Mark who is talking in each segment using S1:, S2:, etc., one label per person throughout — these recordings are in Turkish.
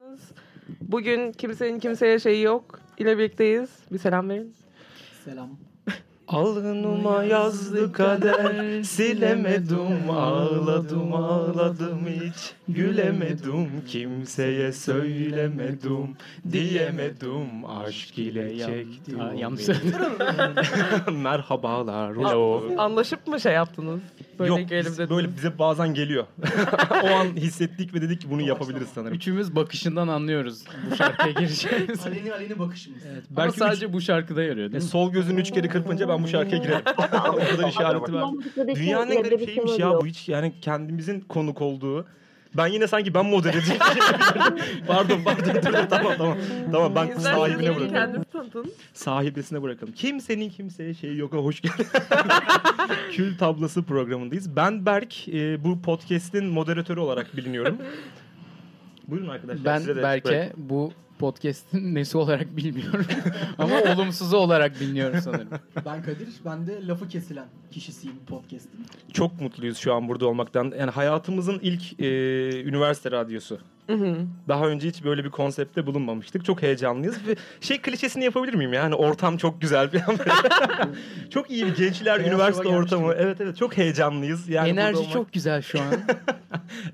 S1: buradayız. Bugün kimsenin kimseye şeyi yok. İle birlikteyiz. Bir selam verin.
S2: Selam.
S3: Alnıma yazdı kader Silemedim ağladım ağladım hiç Gülemedim kimseye söylemedim Diyemedim aşk ile çektim
S4: Aa, yanlış
S3: beni.
S4: söyledim.
S3: Merhabalar
S1: Anlaşıp mı şey yaptınız? Böyle
S3: Yok
S1: girelim
S3: biz-
S1: dediniz.
S3: böyle bize bazen geliyor O an hissettik ve dedik ki bunu yapabiliriz sanırım
S4: Üçümüz bakışından anlıyoruz bu şarkıya gireceğiz.
S2: Aleni Aleni bakışımız.
S4: Ama
S3: Belki
S4: sadece bu şarkıda yarıyor
S3: E,
S4: değil mi?
S3: sol gözünü üç kere kırpınca ben bu şarkıya girerim O kadar işareti var Dünyanın en garip şeymiş ya bu hiç. Yani kendimizin konuk olduğu. Ben yine sanki ben model edeceğim. pardon pardon dur, dur, tamam tamam. Tamam ben
S1: İzlerseniz
S3: sahibine
S1: gelin
S3: bırakalım.
S1: Kendinizi tanıtın.
S3: Sahibesine bırakalım. Kimsenin kimseye şeyi yok. Hoş geldin. Kül tablası programındayız. Ben Berk. e, bu podcast'in moderatörü olarak biliniyorum. Buyurun arkadaşlar.
S4: Ben
S3: size de
S4: Berke bu podcast'in nesi olarak bilmiyorum. Ama olumsuzu olarak bilmiyorum sanırım.
S2: Ben Kadir. Ben de lafı kesilen kişisiyim podcast'in.
S3: Çok mutluyuz şu an burada olmaktan. Yani hayatımızın ilk e, üniversite radyosu.
S1: Hı hı.
S3: Daha önce hiç böyle bir konsepte bulunmamıştık. Çok heyecanlıyız. Ve şey klişesini yapabilir miyim? Yani ortam çok güzel falan. böyle. çok iyi bir gençler,
S2: Beyaz
S3: üniversite
S2: Şov'a
S3: ortamı.
S2: gelmiştim.
S3: Evet evet çok heyecanlıyız. Yani burada
S4: Enerji
S3: olmak-
S4: çok güzel şu an.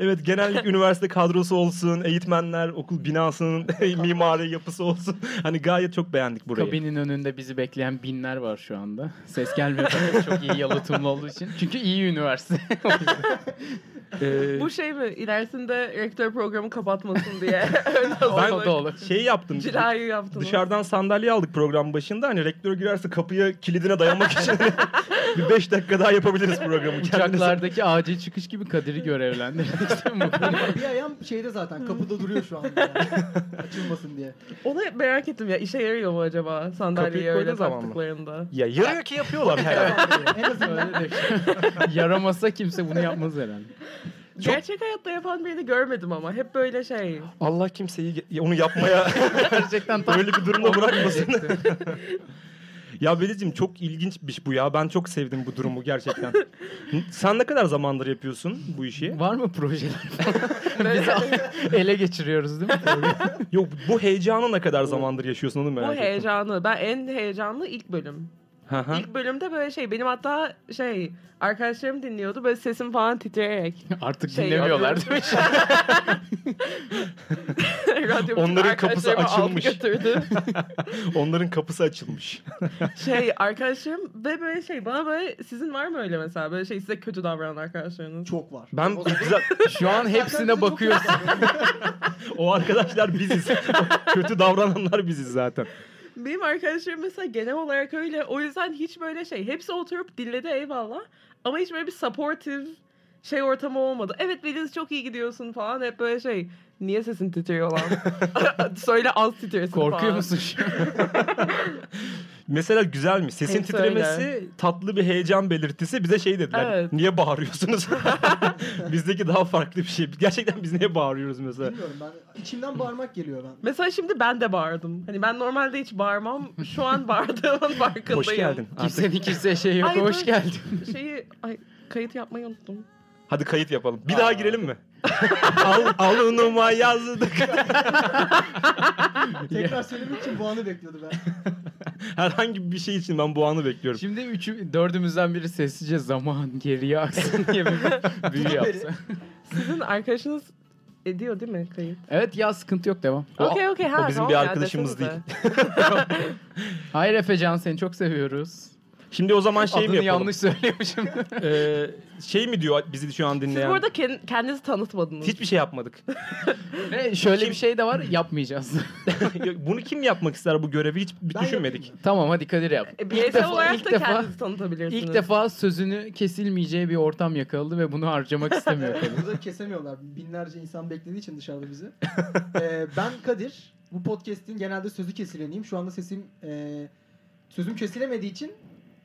S3: Evet genellikle üniversite kadrosu olsun, eğitmenler, okul binasının mimari yapısı olsun. Hani gayet çok beğendik burayı.
S4: Kabinin önünde bizi bekleyen binler var şu anda. Ses gelmiyor. çok iyi yalıtımlı olduğu için. Çünkü iyi üniversite.
S3: Ee,
S1: Bu şey mi? İlerisinde rektör programı kapatmasın diye. Öyle
S4: ben
S1: hazırlık.
S4: da olur.
S3: şey yaptım.
S1: Cilayı yaptınız.
S3: Dışarıdan sandalye aldık program başında. Hani rektör girerse kapıya kilidine dayanmak için bir beş dakika daha yapabiliriz programı. Kendinize-
S4: Uçaklardaki acil çıkış gibi Kadir'i görevlendirdik. Sen bu-
S2: bir ayağım şeyde zaten kapıda duruyor şu anda. Yani. Açılmasın diye.
S1: Onu hep merak ettim ya. İşe yarıyor mu acaba
S3: Kapıyı
S1: sandalyeye
S3: koyduğu
S1: öyle
S3: zaman mı?
S1: taktıklarında?
S3: Ya yarıyor ki yapıyorlar herhalde.
S2: en azından şey.
S4: Öyle de. Yaramasa kimse bunu yapmaz herhalde.
S1: Gerçek hayatta yapan birini görmedim ama. Hep böyle şey.
S3: Allah kimseyi ya onu yapmaya
S4: Gerçekten tam
S3: böyle bir durumda bırakmasın. ya Belicim çok ilginçmiş bu ya. Ben çok sevdim bu durumu gerçekten. Sen ne kadar zamandır yapıyorsun bu işi?
S4: Var mı projeler? Biz ele geçiriyoruz değil mi?
S3: Yok bu heyecanı ne kadar zamandır yaşıyorsun onu merak
S1: Bu
S3: ettim.
S1: heyecanı. Ben en heyecanlı ilk bölüm.
S3: Hı hı.
S1: İlk bölümde böyle şey benim hatta şey arkadaşlarım dinliyordu böyle sesim falan titreyerek.
S4: Artık
S1: Şey,
S4: dinlemiyorlar
S1: radyo-
S4: değil mi?
S1: Radyo bütün
S3: Onların kapısı
S1: arkadaşlarımı aldı
S3: açılmış.
S1: götürdü.
S3: Onların kapısı açılmış.
S1: şey arkadaşlarım ve böyle şey bana böyle sizin var mı öyle mesela böyle şey size kötü davranan arkadaşlarınız?
S2: çok var.
S3: Ben
S2: O zaman-
S3: güzel
S4: Şu an hepsine bakıyorsun.
S3: o arkadaşlar biziz. O Kötü davrananlar biziz zaten.
S1: Benim arkadaşlarım mesela genel olarak öyle o yüzden hiç böyle şey hepsi oturup dinledi eyvallah ama hiç böyle bir supportive şey ortamı olmadı. Evet Beliz çok iyi gidiyorsun falan hep böyle şey niye sesin titriyor lan? Söyle az titresin
S4: Korkuyor
S1: falan.
S4: musun şu an?
S3: Mesela güzelmiş. Sesin
S1: Hepsi
S3: titremesi tatlı bir heyecan belirtisi. Bize şey dediler.
S1: Evet.
S3: Niye bağırıyorsunuz? Bizdeki daha farklı bir şey. Gerçekten biz niye bağırıyoruz mesela?
S2: Bilmiyorum ben. içimden bağırmak geliyor ben.
S1: Mesela şimdi ben de bağırdım. Hani ben normalde hiç bağırmam. Şu an bağırdığımın farkındayım.
S3: Hoş geldin. Artık
S4: Kimsenin kimseye şey yok.
S1: Ay,
S4: Hoş
S1: dur.
S4: geldin.
S1: Şeyi ay, kayıt yapmayı unuttum.
S3: hadi kayıt yapalım. Bir daha girelim mi? Al, alınıma yazdık.
S2: Tekrar söylemek için bu anı bekliyordu ben.
S3: Herhangi bir şey için ben bu anı bekliyorum.
S4: Şimdi üçü, dördümüzden biri sessizce zaman geriye aksın diye bir büyü yapsa.
S1: Sizin arkadaşınız ediyor değil mi kayıt?
S4: Evet ya sıkıntı yok devam.
S3: O-
S1: Okey okey ha.
S3: o bizim
S1: tamam
S3: bir
S1: ya,
S3: arkadaşımız
S1: desenize.
S4: Hayır Efecan seni çok seviyoruz.
S3: Şimdi o zaman şey mi
S4: Adını
S3: yapalım?
S4: yanlış söylemişim.
S3: Ee, şey mi diyor bizi şu an
S1: Siz
S3: dinleyen?
S1: bu arada kend- kendinizi tanıtmadınız.
S3: Hiçbir şey yapmadık.
S4: Ve şöyle
S3: Kim-
S4: bir şey de var yapmayacağız.
S3: Yok, Bunu kim yapmak ister bu görevi hiç bir
S2: Ben
S3: düşünmedik.
S2: yapayım
S4: tamam hadi Kadir yap.
S1: E,
S4: İlk
S1: bireysel
S4: defa-
S1: olarak
S4: ilk
S1: da
S4: defa-
S1: kendinizi tanıtabilirsiniz.
S4: İlk defa sözünü kesilmeyeceği bir ortam yakaladı ve bunu harcamak istemiyor.
S2: Evet, burada kesemiyorlar. Binlerce insan beklediği için dışarıda bizi. Ee, ben Kadir. Bu podcast'in genelde sözü kesileniyim. Şu anda sesim e, sözüm kesilemediği için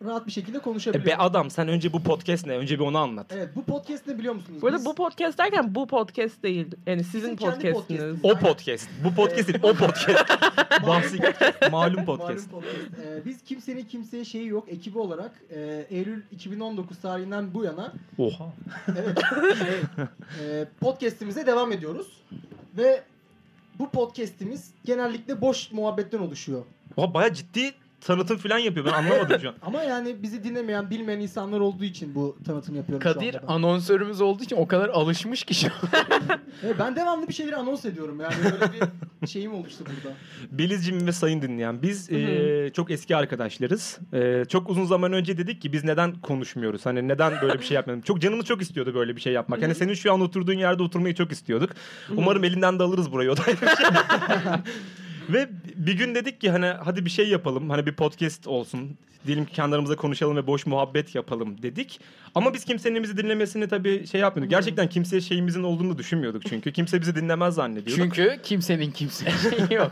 S2: rahat bir şekilde
S3: E be
S2: konuşabiliyorum.
S3: adam sen önce bu podcast ne? Önce bir onu anlat.
S2: evet bu podcast ne biliyor musunuz?
S1: Bu arada
S2: Biz-
S1: bu podcast derken bu podcast değil. Yani sizin
S2: Bizim kendi
S1: podcastiniz.
S3: O podcast. Bu podcast değil, o podcast. Bahsi malum podcast.
S2: Malum podcast. Ee, biz kimsenin kimseye şeyi yok ekibi olarak e, Eylül 2019 tarihinden bu yana
S3: Oha.
S2: evet, e, e, podcast'imize devam ediyoruz. Ve bu podcast'imiz genellikle boş muhabbetten oluşuyor.
S3: Oha baya ciddi tanıtım falan yapıyor. Ben anlamadım şu an.
S2: Ama yani bizi dinlemeyen, bilmeyen insanlar olduğu için bu tanıtımı yapıyorum şu
S4: Kadir
S2: anda. ben.
S4: anonsörümüz olduğu için o kadar alışmış ki şu an.
S2: Evet, ben devamlı bir şeyleri anons ediyorum yani. Böyle bir şeyim oluştu burada.
S3: Belizcim ve sayın dinleyen biz
S1: Hı hı.
S3: eee, çok eski arkadaşlarız. Eee, çok uzun zaman önce dedik ki biz neden konuşmuyoruz? Hani neden böyle bir şey yapmayalım? Çok canımız çok istiyordu böyle bir şey yapmak. Hani senin şu an oturduğun yerde oturmayı çok istiyorduk. Umarım elinden de alırız burayı o da ayrı bir şey. Ve bir gün dedik ki hani hadi bir şey yapalım. Hani bir podcast olsun. Diyelim ki kendi aramızda konuşalım ve boş muhabbet yapalım dedik. Ama biz kimsenin bizi dinlemesini tabii şey yapmıyorduk. Gerçekten kimseye şeyimizin olduğunu düşünmüyorduk çünkü. Kimse bizi dinlemez zannediyorduk.
S4: Çünkü kimsenin kimseye şeyi yok.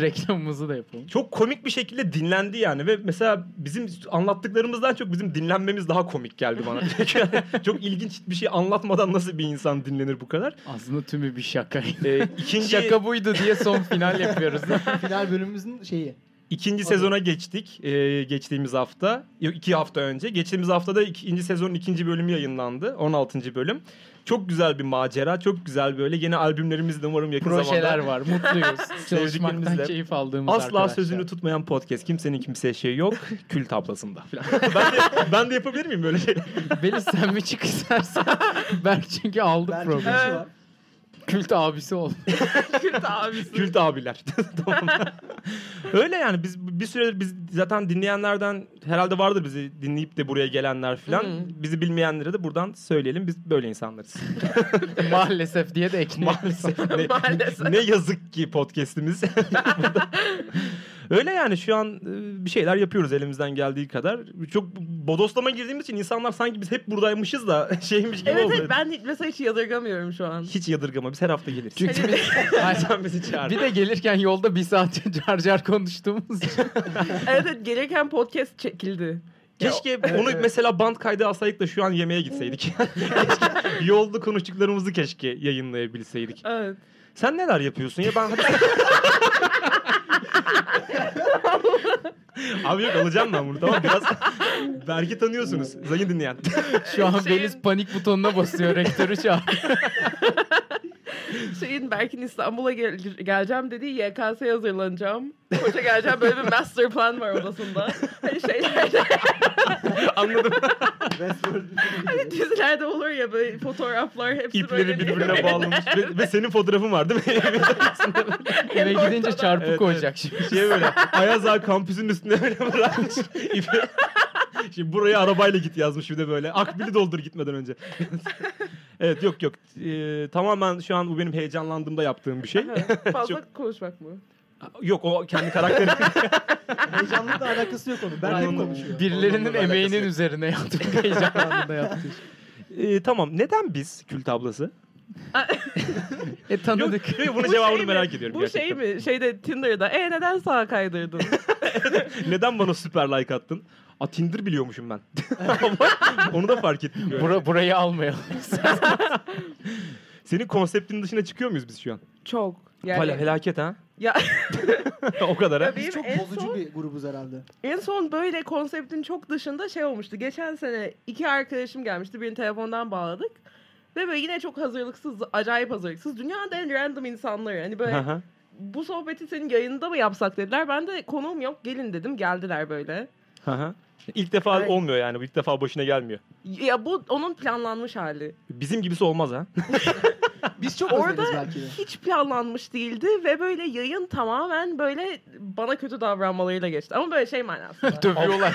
S4: Reklamımızı da yapalım.
S3: çok komik bir şekilde dinlendi yani ve mesela bizim anlattıklarımızdan çok bizim dinlenmemiz daha komik geldi bana. Çünkü yani çok ilginç bir şey anlatmadan nasıl bir insan dinlenir bu kadar?
S4: Aslında tümü bir şaka.
S3: Ee, ikinci
S4: Şaka buydu diye son final yapıyoruz.
S2: Final bölümümüzün şeyi.
S3: ikinci
S2: Hadi.
S3: sezona geçtik. Ee, geçtiğimiz hafta, yok iki hafta önce. Geçtiğimiz haftada ikinci sezonun ikinci bölümü yayınlandı. 16. bölüm. Çok güzel bir macera, çok güzel böyle yeni albümlerimiz de umarım yakın
S4: Projeler
S3: zamanda.
S4: var. Mutluyuz. Çalışmaktan
S3: Sevdiklerimizle.
S4: keyif aldığımız
S3: Asla
S4: arkadaşlar.
S3: sözünü tutmayan podcast. Kimsenin kimseye şey yok. Kül tablasında falan. ben, de, ben de yapabilir miyim böyle şey?
S4: Beliz sen mi çık istersen? Berk çünkü aldı
S2: Belki bir şey
S4: programı.
S2: var.
S4: Kült abisi oldu.
S1: Kürt abisi.
S3: Kürt abiler. tamam. Öyle yani biz bir süredir biz zaten dinleyenlerden herhalde vardır bizi dinleyip de buraya gelenler falan.
S1: Hı hı.
S3: Bizi bilmeyenlere de buradan söyleyelim. Biz böyle insanlarız.
S4: Maalesef diye de ekleyelim.
S3: Maalesef. ne,
S1: Maalesef.
S3: ne yazık ki podcast'imiz. Öyle yani şu an e, bir şeyler yapıyoruz elimizden geldiği kadar. Çok bodoslama girdiğimiz için insanlar sanki biz hep buradaymışız da şeymiş gibi
S1: Evet
S3: oldu.
S1: evet ben hiç- mesela hiç yadırgamıyorum şu an.
S3: Hiç yadırgama biz her hafta geliriz.
S4: Çünkü
S1: Hani-
S4: biz- Ay,
S3: sen bizi çağır.
S4: bir de gelirken yolda bir saat car car konuştuğumuz için.
S1: evet evet gelirken podcast çekildi.
S3: Keşke onu
S2: evet.
S3: mesela band kaydı alsaydık da şu an yemeğe gitseydik. keşke yolda konuştuklarımızı keşke yayınlayabilseydik.
S1: Evet.
S3: Sen neler yapıyorsun ya ben hadi... Abi yok alacağım ben bunu tamam biraz Berk'i tanıyorsunuz sayın dinleyen.
S4: Şu an
S1: Şeyin-
S4: Beliz panik butonuna basıyor rektörü çağır.
S1: Şeyin Berk'in İstanbul'a gel- geleceğim dediği YKS'ye hazırlanacağım. Koça geleceğim böyle bir master plan var odasında. Hani şeylerde
S3: Anladım.
S2: Westworld'ün
S1: hani dizilerde olur ya böyle fotoğraflar hepsi böyle.
S3: İpleri birbirine bağlamış ve, ve senin fotoğrafın var değil mi?
S4: Eve
S1: ortada.
S4: gidince çarpı
S3: Evet, evet.
S4: koyacak şimdi.
S3: şey böyle Ayaz Ağa kampüsünün üstünde böyle bırakmış. İpi. Şimdi buraya arabayla git yazmış bir de böyle. Akbili doldur gitmeden önce. evet yok yok. Ee, tamamen şu an bu benim heyecanlandığımda yaptığım bir şey.
S1: Aha, Fazla konuşmak mı?
S3: yok o kendi karakteri.
S2: Heyecanlı da alakası yok onun. Ben hep
S3: Aynen.
S2: konuşuyorum.
S4: Birilerinin
S3: Onunla alakası
S4: emeğinin
S3: yok.
S4: üzerine yaptık. Heyecanlarında yaptık.
S3: Ee, tamam neden biz kül tablası?
S4: E
S3: Yok,
S4: tanıdık.
S3: yok, bunun
S1: Bu
S3: cevabını
S1: şey mi?
S3: merak ediyorum
S1: Bu
S3: gerçekten.
S1: şey mi? Şeyde Tinder'da e neden sağa kaydırdın?
S3: Neden bana süper like attın? A Tinder biliyormuşum ben. Ama onu da fark ettim. böyle.
S4: Bura, burayı almayalım.
S3: Senin konseptin dışına çıkıyor muyuz biz şu an?
S1: Çok. Yani,
S3: Hala felaket ha.
S1: Ya,
S3: o kadar ha.
S2: Biz
S1: benim
S2: çok
S1: en
S2: bozucu
S1: son-
S2: bir grubuz herhalde.
S1: En son böyle konseptin çok dışında şey olmuştu. Geçen sene iki arkadaşım gelmişti. Birini telefondan bağladık. Ve böyle yine çok hazırlıksız, acayip hazırlıksız. Dünyanın en random insanları. Hani böyle
S3: Aha.
S1: bu sohbeti senin yayında mı yapsak dediler. Ben de konuğum yok gelin dedim. Geldiler böyle.
S3: Aha. İlk defa
S1: Ay.
S3: olmuyor yani. İlk defa başına gelmiyor.
S1: Ya bu onun planlanmış hali.
S3: Bizim gibisi olmaz ha.
S2: Biz çok
S1: Orada-
S2: özeniz belki de.
S1: Hiç planlanmış değildi ve böyle yayın tamamen böyle bana kötü davranmalarıyla geçti. Ama böyle şey manası.
S4: Dövüyorlar.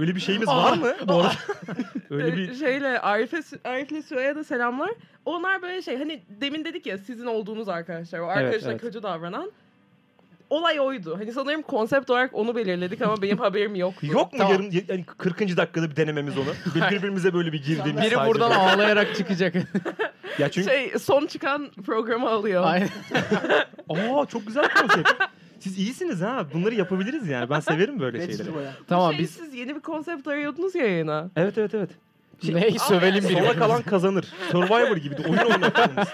S3: Öyle bir şeyimiz
S4: Aa,
S3: var mı? Bu arada. Öyle
S1: Ee,
S3: bir
S1: şeyle Arife, Sü- Arif'le Süreyya'ya da selamlar. Onlar böyle şey hani demin dedik ya sizin olduğunuz arkadaşlar. O arkadaşına
S3: evet.
S1: kötü davranan. Olay oydu. Hani sanırım konsept olarak onu belirledik ama benim haberim yoktu.
S3: Yok mu
S4: Tamam.
S3: yarım yani 40. dakikada bir denememiz onu? Bir- Birbirimize böyle bir girdiğimiz
S4: Biri
S3: sadece
S4: buradan
S3: böyle.
S4: ağlayarak çıkacak.
S3: Ya çünkü
S1: Şey son çıkan programı alıyor.
S4: Aynen.
S3: aa çok güzel konsept. Siz iyisiniz ha. Bunları yapabiliriz yani. Ben severim böyle
S2: Let's
S3: şeyleri.
S2: do ya.
S4: Tamam
S1: şey,
S4: biz
S1: Siz yeni bir konsept arıyordunuz ya yayına.
S3: Evet evet evet. Şey-
S4: ne sövelim
S3: Sona
S4: birbirimizi.
S3: kalan kazanır. Survivor gibi de oyun oynatıyorsunuz.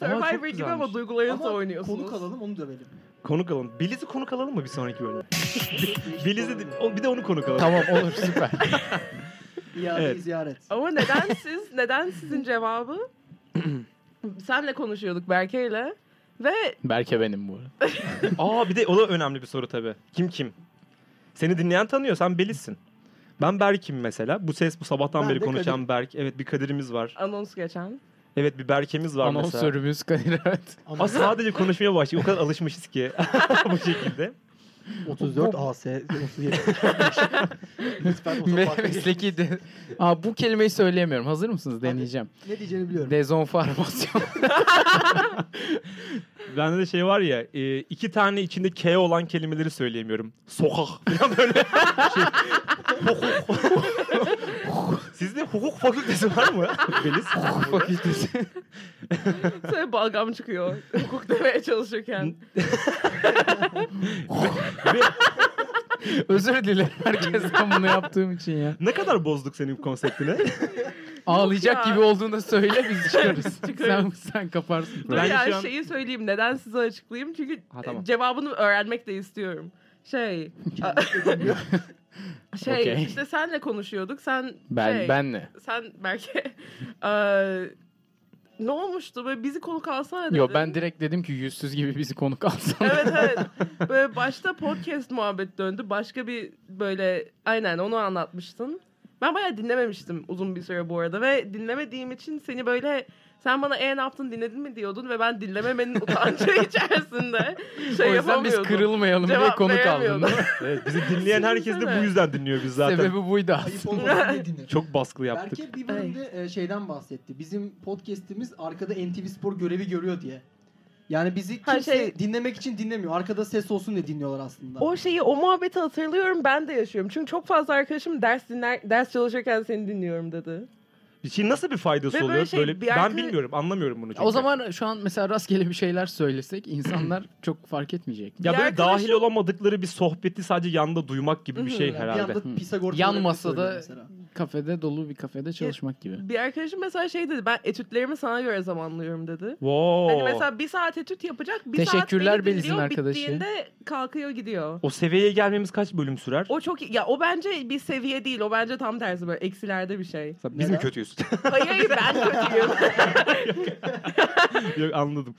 S3: Ama çok
S1: Survivor gibi ama
S3: güzelmiş.
S1: duygularınızla
S2: Ama
S1: oynuyorsunuz.
S2: konuk alalım onu dövelim.
S3: Konuk alalım. Beliz'i konuk alalım mı bir sonraki bölümde? Beliz'i de, o- bir de onu konuk alalım.
S4: Tamam olur süper.
S2: İade
S3: Evet.
S2: ziyaret.
S1: Ama neden siz, neden sizin cevabı? Senle konuşuyorduk Berke'yle. Ve
S4: Berke benim bu arada.
S3: Aa bir de o da önemli bir soru tabii. Kim kim? Seni dinleyen tanıyor. Sen Belis'sin. Ben Berk'im mesela. Bu ses bu sabahtan
S2: Ben
S3: beri
S2: de
S3: konuşan Berk. Evet bir Kadir'imiz var.
S1: anons geçen.
S3: Evet bir Berk'imiz var mesela.
S4: Anonsörümüz Kadir evet.
S3: Ama sadece konuşmaya başlıyor. O kadar alışmışız ki bu şekilde.
S5: 34 AS 37. Lütfen
S4: Me-
S5: otoparka-
S4: Mesleki de... Aa, bu kelimeyi söyleyemiyorum. Hazır mısınız? Deneyeceğim.
S2: Ne diyeceğini biliyorum.
S4: Dezonformasyon.
S3: Bende de şey var ya e, iki tane içinde K olan kelimeleri söyleyemiyorum. Sokak falan böyle şey. Hukuk. Sizde hukuk fakültesi var mı? Beliz.
S4: Fakültesi.
S1: Sonra balgam çıkıyor. Hukuk demeye çalışırken.
S3: Ve
S4: Özür dilerim herkesten bunu yaptığım için ya.
S3: ne kadar bozduk senin konseptini?
S4: Ağlayacak
S1: ya.
S4: gibi olduğunda söyle biz çıkarız. sen,
S1: Çıkarız.
S4: sen kaparsın.
S1: Dur
S3: Ben de
S1: ya
S3: şu an-
S1: şeyi söyleyeyim. Neden size açıklayayım? Çünkü
S3: Ha, tamam.
S1: cevabını öğrenmek de istiyorum. Şey. şey
S4: Okey.
S1: işte senle konuşuyorduk. Sen
S4: Ben,
S1: şey,
S4: ben ne?
S1: sen belki eee, ne olmuştu? Böyle bizi konuk alsana dedin.
S4: Yo ben direkt dedim ki yüzsüz gibi bizi konuk alsana.
S1: Evet evet. Böyle başta podcast muhabbet döndü. Başka bir böyle aynen onu anlatmıştın. Ben bayağı dinlememiştim uzun bir süre bu arada ve dinlemediğim için seni böyle sen bana e ne yaptın dinledin mi diyordun ve ben dinlememenin utancı içerisinde
S4: o
S1: şey
S4: yüzden biz
S1: yapamıyordum.
S4: kırılmayalım diye
S1: Cevap
S4: konuk aldın.
S1: veremiyordum.
S4: değil mi?
S3: Evet, bizi dinleyen herkes de bu yüzden dinliyor biz zaten.
S4: Sebebi buydu aslında.
S2: Ayıp olmasın diye dinle.
S3: Çok baskılı yaptık.
S2: Berke bir bölümde e, şeyden bahsetti. Bizim podcast'imiz arkada NTV Spor görevi görüyor diye. Yani bizi kimse
S1: Ha, şey-
S2: dinlemek için dinlemiyor. Arkada ses olsun diye dinliyorlar aslında.
S1: O şeyi o muhabbeti hatırlıyorum ben de yaşıyorum. Çünkü çok fazla arkadaşım ders dinler ders çalışırken seni dinliyorum dedi.
S3: Şimdi nasıl bir faydası
S1: Ve böyle
S3: oluyor?
S1: şey,
S3: böyle
S1: bir
S3: ben
S1: arka-
S3: bilmiyorum, anlamıyorum bunu çünkü.
S4: O zaman şu an mesela rastgele bir şeyler söylesek insanlar çok fark etmeyecek.
S3: ya
S1: Bir
S3: böyle
S1: arkadaşım-
S3: dahil olamadıkları bir sohbeti sadece yanda duymak gibi bir
S1: Hı hı.
S3: şey
S2: Yani
S3: herhalde.
S2: Bir anda Pisagor
S4: Yan
S2: teoremi
S4: masada-
S2: söylüyor mesela.
S4: Kafede dolu bir kafede çalışmak gibi.
S1: Bir arkadaşım mesela şey dedi ben etütlerimi sana göre zamanlıyorum dedi.
S3: Wow.
S1: Hani mesela bir saat etüt yapacak, bir
S4: Teşekkürler
S1: saat beni
S4: Beliz'in
S1: dinliyor,
S4: arkadaşı.
S1: bittiğinde kalkıyor gidiyor.
S3: O seviyeye gelmemiz kaç bölüm sürer?
S1: O çok ya o bence bir seviye değil. O bence tam tersi böyle eksilerde bir şey.
S3: Mesela Biz mi
S2: Neden?
S3: kötüyüz?
S1: Hayır hayır ben kötüyüm.
S3: Yok, anladım.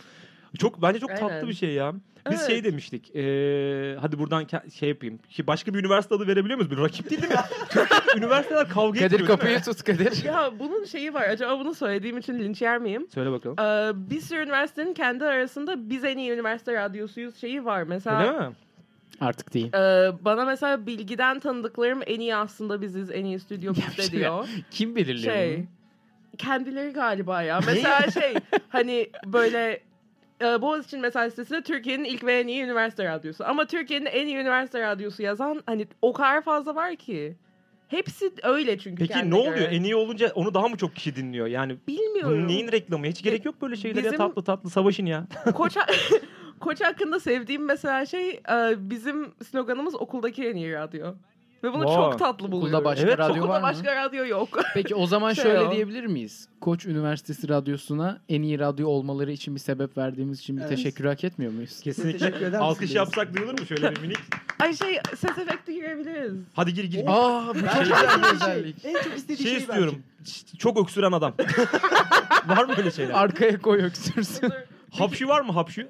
S3: Çok bence çok tatlı
S1: Aynen.
S3: bir şey ya. Biz
S1: Evet.
S3: şey demiştik. ee, hadi buradan ke- şey yapayım. Ki başka bir üniversite adı verebiliyor muyuz? Bir rakip değil mi? Türkiye'de üniversiteler kavga
S4: Kadir
S3: ediyor. değil mi?
S4: kapıyı tut Kadir.
S1: ya bunun şeyi var. Acaba bunu söylediğim için linç yer miyim?
S3: Söyle bakalım.
S1: Ee, bir sürü üniversitenin kendi arasında biz en iyi üniversite radyosuyuz şeyi var.
S3: Öyle
S1: Mesela
S3: mi?
S4: Artık değil.
S1: e, bana mesela bilgiden tanıdıklarım en iyi aslında biziz. En iyi stüdyo
S4: Ya bir
S1: bizde
S4: şey-
S1: diyor.
S4: Kim belirliyor
S1: Şey
S4: bunu?
S1: kendileri galiba ya. Mesela şey hani böyle e, Boğaziçi meselesinde Türkiye'nin ilk ve en iyi üniversite radyosu. Ama Türkiye'nin en iyi üniversite radyosu yazan hani o kadar fazla var ki. Hepsi öyle çünkü
S3: Peki
S1: kendine
S3: ne oluyor?
S1: göre.
S3: En iyi olunca onu daha mı çok kişi dinliyor? Yani
S1: Bilmiyorum.
S3: bunun neyin reklamı? Hiç gerek yok böyle şeylere. Ya
S1: Bizim-
S3: tatlı tatlı savaşın ya.
S1: Koç, Koç hakkında sevdiğim mesela şey e, bizim sloganımız okuldaki en iyi radyo. Ve bunu
S3: Vay.
S1: çok tatlı buluyorum.
S4: Okulda başka
S3: Evet,
S4: radyo
S1: Okulda
S4: var mı?
S1: başka radyo yok.
S4: Peki o zaman
S1: Şey
S4: şöyle
S1: o.
S4: diyebilir miyiz? Koç Üniversitesi Radyosu'na en iyi radyo olmaları için bir sebep verdiğimiz için bir
S2: Evet.
S4: teşekkür hak etmiyor muyuz?
S2: Teşekkür eder
S3: Kesinlikle.
S2: misin
S3: Alkış
S2: Deniz?
S3: yapsak duyulur mu şöyle bir minik?
S1: Ay şey ses efekti girebiliriz.
S3: Hadi gir gir.
S4: Aa bu çok
S2: Belki
S4: güzel bir
S2: en
S4: özellik.
S2: şey- En çok istediği
S3: şey, istiyorum. Ç- Çok öksüren adam. var mı böyle şeyler?
S4: Arkaya koy öksürsün.
S3: Hapşu var mı hapşu?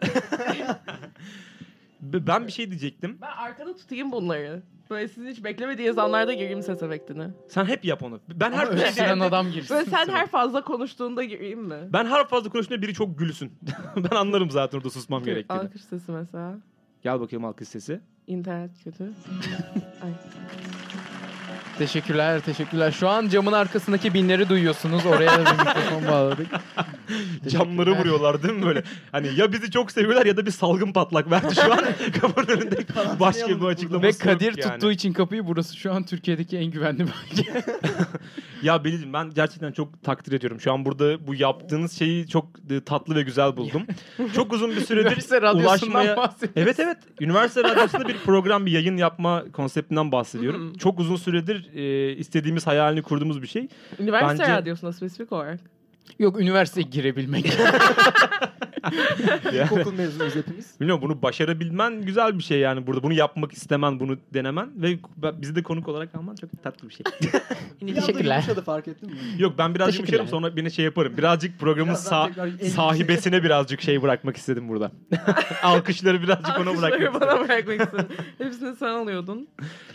S3: Be- ben bir şey diyecektim.
S1: Ben arkada tutayım bunları. Böyle sizin hiç beklemediğiniz anlarda gireyim ses efektini.
S3: Sen hep yap onu. Ben
S4: Ama
S3: her şey
S4: öksüren adam girsin.
S1: Böyle sen
S4: sıraya.
S1: her fazla konuştuğunda gireyim mi?
S3: Ben her fazla konuştuğumda biri çok gülsün. ben anlarım zaten orada susmam gerektiğini.
S1: Alkış sesi mesela.
S3: Gel bakayım alkış sesi.
S1: İnternet kötü.
S4: Teşekkürler, teşekkürler. Şu an camın arkasındaki binleri duyuyorsunuz. Oraya da bir mikrofon bağladık.
S3: Camları vuruyorlar değil mi böyle? Hani ya bizi çok seviyorlar ya da bir salgın patlak verdi şu an. Kapının önünde başka bir açıklaması
S4: Ve
S3: yok
S4: Kadir
S3: yani.
S4: tuttuğu için kapıyı burası şu an Türkiye'deki en güvenli bölge.
S3: Ya Beliz'im ben gerçekten çok takdir ediyorum. Şu an burada bu yaptığınız şeyi çok e, tatlı ve güzel buldum. çok uzun bir
S4: Üniversite
S3: süredir
S4: radyosundan
S3: ulaşmaya...
S4: bahsediyoruz.
S3: Evet evet. Üniversite radyosunda bir program, bir yayın yapma konseptinden bahsediyorum.
S1: Hı hı.
S3: Çok uzun süredir e, istediğimiz, hayalini kurduğumuz bir şey.
S1: Üniversite
S3: Bence-
S1: radyosuna spesifik olarak.
S4: Yok üniversiteye girebilmek.
S3: Yani-
S2: İlkokul mezunuyuz hepimiz.
S3: Bilmiyorum bunu başarabilmen güzel bir şey yani burada. Bunu yapmak istemen, bunu denemen ve bizi de konuk olarak alman çok tatlı bir şey.
S2: Bir anda
S4: Teşekkürler.
S2: yumuşadı fark ettin mi?
S3: Yok ben biraz yumuşarım
S4: Teşekkürler.
S3: sonra beni şey yaparım. Birazcık programın
S2: Birazdan
S3: sa-
S2: tekrar elimizi-
S3: sahibesine birazcık şey bırakmak istedim burada. Alkışları birazcık ona bırakmak
S1: Alkışları
S3: istedim.
S1: bana bırakmak istedim. Hepsini sen alıyordun.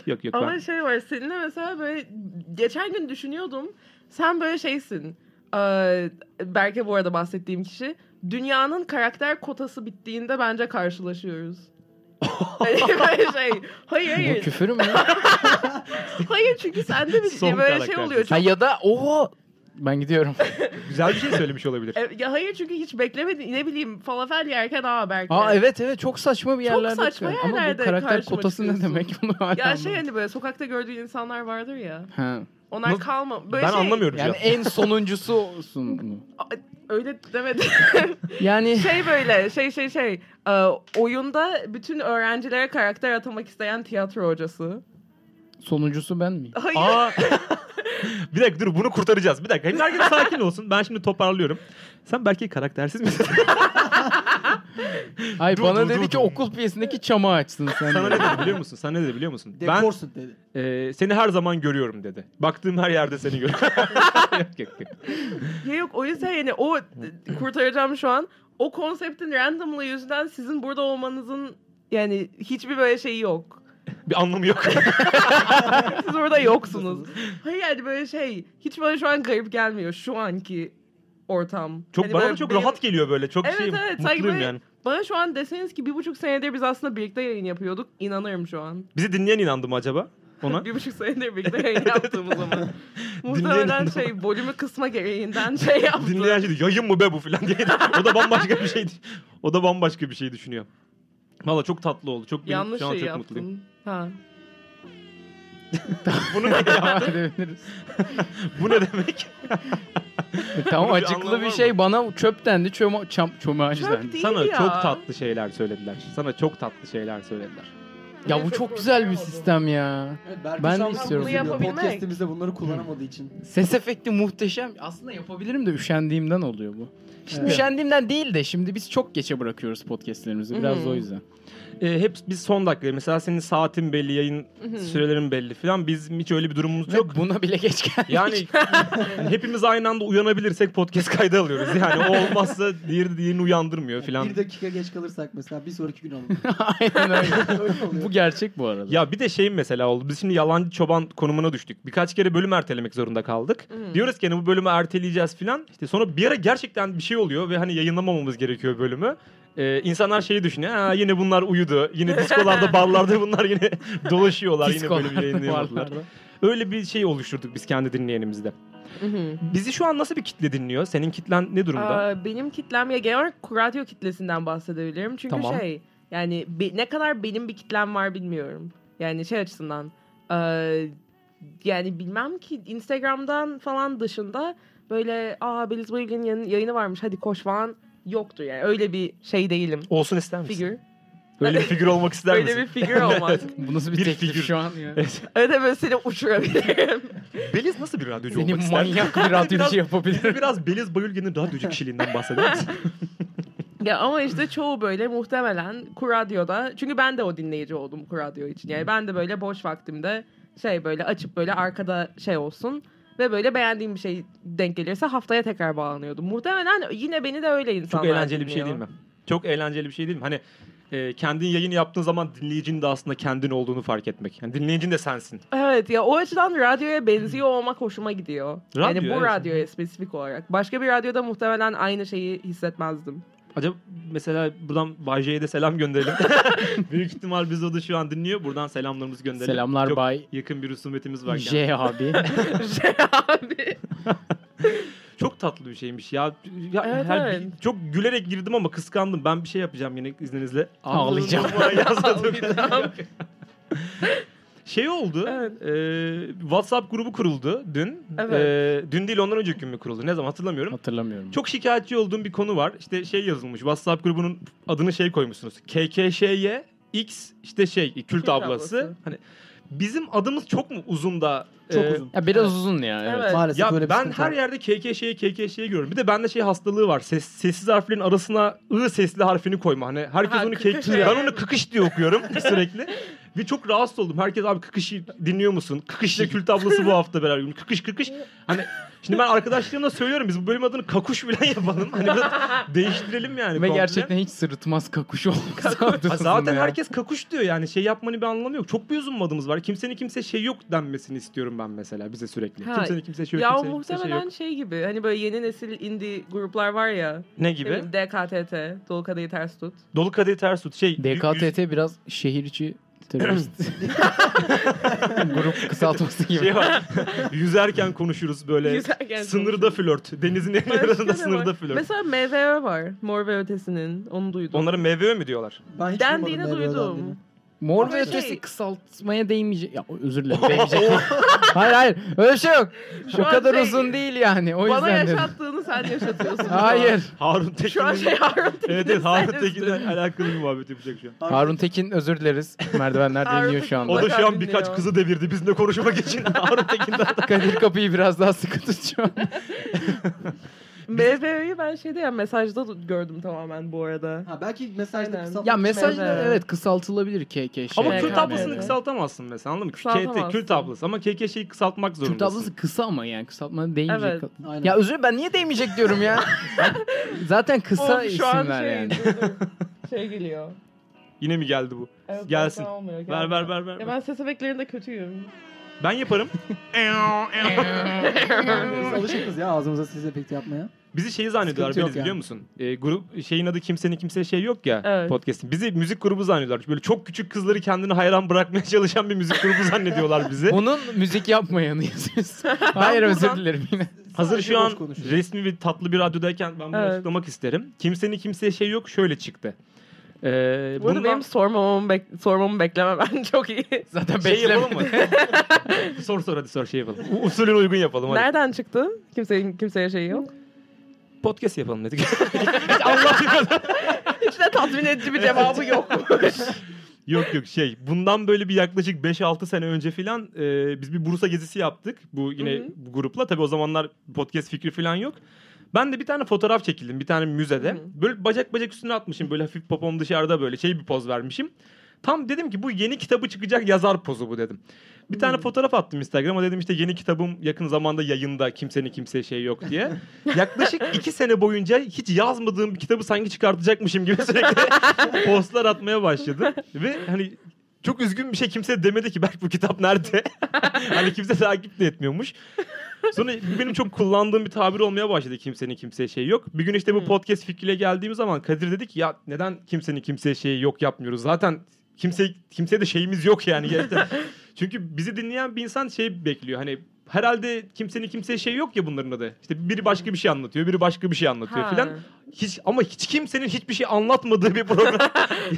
S3: Yok yok
S1: Ama
S3: ben.
S1: şey var seninle mesela böyle geçen gün düşünüyordum. Sen böyle şeysin. Ee, Berke bu arada bahsettiğim kişi. Dünyanın karakter kotası bittiğinde bence karşılaşıyoruz. Hani böyle şey. Hayır
S4: Bu
S1: hayır.
S4: küfür mü?
S1: hayır çünkü sende bir
S3: Son
S1: böyle şey
S3: karakter.
S1: oluyor.
S4: ha
S1: Çok-
S4: ya da oho ben gidiyorum.
S3: Güzel bir şey söylemiş olabilir.
S1: E, ya hayır çünkü hiç beklemedi ne bileyim falafel yerken aa Berke.
S4: Aa evet evet çok saçma bir
S1: Çok
S4: yerlerde.
S1: saçma
S4: çıkıyor. Ama
S1: yerlerde
S4: bu karakter
S1: karşıma
S4: kotası ne
S1: çıkıyorsun.
S4: demek? Bunu hala
S1: Ya şey
S4: anlamadım.
S1: hani böyle sokakta gördüğün insanlar vardır ya.
S4: Ha.
S1: Onlar
S3: Nasıl-
S1: kalma. Böyle
S3: Ben
S1: şey,
S3: anlamıyorum
S4: Yani e-
S3: yani
S4: en sonuncusu olsun. mu?
S1: Öyle demedim.
S4: Yani
S1: şey böyle şey şey şey e, oyunda bütün öğrencilere karakter atamak isteyen tiyatro hocası.
S4: sonuncusu ben miyim?
S1: Hayır.
S3: Aa. bir dakika dur bunu kurtaracağız. Bir dakika. Hem herkes sakin olsun. Ben şimdi toparlıyorum. Sen belki karaktersiz misin?
S4: Hayır
S3: Dur,
S4: bana
S3: dur,
S4: dedi
S3: dur,
S4: ki
S3: dur.
S4: okul piyesindeki çama açsın sen.
S3: Sana ne
S4: dedi.
S3: dedi biliyor musun? Sana ne dedi biliyor musun? Ben
S2: Dekorsun dedi.
S3: e, seni her zaman görüyorum dedi. Baktığım her yerde seni görüyorum. yok yok yok.
S1: Ya şey yok o yüzden yani o kurtaracağım şu an. O konseptin randomlığı yüzünden sizin burada olmanızın yani hiçbir böyle şeyi yok.
S3: Bir anlamı yok.
S1: Hani Siz burada yoksunuz. Hayır yani böyle şey hiç böyle şu an garip gelmiyor şu anki ortam.
S3: Çok
S1: Hani
S3: bana
S1: böyle
S3: da çok
S1: benim-
S3: rahat geliyor böyle. Çok
S1: Evet,
S3: şeyim.
S1: evet, sanki
S3: mutluyum
S1: böyle-
S3: yani.
S1: Bana şu an deseniz ki bir buçuk senedir biz aslında birlikte yayın yapıyorduk. inanırım şu an.
S3: Bizi dinleyen inandı mı acaba? Ona.
S1: bir buçuk senedir birlikte yayın yaptığımız zaman.
S3: Dinleyen
S1: Muhtemelen
S3: adam.
S1: şey volümü kısma gereğinden şey yaptı.
S3: Dinleyen şey diyor, yayın mı be bu falan diye. o da bambaşka bir şey. O da bambaşka bir şey düşünüyor. Valla çok tatlı oldu. Çok benim
S1: Yanlış
S3: şu an
S1: şey
S3: çok mutluyum.
S1: yaptın. Ha.
S3: Bunu ne ya?
S4: Devam edebiliriz.
S3: Bu ne demek?
S4: tamam
S3: Bunun bir
S4: açıklı
S3: anlamı
S4: bir
S3: var
S4: şey
S3: mı?
S4: bana çöp dendi çöma, çam, çömağacı
S1: Çöp
S4: dendi.
S1: değil
S3: Sana
S1: ya.
S3: çok tatlı şeyler söylediler. Sana çok tatlı şeyler söylediler.
S4: Ya bu çok güzel bir sistem ya.
S2: Evet, Berke
S4: Ben
S2: şu
S4: de
S2: an
S4: istiyorum.
S2: bunu yapıyor.
S1: Yapabilmek.
S2: Podcast'imizde bunları kullanamadığı için.
S4: Ses efekti muhteşem. Aslında yapabilirim de üşendiğimden oluyor bu. İşte
S2: Evet.
S4: Üşendiğimden değil de şimdi biz çok geçe bırakıyoruz podcastlerimizi. Biraz
S3: Hmm.
S4: da o
S1: Hı.
S4: yüzden.
S3: E, hep biz son dakika. Mesela senin saatin belli, yayın
S1: Mhm.
S3: sürelerin belli falan. Bizim hiç öyle bir durumumuz yok.
S4: Ve buna bile geç geldik.
S3: Yani hepimiz aynı anda uyanabilirsek podcast kaydı alıyoruz. Yani o olmazsa diğeri diğerini uyandırmıyor falan.
S2: Bir dakika geç kalırsak mesela bir sonraki gün olur.
S4: Aynen öyle.
S2: Öyle oluyor.
S4: bu gerçek bu arada.
S3: Ya bir de şey mesela oldu. Biz şimdi yalancı çoban konumuna düştük. Birkaç kere bölüm ertelemek zorunda kaldık.
S4: Hmm.
S1: Mhm.
S3: Diyoruz ki hani bu bölümü erteleyeceğiz filan. İşte sonra bir ara gerçekten bir şey oluyor ve hani yayınlamamamız gerekiyor bölümü. Ee, insanlar şeyi düşünüyor. Ha, yine bunlar uyudu. Yine diskolarda, barlarda bunlar yine dolaşıyorlar. yine
S4: Diskolar,
S3: bölümü yayınlayamadılar.
S4: barlarda.
S3: Öyle bir şey oluşturduk biz kendi dinleyenimizde.
S1: Mhm.
S3: Bizi şu an nasıl bir kitle dinliyor? Senin kitlen ne durumda?
S1: Aa, benim kitlem ya genel olarak radyo kitlesinden bahsedebilirim. Çünkü
S3: Tamam.
S1: şey yani be- ne kadar benim bir kitlem var bilmiyorum. Yani şey açısından aa, yani bilmem ki Instagram'dan falan dışında böyle aa Beliz Bilgin'in yayın- yayını varmış hadi koş falan yoktur yani. Öyle bir şey değilim.
S3: Olsun ister misin?
S1: Figür.
S3: Öyle bir figür olmak ister
S1: Öyle
S3: misin?
S1: bir figür olmaz.
S4: Bu nasıl bir,
S3: Bir
S4: teklif
S3: figür.
S4: şu an ya.
S3: Evet.
S1: Öyle de böyle seni uçurabilirim.
S3: Beliz nasıl bir radyocu olmak
S4: Benim
S3: ister?
S4: manyak bir radyocu
S3: Biraz-
S4: yapabilirim.
S3: Biraz Beliz Bayülgen'in radyocu kişiliğinden bahseder misin?
S1: ya ama işte çoğu böyle muhtemelen Kuradyo'da. Çünkü ben de o dinleyici oldum Kuradyo için. Yani ben de böyle boş vaktimde şey böyle açıp böyle arkada şey olsun. Ve böyle beğendiğim bir şey denk gelirse haftaya tekrar bağlanıyordum. Muhtemelen yine beni de öyle
S3: Çok
S1: insanlar
S3: eğlenceli bir şey değil
S1: dinliyor.
S3: mi? Çok eğlenceli bir şey değil mi? Hani e, kendin yayını yaptığın zaman dinleyicinin de aslında kendin olduğunu fark etmek. Yani dinleyicin de sensin.
S1: Evet ya o açıdan radyoya benziyor olmak hoşuma gidiyor.
S3: Radyo,
S1: yani bu
S3: evet.
S1: radyoya spesifik olarak. Başka bir radyoda muhtemelen aynı şeyi hissetmezdim.
S3: Acaba mesela buradan Bayce'ye de selam gönderelim. Büyük ihtimal bizi o da şu an dinliyor. Buradan selamlarımızı gönderelim.
S4: Selamlar
S3: Çok
S4: Bay
S3: yakın bir husumetimiz var. yani.
S4: J abi.
S1: şey abi.
S3: Çok tatlı bir şeymiş ya. Ya
S1: Evet,
S3: her-
S1: evet.
S3: Çok gülerek girdim ama kıskandım. Ben bir şey yapacağım yine izninizle.
S4: Ağlayacağım.
S3: Ağzıma yazdım.
S1: Ağlayacağım.
S3: şey oldu.
S1: Evet.
S3: e, WhatsApp grubu kuruldu dün.
S1: Evet.
S3: E, dün değil ondan önceki gün mü kuruldu? Ne zaman hatırlamıyorum.
S4: Hatırlamıyorum.
S3: Çok şikayetçi olduğum bir konu var. İşte şey yazılmış. WhatsApp grubunun adını şey koymuşsunuz. KKŞY X işte şey kült
S1: ablası.
S3: ablası. Hani Bizim adımız çok mu uzun da?
S2: Çok
S3: e,
S2: uzun.
S4: Ee, Ya biraz uzun ya. Evet.
S1: Evet.
S5: Maalesef
S3: Ya
S5: böyle bir
S3: ben
S5: sıkıntı
S3: her
S5: var.
S3: yerde KKŞ'ye KKŞ'ye görüyorum. Bir de bende şey hastalığı var. Ses, sessiz harflerin arasına ı sesli harfini koyma. Hani herkes
S1: Ha,
S3: onu
S1: kıkış
S3: KKŞ.
S1: yani.
S3: Ben onu kıkış diye okuyorum sürekli. Ve çok rahatsız oldum. Herkes abi kıkışı dinliyor musun? Kıkış ile kül tablası bu hafta beraber. gün. Kıkış kıkış. Hani şimdi ben arkadaşlarımla söylüyorum biz bu bölüm adını kakuş bile yapalım. Hani biraz değiştirelim yani.
S4: Ve
S3: komple.
S4: gerçekten hiç sırıtmaz kakuş olmak
S3: Ha,
S4: zorundasın
S3: zaten
S4: ya.
S3: herkes kakuş diyor yani şey yapmanın bir anlamı yok. Çok bir uzun adımız var. Kimsenin kimse şey yok denmesini istiyorum ben mesela bize sürekli.
S1: Ha,
S3: Kimsenin kimse şey yok.
S1: Ya
S3: kimsenin kimse şey yok.
S1: muhtemelen şey, gibi hani böyle yeni nesil indie gruplar var ya. hani
S3: Ne
S1: ne
S3: gibi?
S1: bileyim, DKTT, Dolu Kadehi Ters Tut.
S3: Dolu kadehi ters tut. Şey,
S4: DKTT biraz şehir içi terörist. Grup kısaltması
S3: yüz-
S4: gibi.
S3: şey var. yüzerken konuşuruz böyle.
S1: Güzel
S3: Sınırda flört. Denizin en
S1: Başka ne
S3: arasında
S1: var?
S3: sınırda flört.
S1: Mesela MVÖ var. Mor ve Ötesi'nin. Onu duydum.
S3: Onlara MVÖ mü diyorlar?
S2: Ben hiç
S1: Dendiğini
S2: duymadım Merve'den
S1: duydum.
S2: dendiğini.
S4: Mor
S1: Ama
S4: ve
S1: şey-
S4: ötesi kısaltmaya değmeyecek. Ya özür dilerim. Değmeyecek. hayır hayır. Öyle bir şey yok.
S1: Şu
S4: O
S1: an
S4: kadar
S1: şey-
S4: uzun değil yani. O
S1: Bana
S4: yüzden dedim.
S1: yaşattığını sen yaşatıyorsun. şu an.
S4: Hayır.
S3: Harun Tekin'in...
S1: Şu an şey Harun Tekin'in
S3: Evet evet
S1: sen
S3: Harun Tekin'le
S1: üstün.
S3: alakalı bir muhabbet yapacak şu an.
S4: Harun Tekin özür dileriz. Merdivenler
S1: Harun
S4: dinliyor şu
S1: Tekin
S4: anda.
S3: O da şu
S1: Bayağı
S3: an birkaç
S1: dinliyor.
S3: kızı devirdi bizimle konuşmak için. Harun Tekin'den.
S4: Kadir kapıyı biraz daha sıkı tutuyor.
S1: MVÖ'yü ben şeyde ya mesajda du- gördüm tamamen bu arada.
S2: Ha, belki mesajda şey.
S1: Aynen.
S2: kısaltma.
S4: ya mesajlar
S1: Mezar.
S4: evet kısaltılabilir KKŞ.
S3: Ama
S1: Şey,
S3: kül
S1: Kürt
S3: tablasını
S1: KKM.
S3: kısaltamazsın mesela anladın mı? KT,
S1: Kısaltamazsın.
S3: kül tablası ama KKŞ'yi kısaltmak zorundasın.
S4: Kürt ablası kısa ama yani kısaltmana değmeyecek.
S1: Evet.
S2: Aynen.
S4: Ya özür ben niye değmeyecek diyorum ya. Zaten kısa
S1: Oğlum,
S4: isimler
S1: şey,
S4: yani.
S1: dur, dur. şey geliyor.
S3: Yine mi geldi bu?
S1: Evet,
S3: Gelsin.
S1: bazen olmuyor,
S3: Ver
S1: gelmiyor.
S3: ver ver ver.
S1: Ya ben ses efektlerinde kötüyüm.
S3: Ben yaparım.
S2: Biz alışıkız ya ağzımıza ses efekti yapmaya.
S3: Bizi şeyi zannediyorlar
S2: Sıkıntı yok
S3: Beliz biliyor
S2: yani.
S3: musun? Ee, grup şeyin adı kimsenin kimseye şey yok ya
S1: Evet.
S3: podcast'in. Bizi müzik grubu zannediyorlar. Böyle çok küçük kızları kendine hayran bırakmaya çalışan bir müzik grubu zannediyorlar bizi.
S4: Bunun müzik yapmayanı yazıyorsun. Hayır
S3: Ben
S4: özür
S3: buradan-
S4: dilerim yine.
S3: Hazır
S2: Sadece
S3: şu an
S2: boş konuşuyor.
S3: resmi ve tatlı bir radyodayken ben bunu
S1: Evet.
S3: açıklamak isterim. Kimsenin kimseye şey yok şöyle çıktı. Ee,
S1: Bu arada E, benim sormamamı, bek- sormamı bekleme ben çok iyi.
S4: Zaten
S3: şey yapalım
S4: beklemedim.
S3: mı? sor sor hadi sor şey yapalım. U- Usulüne uygun yapalım hadi.
S1: Nereden çıktı? Kimsenin kimseye şeyi yok.
S3: Podcast yapalım dedik. Hiç anlatmadım.
S1: Hiç de tatmin edici bir cevabı yok.
S3: Yok yok şey bundan böyle bir yaklaşık 5-6 sene önce filan e, biz bir Bursa gezisi yaptık bu yine
S1: Hı hı.
S3: bu grupla. Tabii o zamanlar podcast fikri filan yok. Ben de bir tane fotoğraf çekildim bir tane müzede.
S1: Hı hı.
S3: Böyle bacak bacak üstüne atmışım böyle hafif popom dışarıda böyle şey bir poz vermişim. Tam dedim ki bu yeni kitabı çıkacak yazar pozu bu dedim. Bir tane
S1: Hı.
S3: fotoğraf attım Instagram'a dedim işte yeni kitabım yakın zamanda yayında kimsenin kimseye şey yok diye. Yaklaşık iki sene boyunca hiç yazmadığım bir kitabı sanki çıkartacakmışım gibi sürekli postlar atmaya başladım. Ve hani çok üzgün bir şey kimse demedi ki Berk bu kitap nerede? hani kimse takip de etmiyormuş. Sonra benim çok kullandığım bir tabir olmaya başladı kimsenin kimseye şey yok. Bir gün işte bu
S1: Hmm.
S3: podcast fikriyle geldiğim zaman Kadir dedi ki ya neden kimsenin kimseye şey yok yapmıyoruz? Zaten kimse kimseye de şeyimiz yok yani gerçekten. Çünkü bizi dinleyen bir insan şey bekliyor. Hani herhalde kimsenin kimseye şey yok ya bunların adı. İşte biri başka bir şey anlatıyor, biri başka bir şey anlatıyor filan. Hiç ama hiç kimsenin hiçbir şey anlatmadığı bir program.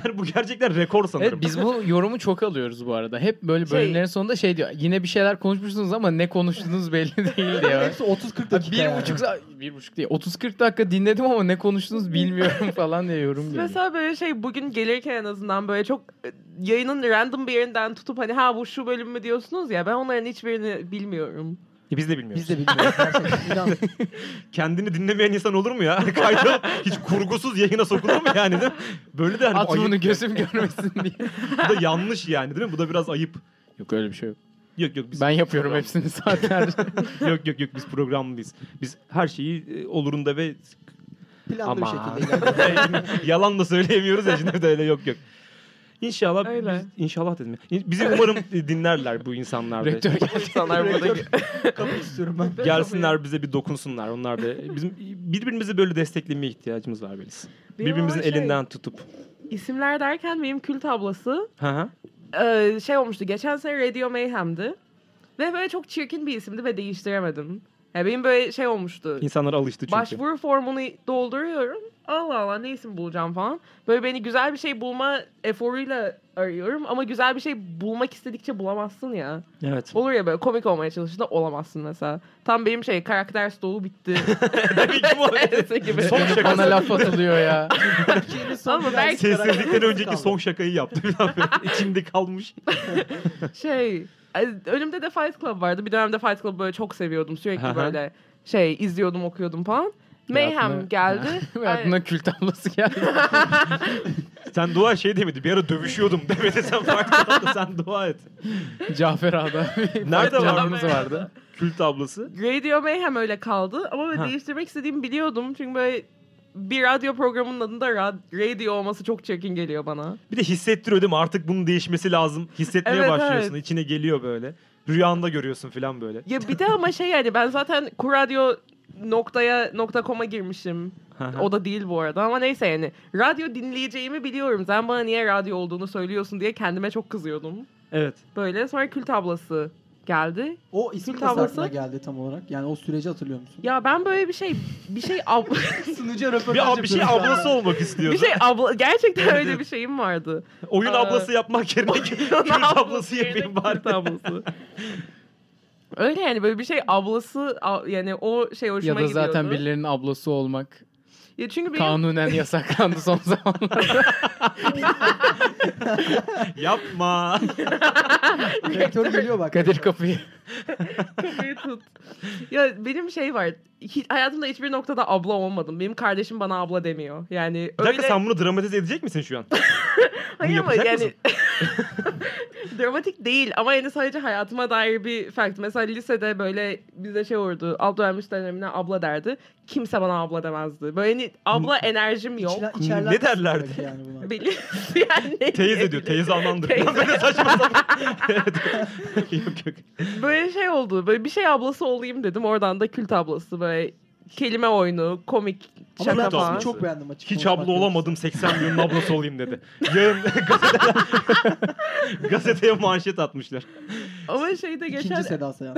S3: yani bu gerçekten rekor sanırım.
S4: Evet biz bu yorumu çok alıyoruz bu arada. Hep böyle
S1: Şey-
S4: bölümlerin sonunda şey diyor. Yine bir şeyler konuşmuşsunuz ama ne konuştuğunuz belli değil diyor.
S2: Hepsi 30-40 dakika.
S4: bir
S2: yani.
S4: buçuk, sa- bir buçuk değil. 30-40 dakika dinledim ama ne konuştunuz bilmiyorum falan diye yorum geliyor.
S1: Mesela böyle şey bugün gelirken en azından böyle çok e, yayının random bir yerinden tutup hani ha bu şu bölüm mü diyorsunuz ya ben onların hiçbirini bilmiyorum.
S3: E, biz de
S2: Biz
S3: bilmiyoruz.
S2: de bilmiyoruz. gerçekten. İnan.
S3: Kendini dinlemeyen insan olur mu ya? Kaydı hiç kurgusuz yayına sokulur mu yani değil mi? Böyle de hani bu
S4: At bunu
S3: ayıp.
S4: gözüm görmesin diye.
S3: Bu da yanlış yani değil mi? Bu da biraz ayıp.
S4: Yok öyle bir şey yok.
S3: Yok yok biz
S4: Ben yapıyorum
S3: Tamam.
S4: hepsini saatlerce.
S3: yok yok yok biz programlıyız. Biz her şeyi e, olurunda ve
S2: Planlı bir
S3: ama
S2: şekilde ilerliyor.
S3: yalan da söyleyemiyoruz ya şimdi de öyle yok yok. İnşallah
S1: Öyle.
S3: biz- inşallah dedim. ya. İn- Bizi umarım e, dinlerler bu insanlar da.
S4: Rektör
S1: Bu insanlar burada
S2: Kapı istiyorum ben.
S3: Gelsinler bize bir dokunsunlar. Onlar da bizim birbirimizi böyle desteklemeye ihtiyacımız var Beliz.
S1: Benim
S3: Birbirimizin
S1: ama şey,
S3: elinden tutup.
S1: isimler derken benim kül tablası
S3: Hı hı.
S1: e, şey olmuştu. Geçen sene Radio Mayhem'di. Ve böyle çok çirkin bir isimdi ve değiştiremedim. Ya benim böyle şey olmuştu.
S3: İnsanlar alıştı çünkü.
S1: Başvuru formunu dolduruyorum Allah Allah ne isim bulacağım falan. Böyle beni güzel bir şey bulma eforuyla arıyorum ama güzel bir şey bulmak istedikçe bulamazsın ya.
S3: Evet.
S1: Olur ya böyle komik olmaya çalıştığında olamazsın mesela. Tam benim şey karakter stoğu bitti.
S3: Tabii ki bu arada.
S1: Neyse gibi.
S3: Son şakası.
S4: Bana laf atılıyor ya.
S2: Türkiye'nin son
S1: Ama
S2: biraz
S1: belki-
S3: Sessizlikten
S2: karakterimiz
S3: önceki
S2: kaldı.
S3: son şakayı yaptı. İçimde kalmış.
S1: şey e, önümde de Fight Club vardı. Bir dönemde Fight Club'ı böyle çok seviyordum.
S3: Aha.
S1: Sürekli böyle şey izliyordum okuyordum falan.
S4: Aklına-
S1: Mayhem geldi.
S4: Ve aklına kül tablası geldi.
S3: Sen dua şey demedi. Bir ara dövüşüyordum demedi. Sen farklı oldu. Sen dua et.
S4: Cafer Ağa'da bir
S3: Nerede var?
S4: canımız vardı.
S3: Kül tablası.
S1: Radio Mayhem öyle kaldı ama böyle
S3: Ha.
S1: değiştirmek istediğimi biliyordum. Çünkü böyle bir radyo programının adında ra- radio olması çok çirkin geliyor bana.
S3: Bir de hissettiriyor değil mi? Artık bunun değişmesi lazım. Hissetmeye
S1: Evet,
S3: başlıyorsun. İçine geliyor böyle. Rüyanda görüyorsun falan böyle.
S1: Ya bir de ama şey yani ben zaten kuradyo noktaya nokta koma girmişim. O da değil bu arada ama neyse yani. Radyo dinleyeceğimi biliyorum. Sen bana niye radyo olduğunu söylüyorsun diye kendime çok kızıyordum.
S3: evet.
S1: Böyle sonra kül tablası geldi.
S2: O isim
S1: Kül
S2: nasıl aklına
S1: tablası.
S2: geldi tam olarak? Yani o süreci hatırlıyor musun?
S1: Ya ben böyle bir şey bir şey ab-
S2: Sunucu röportaj
S3: Bir, ab- bir şey
S2: yapıyoruz.
S3: ablası olmak
S1: bir
S3: istiyordu.
S1: şey abla gerçekten
S3: Evet,
S1: öyle
S3: evet.
S1: bir şeyim vardı.
S3: Oyun
S1: Ee,
S3: ablası yapmak yerine kül tablası yapayım bari.
S1: Kül tablası. Öyle yani böyle bir şey ablası a- yani o şey hoşuma
S4: Ya
S1: gidiyordu.
S4: da zaten birilerinin ablası olmak
S1: Ya çünkü benim
S4: kanunen yasaklandı son zamanlarda.
S3: Yapma.
S2: Rektör geliyor bak.
S4: Kadir kapıyı.
S1: Kafayı tut. Ya benim şey var. Hiç, hayatımda hiçbir noktada abla olmadım. Benim kardeşim bana abla demiyor. Yani
S3: Bir
S1: öyle...
S3: dakika sen bunu dramatize edecek misin şu an?
S1: Hayır
S3: bunu
S1: ama
S3: yapacak
S1: yani... Dramatik değil ama yani sadece hayatıma dair bir fact. Mesela lisede böyle bize şey olurdu. Abdülhamiş dönemine abla derdi. Kimse bana abla demezdi. Böyle hani abla enerjim yok.
S2: İçler- içerler
S3: Ne derlerdi?
S2: belki Yani buna.
S1: Biliyorsun yani. ne
S3: Teyze diyor.
S1: diyebilirim?
S3: Teyze anlandırıyor.
S1: Teyze.
S3: Böyle saçma sapan. Evet. yok yok.
S1: Böyle şey oldu. Böyle bir şey ablası olayım dedim. Oradan da kült ablası. Böyle kelime oyunu, komik
S2: Ama
S1: şaka
S2: ben
S3: Kül
S1: falan.
S2: ismini
S3: tablası.
S2: çok beğendim açıkçası.
S3: Hiç abla olamadım 80 milyonun ablası olayım dedi. Yarın gazeteler... gazeteye manşet atmışlar.
S1: Ama şeyde geçen
S2: İkinci Seda Sayan.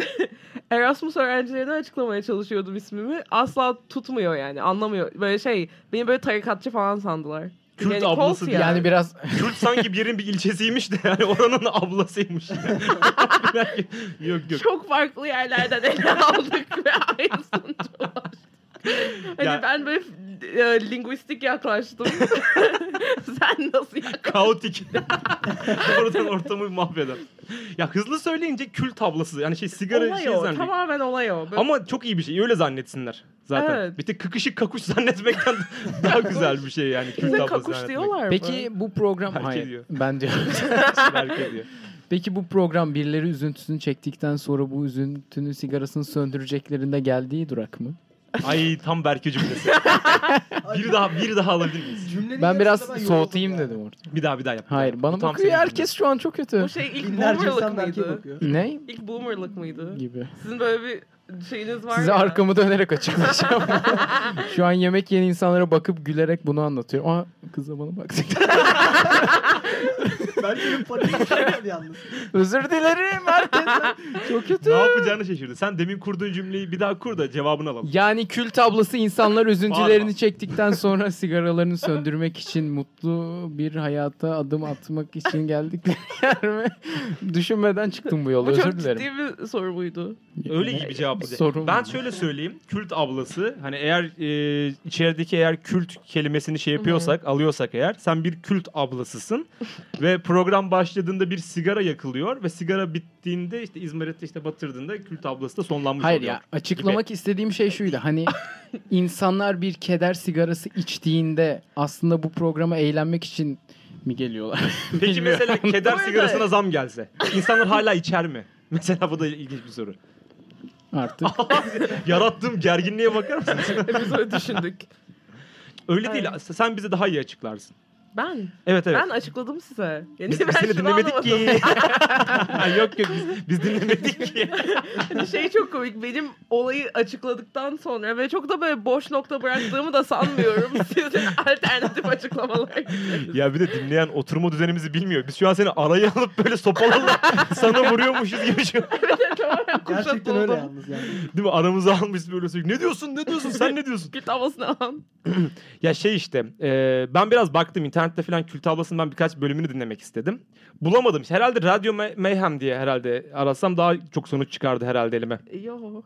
S1: Erasmus öğrencilerine açıklamaya çalışıyordum ismimi. Asla tutmuyor yani anlamıyor. Böyle şey beni böyle tarikatçı falan sandılar.
S3: Kürt
S1: Yani
S3: ablası
S1: kos
S3: diye.
S1: ya.
S4: Yani biraz
S3: Kürt sanki bir yerin bir ilçesiymiş de yani oranın ablasıymış. yok yok.
S1: Çok farklı yerlerden ele aldık ve aynı sonuca ulaştık. Hani
S3: Ya-
S1: ben böyle e, linguistik yaklaştım. Sen nasıl yaklaştın?
S3: Kaotik. Oradan ortamı mahveder. Ya hızlı söyleyince kül tablası. Yani şey sigara
S1: Olay
S3: şey
S1: o.
S3: zannediyor.
S1: Tamamen olay o. Böyle-
S3: Ama çok iyi bir şey. Öyle zannetsinler zaten.
S1: Evet.
S3: Bir tek kıkışık kakuş zannetmekten daha güzel bir şey yani. Kül
S1: Bize
S3: tablası
S1: kakuş
S3: zannetmek.
S1: diyorlar mı?
S4: Peki bu program
S3: Terk
S4: hayır
S3: ediyor.
S4: ben diyorum.
S3: Merak ediyor.
S4: Peki bu program birileri üzüntüsünü çektikten sonra bu üzüntünün sigarasını söndüreceklerinde geldiği durak mı?
S3: Ay tam Berke cümlesi. bir daha bir daha alabilir miyiz?
S2: Cümlenin
S4: Ben biraz
S2: yarısında ben
S4: soğutayım
S2: yoruldum
S4: dedim orada.
S3: Bir daha bir daha yap.
S4: Hayır bana
S3: Bu tam
S4: bakıyor
S3: senin
S4: herkes şu an çok kötü.
S1: Bu şey ilk
S2: yani. Binlerce
S1: boomerlık
S2: insan belki
S1: mıydı?
S2: bakıyor.
S4: Ne
S1: İlk boomerlık mıydı?
S4: gibi.
S1: Sizin böyle bir şeyiniz var
S4: Size
S1: ya.
S4: arkamı dönerek açıklayacağım. Şu an yemek yiyen insanlara bakıp gülerek bunu anlatıyorum. Aa kız da bana baktı.
S2: Ben de parayı yalnız.
S4: Özür dilerim herkese. Çok
S3: Ne
S4: kötü.
S3: yapacağını şaşırdı. Sen demin kurduğun cümleyi bir daha kur da cevabını alalım.
S4: Yani kül tablası insanlar
S3: Bağırma.
S4: üzüntülerini çektikten sonra sigaralarını söndürmek için mutlu bir hayata adım atmak için geldikleri yer mi? Düşünmeden çıktım bu yola.
S1: Bu
S4: Özür
S1: çok
S4: dilerim.
S1: ciddi bir soru buydu.
S3: Öyle gibi cevap bize.
S4: Sorun
S3: ben
S4: mu?
S3: şöyle söyleyeyim. Kült ablası hani eğer e, içerideki eğer kült kelimesini şey yapıyorsak, alıyorsak eğer sen bir kült ablasısın ve program başladığında bir sigara yakılıyor ve sigara bittiğinde işte İzmir'de işte batırdığında kült ablası da sonlanmış
S4: Hayır
S3: oluyor.
S4: ya açıklamak istediğim şey şuydu. Hani insanlar bir keder sigarası içtiğinde aslında bu programa eğlenmek için mi geliyorlar?
S3: Peki
S4: Bilmiyorum.
S3: mesela keder
S1: Bu arada-
S3: sigarasına zam gelse insanlar hala içer mi? Mesela bu da ilginç bir soru.
S4: Artık
S3: Yarattığım gerginliğe bakar mısın?
S1: Biz öyle düşündük.
S3: Öyle değil.
S1: Evet.
S3: Sen bize daha iyi açıklarsın.
S1: Ben.
S3: Evet evet.
S1: Ben açıkladım size. Yani
S3: Biz,
S1: ben
S3: biz seni
S1: şunu
S3: dinlemedik
S1: anlamadım.
S3: ki. Ha, yok yok biz, biz dinlemedik ki.
S1: Hani şey çok komik. Benim olayı açıkladıktan sonra ve çok da böyle boş nokta bıraktığımı da sanmıyorum. Sizin alternatif açıklamalar. getirdiniz.
S3: ya bir de dinleyen oturma düzenimizi bilmiyor. Biz şu an seni araya alıp böyle sopalarla sana vuruyormuşuz gibi şu an.
S1: Evet, evet, tamamen
S2: Gerçekten öyle
S1: kuşatıldım.
S2: yalnız yani.
S3: Değil mi? Aramızı almış böyle sürekli. Ne diyorsun ne diyorsun sen ne diyorsun?
S1: Git havasını al.
S3: Ya şey işte e, ben biraz baktım internette falan kül tablasının ben birkaç bölümünü dinlemek istedim. Bulamadım. Herhalde Radyo Me- Mayhem diye herhalde arasam daha çok sonuç çıkardı herhalde elime.
S1: Yo.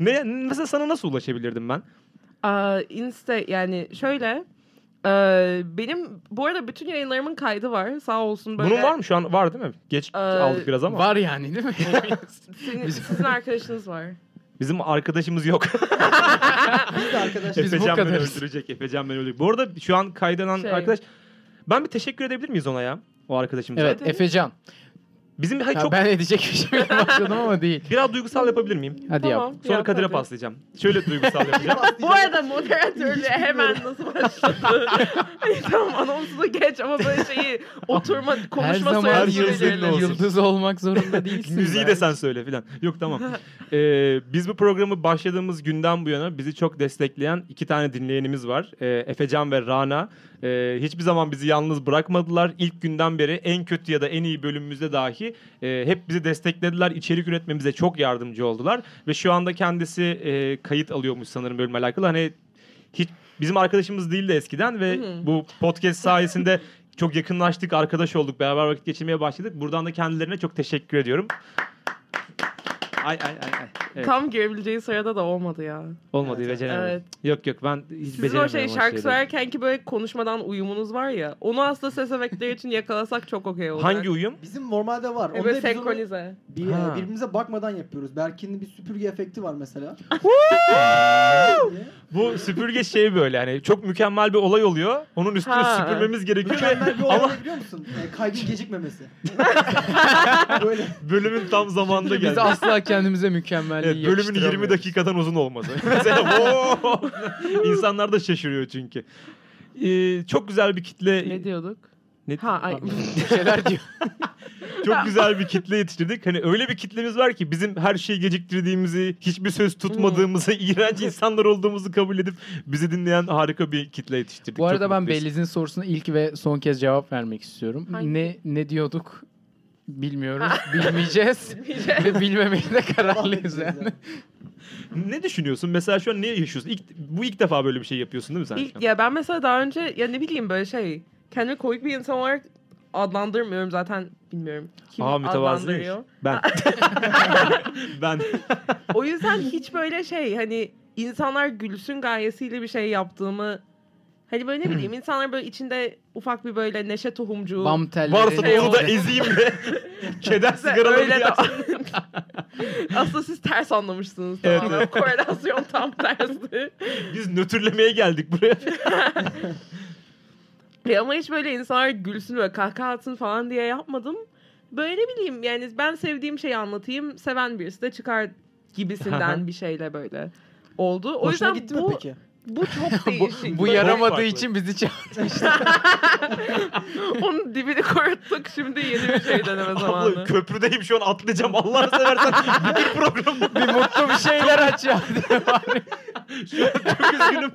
S3: Ne, mesela sana nasıl ulaşabilirdim ben?
S1: Aa, Insta yani şöyle eee, benim bu arada bütün yayınlarımın kaydı var sağ olsun böyle.
S3: Bunun var mı şu an? Var değil mi? Geç
S1: Ee,
S3: aldık biraz ama.
S4: Var yani değil mi?
S1: Sizin,
S4: Bizim-
S1: sizin arkadaşınız var.
S3: Bizim arkadaşımız yok.
S2: Biz de arkadaşlar.
S4: Biz bu
S3: Efecan beni
S4: kadarız.
S3: öldürecek. Efecan beni öldürecek. Bu arada şu an kaydanan
S1: Şey.
S3: arkadaş... Ben bir teşekkür edebilir miyiz ona ya? O arkadaşımıza.
S4: evet Efecan.
S3: Bizim hayır,
S4: Ya
S3: çok...
S4: Ben edecek bir şey başladım ama değil.
S3: Biraz duygusal yapabilir miyim?
S4: Hadi yap.
S1: Tamam.
S3: Sonra
S1: yap
S3: Kadir'e
S1: hadi.
S3: paslayacağım. Şöyle duygusal yapacağım.
S1: Bu arada moderatörlüğe hemen nasıl başladı? Ay, tamam anonsu da geç ama böyle şeyi oturma
S4: Her
S1: konuşma
S4: zaman
S3: her
S1: söylesi
S3: şey
S1: belirleyelim.
S3: senin olsun.
S4: yıldız olmak zorunda değilsin.
S3: Müziği de sen söyle filan. Yok tamam. Ee, biz bu programı başladığımız günden bu yana bizi çok destekleyen iki tane dinleyenimiz var. Ee, Efecan ve Rana. Ee, hiçbir zaman bizi yalnız bırakmadılar. İlk günden beri en kötü ya da en iyi bölümümüzde dahi e, hep bizi desteklediler. İçerik üretmemize çok yardımcı oldular. Ve şu anda kendisi e, kayıt alıyormuş sanırım bölümle alakalı. Hani hiç bizim arkadaşımız değildi eskiden ve
S1: Hı hı.
S3: bu podcast sayesinde çok yakınlaştık, arkadaş olduk, beraber vakit geçirmeye başladık. Buradan da kendilerine çok teşekkür ediyorum. Ay ay ay ay. Evet,
S1: Tam girebileceği sırada da olmadı ya.
S3: olmadı beceremedim.
S1: Evet.
S3: Yok yok ben hiç
S1: Sizin o
S3: beceremiyorum
S1: şey
S3: o
S1: şarkı
S3: şeyleri.
S1: söylerken ki böyle konuşmadan uyumunuz var ya. Onu aslında ses efektleri için yakalasak çok okey olur.
S3: Hangi uyum?
S2: Bizim normalde var.
S1: Evet,
S2: Onda
S1: böyle
S2: biz onu
S1: senkronize.
S2: bir, e,
S3: Ha.
S2: birbirimize bakmadan yapıyoruz. Berkin'in bir süpürge efekti var mesela.
S3: Bu süpürge şey böyle hani çok mükemmel bir olay oluyor. Onun üstünü
S1: Ha.
S3: süpürmemiz gerekiyor ve
S2: Mükemmel bir olay
S3: ama
S2: ne biliyor musun? Ee, kaygın gecikmemesi. Böyle
S3: bölümün tam zamanında
S4: Biz
S3: geldi.
S4: asla kendimize mükemmelliği
S3: Evet, bölümün 20 dakikadan uzun olması. Mesela "Oo!" insanlar da şaşırıyor çünkü. Ee, çok güzel bir kitle
S1: Ne diyorduk?
S3: Ne-
S1: Ha ay.
S4: şeyler diyor.
S3: çok güzel bir kitle yetiştirdik. Hani öyle bir kitlemiz var ki bizim her şeyi geciktirdiğimizi, hiçbir söz
S1: Hmm.
S3: tutmadığımızı, iğrenç insanlar olduğumuzu kabul edip bizi dinleyen harika bir kitle yetiştirdik.
S4: Bu arada
S3: Çok
S4: ben
S3: mutluyuz.
S4: Beliz'in sorusuna ilk ve son kez cevap vermek istiyorum.
S1: Hangi?
S4: Ne ne diyorduk? Bilmiyoruz, bilmeyeceğiz ve bilmemeye de kararlıyız yani.
S3: ne düşünüyorsun? Mesela şu an ne yaşıyorsun? İlk, bu ilk defa böyle bir şey yapıyorsun değil mi sen? şu an?
S1: İlk, ya ben mesela daha önce ya ne bileyim böyle şey kendimi komik bir insan olarak adlandırmıyorum zaten bilmiyorum kim
S3: Aa, mütevazıymış.
S1: adlandırıyor.
S3: Ben. ben.
S1: O yüzden hiç böyle şey hani insanlar gülsün gayesiyle bir şey yaptığımı hani böyle ne bileyim insanlar böyle içinde ufak bir böyle neşe tohumcuğu
S4: Bam telleri.
S3: Varsa
S1: Şey
S3: da onu da
S1: oldu.
S3: ezeyim de. Keder
S1: Size
S3: sigaraları
S1: öyle de-
S3: yaksın.
S1: Aslında siz ters anlamışsınız.
S3: Evet,
S1: Tamamen. Korelasyon tam tersi.
S3: Biz nötrlemeye geldik buraya.
S1: Ya ama hiç böyle insanlar gülsün böyle kahkaha atsın falan diye yapmadım. Böyle ne bileyim yani ben sevdiğim şeyi anlatayım. Seven birisi de çıkar gibisinden bir şeyle böyle oldu. O
S2: Hoşuna
S1: yüzden
S2: gitti
S1: bu,
S2: mi peki?
S1: bu çok
S4: bu,
S1: değişik.
S4: bu
S1: Böyle
S4: yaramadığı
S3: farklı.
S4: için bizi çağırdı.
S1: Onun dibini kuruttuk şimdi yeni bir şey deneme
S3: Abla
S1: zamanı.
S3: köprüdeyim şu an atlayacağım. Allah'ını seversen bir program.
S4: bir mutlu bir şeyler aç ya. diye bağırıyor.
S3: Şu an çok üzgünüm.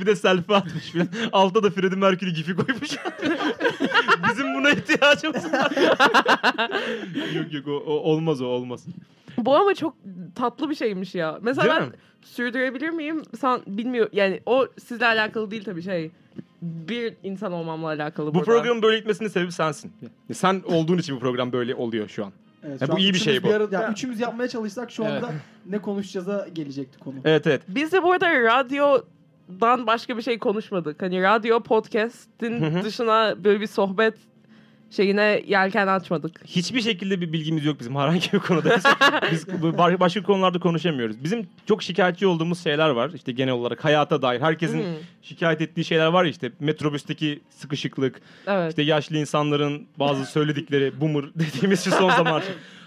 S3: bir de selfie atmış filan. Altta da Freddie Mercury gifi koymuş. Bizim buna ihtiyacımız var. yok yok o, o olmaz o olmaz.
S1: bu ama çok tatlı bir şeymiş ya. Mesela
S3: Değil
S1: ben
S3: mi?
S1: sürdürebilir miyim? Sen bilmiyor yani o sizle alakalı değil tabii şey. Bir insan olmamla alakalı
S3: Bu
S1: burada.
S3: programın böyle gitmesinin sebebi sensin. Ya Sen olduğun için bu program böyle oluyor şu an.
S2: Evet,
S3: Ya
S2: şu
S3: bu
S2: an
S3: iyi bir
S2: üçümüz
S3: şey bu.
S2: arada- ya üçümüz yapmaya çalışsak şu
S4: Evet.
S2: anda ne konuşacağıza gelecekti konu.
S3: Evet evet.
S1: Biz de bu arada radyodan başka bir şey konuşmadık. Hani radyo podcast'in
S3: Hı hı.
S1: dışına böyle bir sohbet şeyine yelken açmadık.
S3: Hiçbir şekilde bir bilgimiz yok bizim herhangi bir konuda. Biz, biz bu- ba- başka konularda konuşamıyoruz. Bizim çok şikayetçi olduğumuz şeyler var. İşte genel olarak hayata dair. Herkesin
S1: Hı,
S3: şikayet ettiği şeyler var ya işte metrobüsteki sıkışıklık,
S1: Evet.
S3: İşte yaşlı insanların bazı söyledikleri boomer dediğimiz şu son zaman.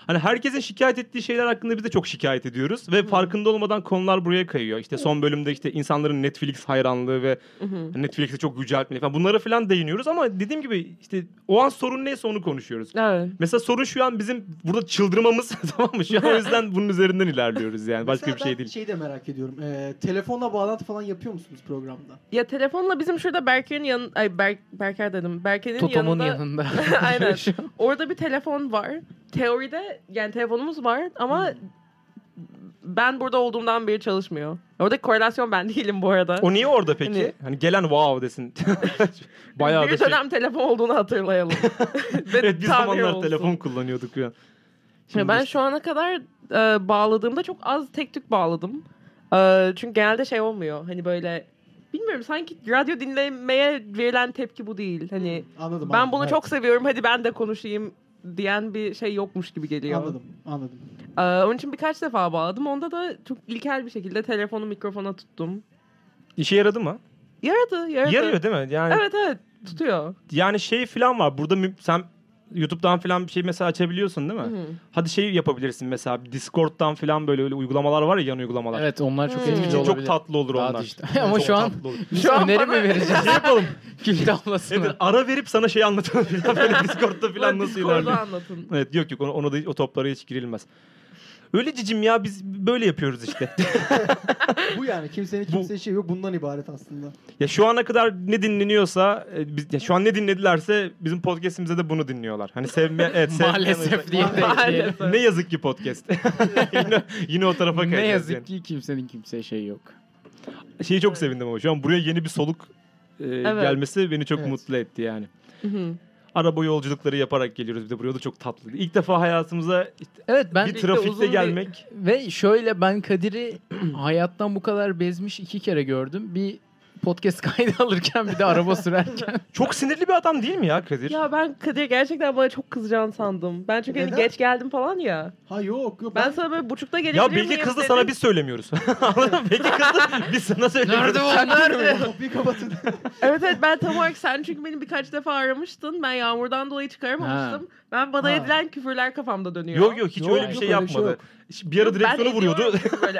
S3: Hani herkesin şikayet ettiği şeyler hakkında biz de çok şikayet ediyoruz. Ve farkında olmadan konular buraya kayıyor. İşte son bölümde işte insanların Netflix hayranlığı ve
S1: Mhm.
S3: Netflix'i çok yüceltmeleri falan bunlara falan değiniyoruz. Ama dediğim gibi işte o an sorun neyse onu konuşuyoruz.
S1: evet.
S3: Mesela sorun şu an bizim burada çıldırmamız tamam mı? Şu an o yüzden bunun üzerinden ilerliyoruz yani. Başka
S2: Mesela
S3: bir şey
S2: ben
S3: değil.
S2: Şeyi de merak ediyorum. Ee, telefonla bağlantı falan yapıyor musunuz programda?
S1: Ya telefonla bizim şurada Berker'in yan ay Berk Berker dedim. Berker'in
S4: Totomun
S1: yanında
S4: yanında.
S1: Aynen. orada bir telefon var. Teoride yani telefonumuz var
S3: Hmm.
S1: ama ben burada olduğumdan beri çalışmıyor. Oradaki korelasyon ben değilim bu arada.
S3: O niye orada peki?
S1: Hani-
S3: Hani gelen wow desin. Bayağı da
S1: bir
S3: şey.
S1: dönem telefon olduğunu hatırlayalım. Ve
S3: Evet bir
S1: tamir
S3: zamanlar
S1: olsun.
S3: telefon kullanıyorduk ya.
S1: Ya ben şu ana kadar e, bağladığımda çok az tek tük bağladım. E, çünkü genelde şey olmuyor. Hani böyle bilmiyorum sanki radyo dinlemeye verilen tepki bu değil. Hani
S3: Hmm.
S2: Anladım.
S1: ben
S2: anladım.
S1: bunu
S2: Evet.
S1: çok seviyorum hadi ben de konuşayım diyen bir şey yokmuş gibi geliyor.
S2: Anladım, anladım.
S1: Ee, onun için birkaç defa bağladım. Onda da çok ilkel bir şekilde telefonu mikrofona tuttum.
S3: işe yaradı mı?
S1: Yaradı, yaradı.
S3: Yarıyor değil mi? Yani
S1: Evet evet tutuyor.
S3: yani şey falan var. Burada mü- sen YouTube'dan falan bir şey mesela açabiliyorsun değil mi?
S1: Hı.
S3: Hadi şey yapabilirsin mesela Discord'dan falan böyle öyle uygulamalar var ya yan uygulamalar.
S4: evet onlar çok
S1: Hmm.
S4: etkili
S1: Çok
S3: Çok
S4: olabilir.
S3: tatlı olur
S4: Daha
S3: onlar.
S4: dijital. Ama
S3: Çok
S4: şu an-
S3: tatlı olur.
S4: Biz
S1: Şu an
S4: öneri
S1: bana-
S4: mi vereceğiz?
S3: şey yapalım.
S4: Pil damlasını.
S3: Evet, ara verip sana şey anlatalım. falan. Böyle Discord'da falan
S1: Ulan
S3: nasıl
S1: Discord'u
S3: ilerliyor.
S1: anlatın.
S3: Evet yok yok ona, ona da o toplara hiç girilmez. Öyle cicim ya biz böyle yapıyoruz işte.
S2: Bu yani kimsenin
S3: Bu-
S2: kimseye şey yok bundan ibaret aslında.
S3: ya şu ana kadar ne dinleniyorsa e, biz, ya şu an ne dinledilerse bizim podcast'imize de bunu dinliyorlar. Hani sevmeyen evet sevmeyen
S4: Maalesef diye de ekleyelim.
S1: Maalesef.
S3: Ne yazık ki podcast. yine, yine o tarafa
S4: Ne
S3: kayacağız. yani.
S4: yazık ki kimsenin kimseye şey yok.
S3: Şeyi çok sevindim ama şu an buraya yeni bir soluk e, gelmesi beni çok
S2: Evet.
S3: mutlu etti yani.
S1: Hı hı.
S3: Araba yolculukları yaparak geliyoruz bir de buraya O da çok tatlı. İlk defa hayatımıza
S4: Evet ben
S3: bir trafikte gelmek.
S4: Ve şöyle ben Kadir'i hayattan bu kadar bezmiş iki kere gördüm. Bir podcast kaydı alırken bir de araba sürerken.
S3: Çok sinirli bir adam değil mi ya Kadir?
S1: Ya ben Kadir gerçekten bana çok kızacağını sandım. Ben çünkü hani
S2: Neden?
S1: geç geldim falan ya.
S2: Ha yok yok.
S1: Ben, sana böyle buçukta gelebilir
S3: Ya
S1: miyim?
S3: Bilge kızdı
S1: dedim.
S3: sana biz söylemiyoruz. Anladın mı? Bilge kızdı biz sana söylemiyoruz.
S4: Nerede o? Nerede?
S2: Kapıyı kapatın.
S1: Evet evet ben tam olarak sen çünkü beni birkaç defa aramıştın. Ben yağmurdan dolayı çıkaramamıştım. Ben bana
S2: Ha.
S1: edilen küfürler kafamda dönüyor.
S3: Yok yok hiç
S2: Yok,
S3: öyle bir
S2: yok,
S3: şey
S2: öyle bir şey
S3: yapmadı.
S2: yok.
S3: bir ara
S1: Yok, ben
S3: direksiyonu vuruyordu.
S1: ediyorum çünkü böyle.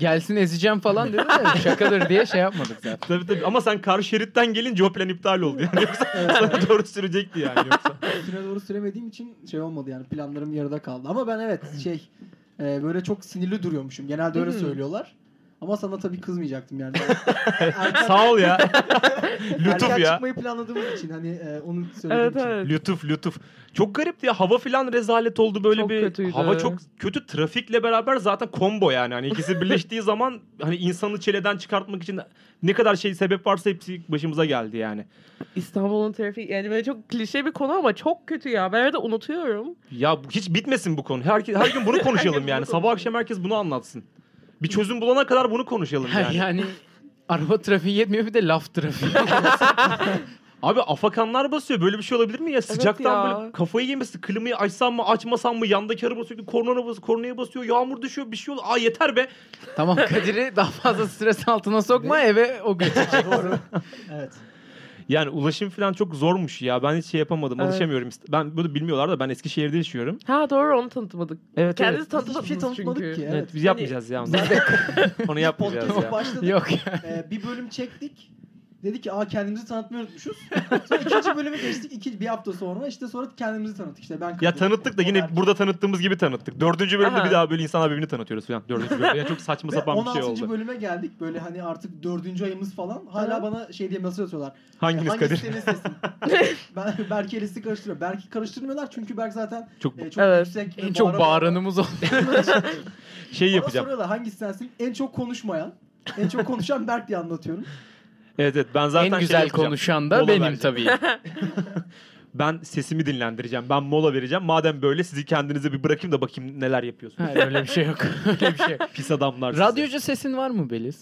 S4: Gelsin ezeceğim falan dedi de şakadır diye şey yapmadık zaten.
S3: tabii tabii ama sen karşı şeritten gelince o plan iptal oldu yani. Yoksa sana doğru sürecekti yani yoksa.
S2: Üstüne doğru süremediğim için şey olmadı yani planlarım yarıda kaldı. Ama ben evet şey e, böyle çok sinirli duruyormuşum. Genelde öyle
S1: Hı.
S3: Hmm.
S2: söylüyorlar. Ama sana tabii kızmayacaktım yani.
S3: Sağ ol ya. Lütuf
S2: Erken
S3: ya.
S2: çıkmayı planladığımız için hani e, onu söylediğim
S1: evet
S2: için.
S1: evet.
S3: Lütuf lütuf. Çok garipti ya. Hava filan rezalet oldu böyle
S1: Çok
S3: bir.
S1: kötüydü.
S3: Hava çok kötü. Trafikle beraber zaten combo yani. Hani ikisi birleştiği zaman hani insanı çileden çıkartmak için ne kadar şey sebep varsa hepsi başımıza geldi yani.
S1: İstanbul'un trafiği yani böyle çok klişe bir konu ama çok kötü ya. Ben arada unutuyorum.
S3: Ya bu- hiç bitmesin bu konu. Her, her gün bunu
S1: Herkes
S3: konuşalım
S1: bunu
S3: yani. Sabah
S1: konuşuyor.
S3: akşam herkes bunu anlatsın. Bir çözüm bulana kadar bunu konuşalım
S4: Yani,
S3: yani.
S4: araba trafiği yetmiyor bir de laf trafiği.
S3: Abi afakanlar basıyor. Böyle bir şey olabilir mi ya? Sıcaktan
S1: ya.
S3: böyle kafayı yemesi. Klimayı açsam mı açmasam mı? Yandaki araba sürekli kornaya basıyor. Kornaya basıyor. Yağmur düşüyor. Bir şey oluyor. Aa yeter be.
S4: tamam Kadir'i daha fazla stres altına sokma eve o götürecek.
S2: Doğru. evet.
S3: Yani ulaşım falan çok zormuş ya. Ben hiç şey yapamadım.
S1: Evet.
S3: Alışamıyorum. Ben bunu bilmiyorlar da ben Eskişehir'de yaşıyorum.
S1: Ha doğru onu tanıtmadık.
S3: Evet.
S1: Kendinizi
S2: Biz hiçbir
S1: tanıtmadınız
S2: şey tanıtmadık
S1: çünkü.
S2: ki.
S3: Evet, Hani
S2: Evet.
S3: biz yapmayacağız ya onu. onu yapmayacağız
S2: Podcast'a
S3: ya.
S2: başladık.
S4: Yok
S2: E, bir bölüm çektik. Dedi ki aa kendimizi tanıtmayı unutmuşuz. Sonra ikinci bölüme geçtik. İki, bir hafta sonra işte sonra kendimizi tanıttık. İşte ben
S3: Ya
S2: Kadir,
S3: tanıttık da
S2: o
S3: yine
S2: Berk.
S3: burada tanıttığımız gibi tanıttık. Dördüncü bölümde
S1: Aha.
S3: bir daha böyle insanlar birbirini tanıtıyoruz falan. Dördüncü bölümde. Yani çok saçma
S2: Ve
S3: sapan bir şey
S2: 16.
S3: oldu.
S2: bölüme geldik. Böyle hani artık dördüncü ayımız falan. Hala
S1: Aha.
S2: bana şey diye mesaj atıyorlar.
S3: Hanginiz
S2: Hangisi
S3: Kadir?
S2: senin sesin? ben, Berk Elis'i karıştırıyor. Berk'i karıştırmıyorlar çünkü Berk zaten
S3: Çok
S2: e, çok
S1: Evet.
S2: yüksek. ve
S4: en çok
S2: bağıran-
S4: bağıranımız oldu.
S3: şey
S2: Bana
S3: yapacağım.
S2: soruyorlar hangisi sensin? En çok konuşmayan. En çok konuşan Berk diye anlatıyorum.
S3: Evet evet ben zaten
S4: en
S3: şey
S4: güzel
S3: yapacağım.
S4: konuşan da
S3: Mola
S4: benim
S3: vereceğim.
S4: tabii.
S3: Ben sesimi dinlendireceğim. Ben mola vereceğim. Madem böyle sizi kendinize bir bırakayım da bakayım neler yapıyorsunuz.
S4: Hayır öyle bir şey yok. öyle bir şey yok.
S3: Pis adamlar sizi.
S4: Radyocu sesin var mı Beliz?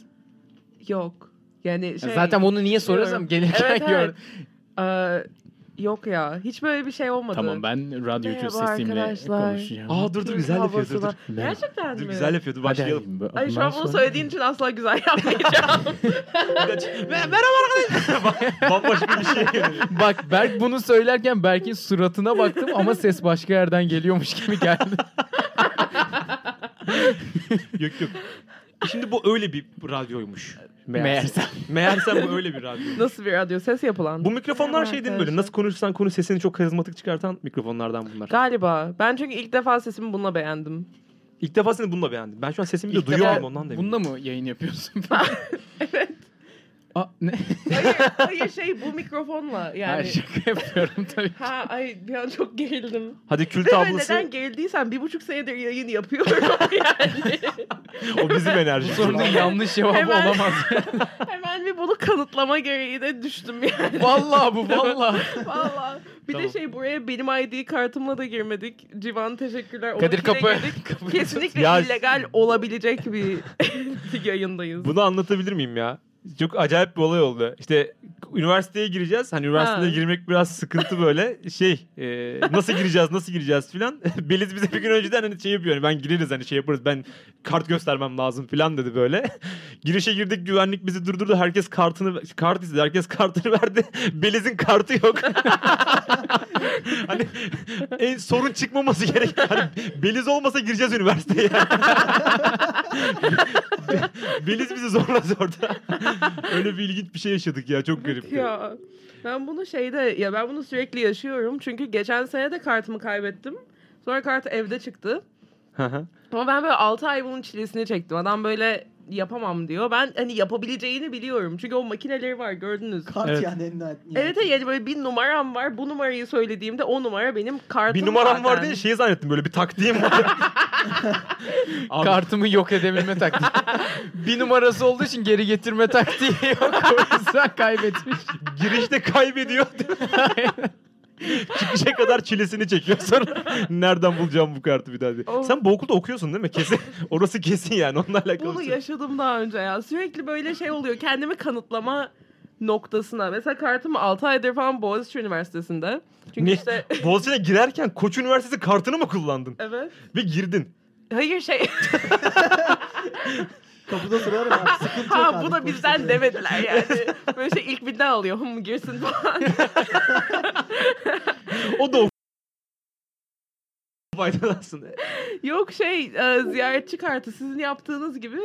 S1: Yok. Yani şey.
S6: Şey,
S4: Zaten bunu niye soruyorsam
S1: Biliyorum.
S4: gelirken
S1: Evet, evet.
S4: gördüm.
S1: Ee, Yok ya. Hiç böyle bir şey olmadı.
S6: Tamam ben radyocu
S1: Merhaba
S6: sesimle
S1: arkadaşlar.
S6: konuşacağım.
S3: Aa dur dur güzel yapıyor dur dur.
S1: Havasına- Gerçekten
S3: Dur
S1: mi?
S3: güzel yapıyordu
S6: Hadi
S3: başlayalım.
S6: abi, bu-
S1: Ay şu
S6: bundan
S1: an bunu
S6: sonra-
S1: söylediğin için asla güzel yapmayacağım. merhaba
S3: Bambaşka bir şey.
S4: Bak Berk bunu söylerken Berk'in suratına baktım ama ses başka yerden geliyormuş gibi geldi.
S3: yok yok. Şimdi bu öyle bir radyoymuş.
S6: Meğerse.
S3: Meğersem bu öyle bir radyo.
S1: Nasıl bir radyo ses yapılan?
S3: Bu mikrofonlar şey değil mi böyle
S1: Arkadaşlar.
S3: nasıl konuşursan konuş sesini çok karizmatik çıkartan mikrofonlardan bunlar.
S1: Galiba. Ben çünkü ilk defa sesimi bununla beğendim.
S3: İlk defa seni bununla beğendim. Ben şu an sesimi de
S4: İlk
S3: duyuyorum
S4: defa
S3: ondan da eminim.
S4: Bununla mı yayın yapıyorsun? evet. Aa, ne?
S1: Hayır, hayır şey bu mikrofonla
S4: Her
S1: yani.
S4: şaka yapıyorum tabii.
S1: Ha ay bir an çok gerildim.
S3: Hadi kül
S1: Ve ben
S3: tablası
S1: neden gerildiysen bir buçuk senedir yayın yapıyorum yani.
S3: o bizim
S4: Bu
S3: enerjimiz.
S4: sorunun yanlış cevabı
S1: Hemen-
S4: olamaz.
S1: Hemen bir bunu kanıtlama gereği de düştüm yani.
S4: vallahi bu vallahi.
S1: Valla. Bir
S3: Tamam.
S1: de şey buraya benim ID kartımla da girmedik. Civan teşekkürler.
S4: Kadir
S1: Onunkiyle
S4: kapı.
S1: girdik. Kesinlikle
S3: Ya-
S1: illegal olabilecek bir yayındayız.
S3: Bunu anlatabilir miyim ya? Çok acayip bir olay oldu. İşte üniversiteye gireceğiz. Hani üniversiteye
S1: Ha.
S3: girmek biraz sıkıntı böyle. Şey e, nasıl gireceğiz nasıl gireceğiz filan. Beliz bize bir gün önceden hani şey yapıyor. Hani ben gireriz hani şey yaparız. Ben kart göstermem lazım filan dedi böyle. Girişe girdik güvenlik bizi durdurdu. Herkes kartını kart istedi. Herkes kartını verdi. Beliz'in kartı yok. hani en sorun çıkmaması gerek. Hani Beliz olmasa gireceğiz üniversiteye. Beliz bizi zorladı orada. Öyle bir ilginç bir şey yaşadık ya çok garip.
S1: ya. Ben bunu şeyde ya ben bunu sürekli yaşıyorum. Çünkü geçen sene de kartımı kaybettim. Sonra kart evde çıktı. Ama ben böyle 6 ay bunun çilesini çektim. Adam böyle yapamam diyor. Ben hani yapabileceğini biliyorum. Çünkü o makineleri var gördünüz.
S2: Kart
S3: Evet.
S2: yani en nihayet.
S1: Evet yani böyle bir numaram var. Bu numarayı söylediğimde o numara benim kartım
S3: bir numaram var
S1: zaten.
S3: diye şey şeyi zannettim böyle bir taktiğim var. Abi,
S4: Kartımı yok edebilme taktiği. bir numarası olduğu için geri getirme taktiği yok. O yüzden kaybetmiş.
S3: girişte kaybediyor. Çıkışa kadar çilesini çekiyor sonra. Nereden bulacağım bu kartı bir daha diye.
S1: Oğlum.
S3: Sen bu okulda okuyorsun değil mi? Kesin. Orası kesin yani. Onunla alakalı.
S1: Bunu
S3: bir şey.
S1: yaşadım daha önce ya. Sürekli böyle şey oluyor. Kendimi kanıtlama noktasına. Mesela kartım 6 aydır falan Boğaziçi Üniversitesi'nde. Çünkü
S3: Ne?
S1: işte
S3: Boğaziçi'ne girerken Koç Üniversitesi kartını mı kullandın?
S1: evet.
S3: Ve girdin.
S1: Hayır şey.
S2: Kapıda sorarım abi. Sıkıntı yok
S1: ha
S2: abi,
S1: bu da
S2: polis
S1: bizden
S2: arıyor.
S1: demediler yani. Böyle şey ilk binden alıyor. Hım girsin falan.
S3: O da o faydalansın.
S1: Yok şey e, ziyaretçi kartı sizin yaptığınız gibi.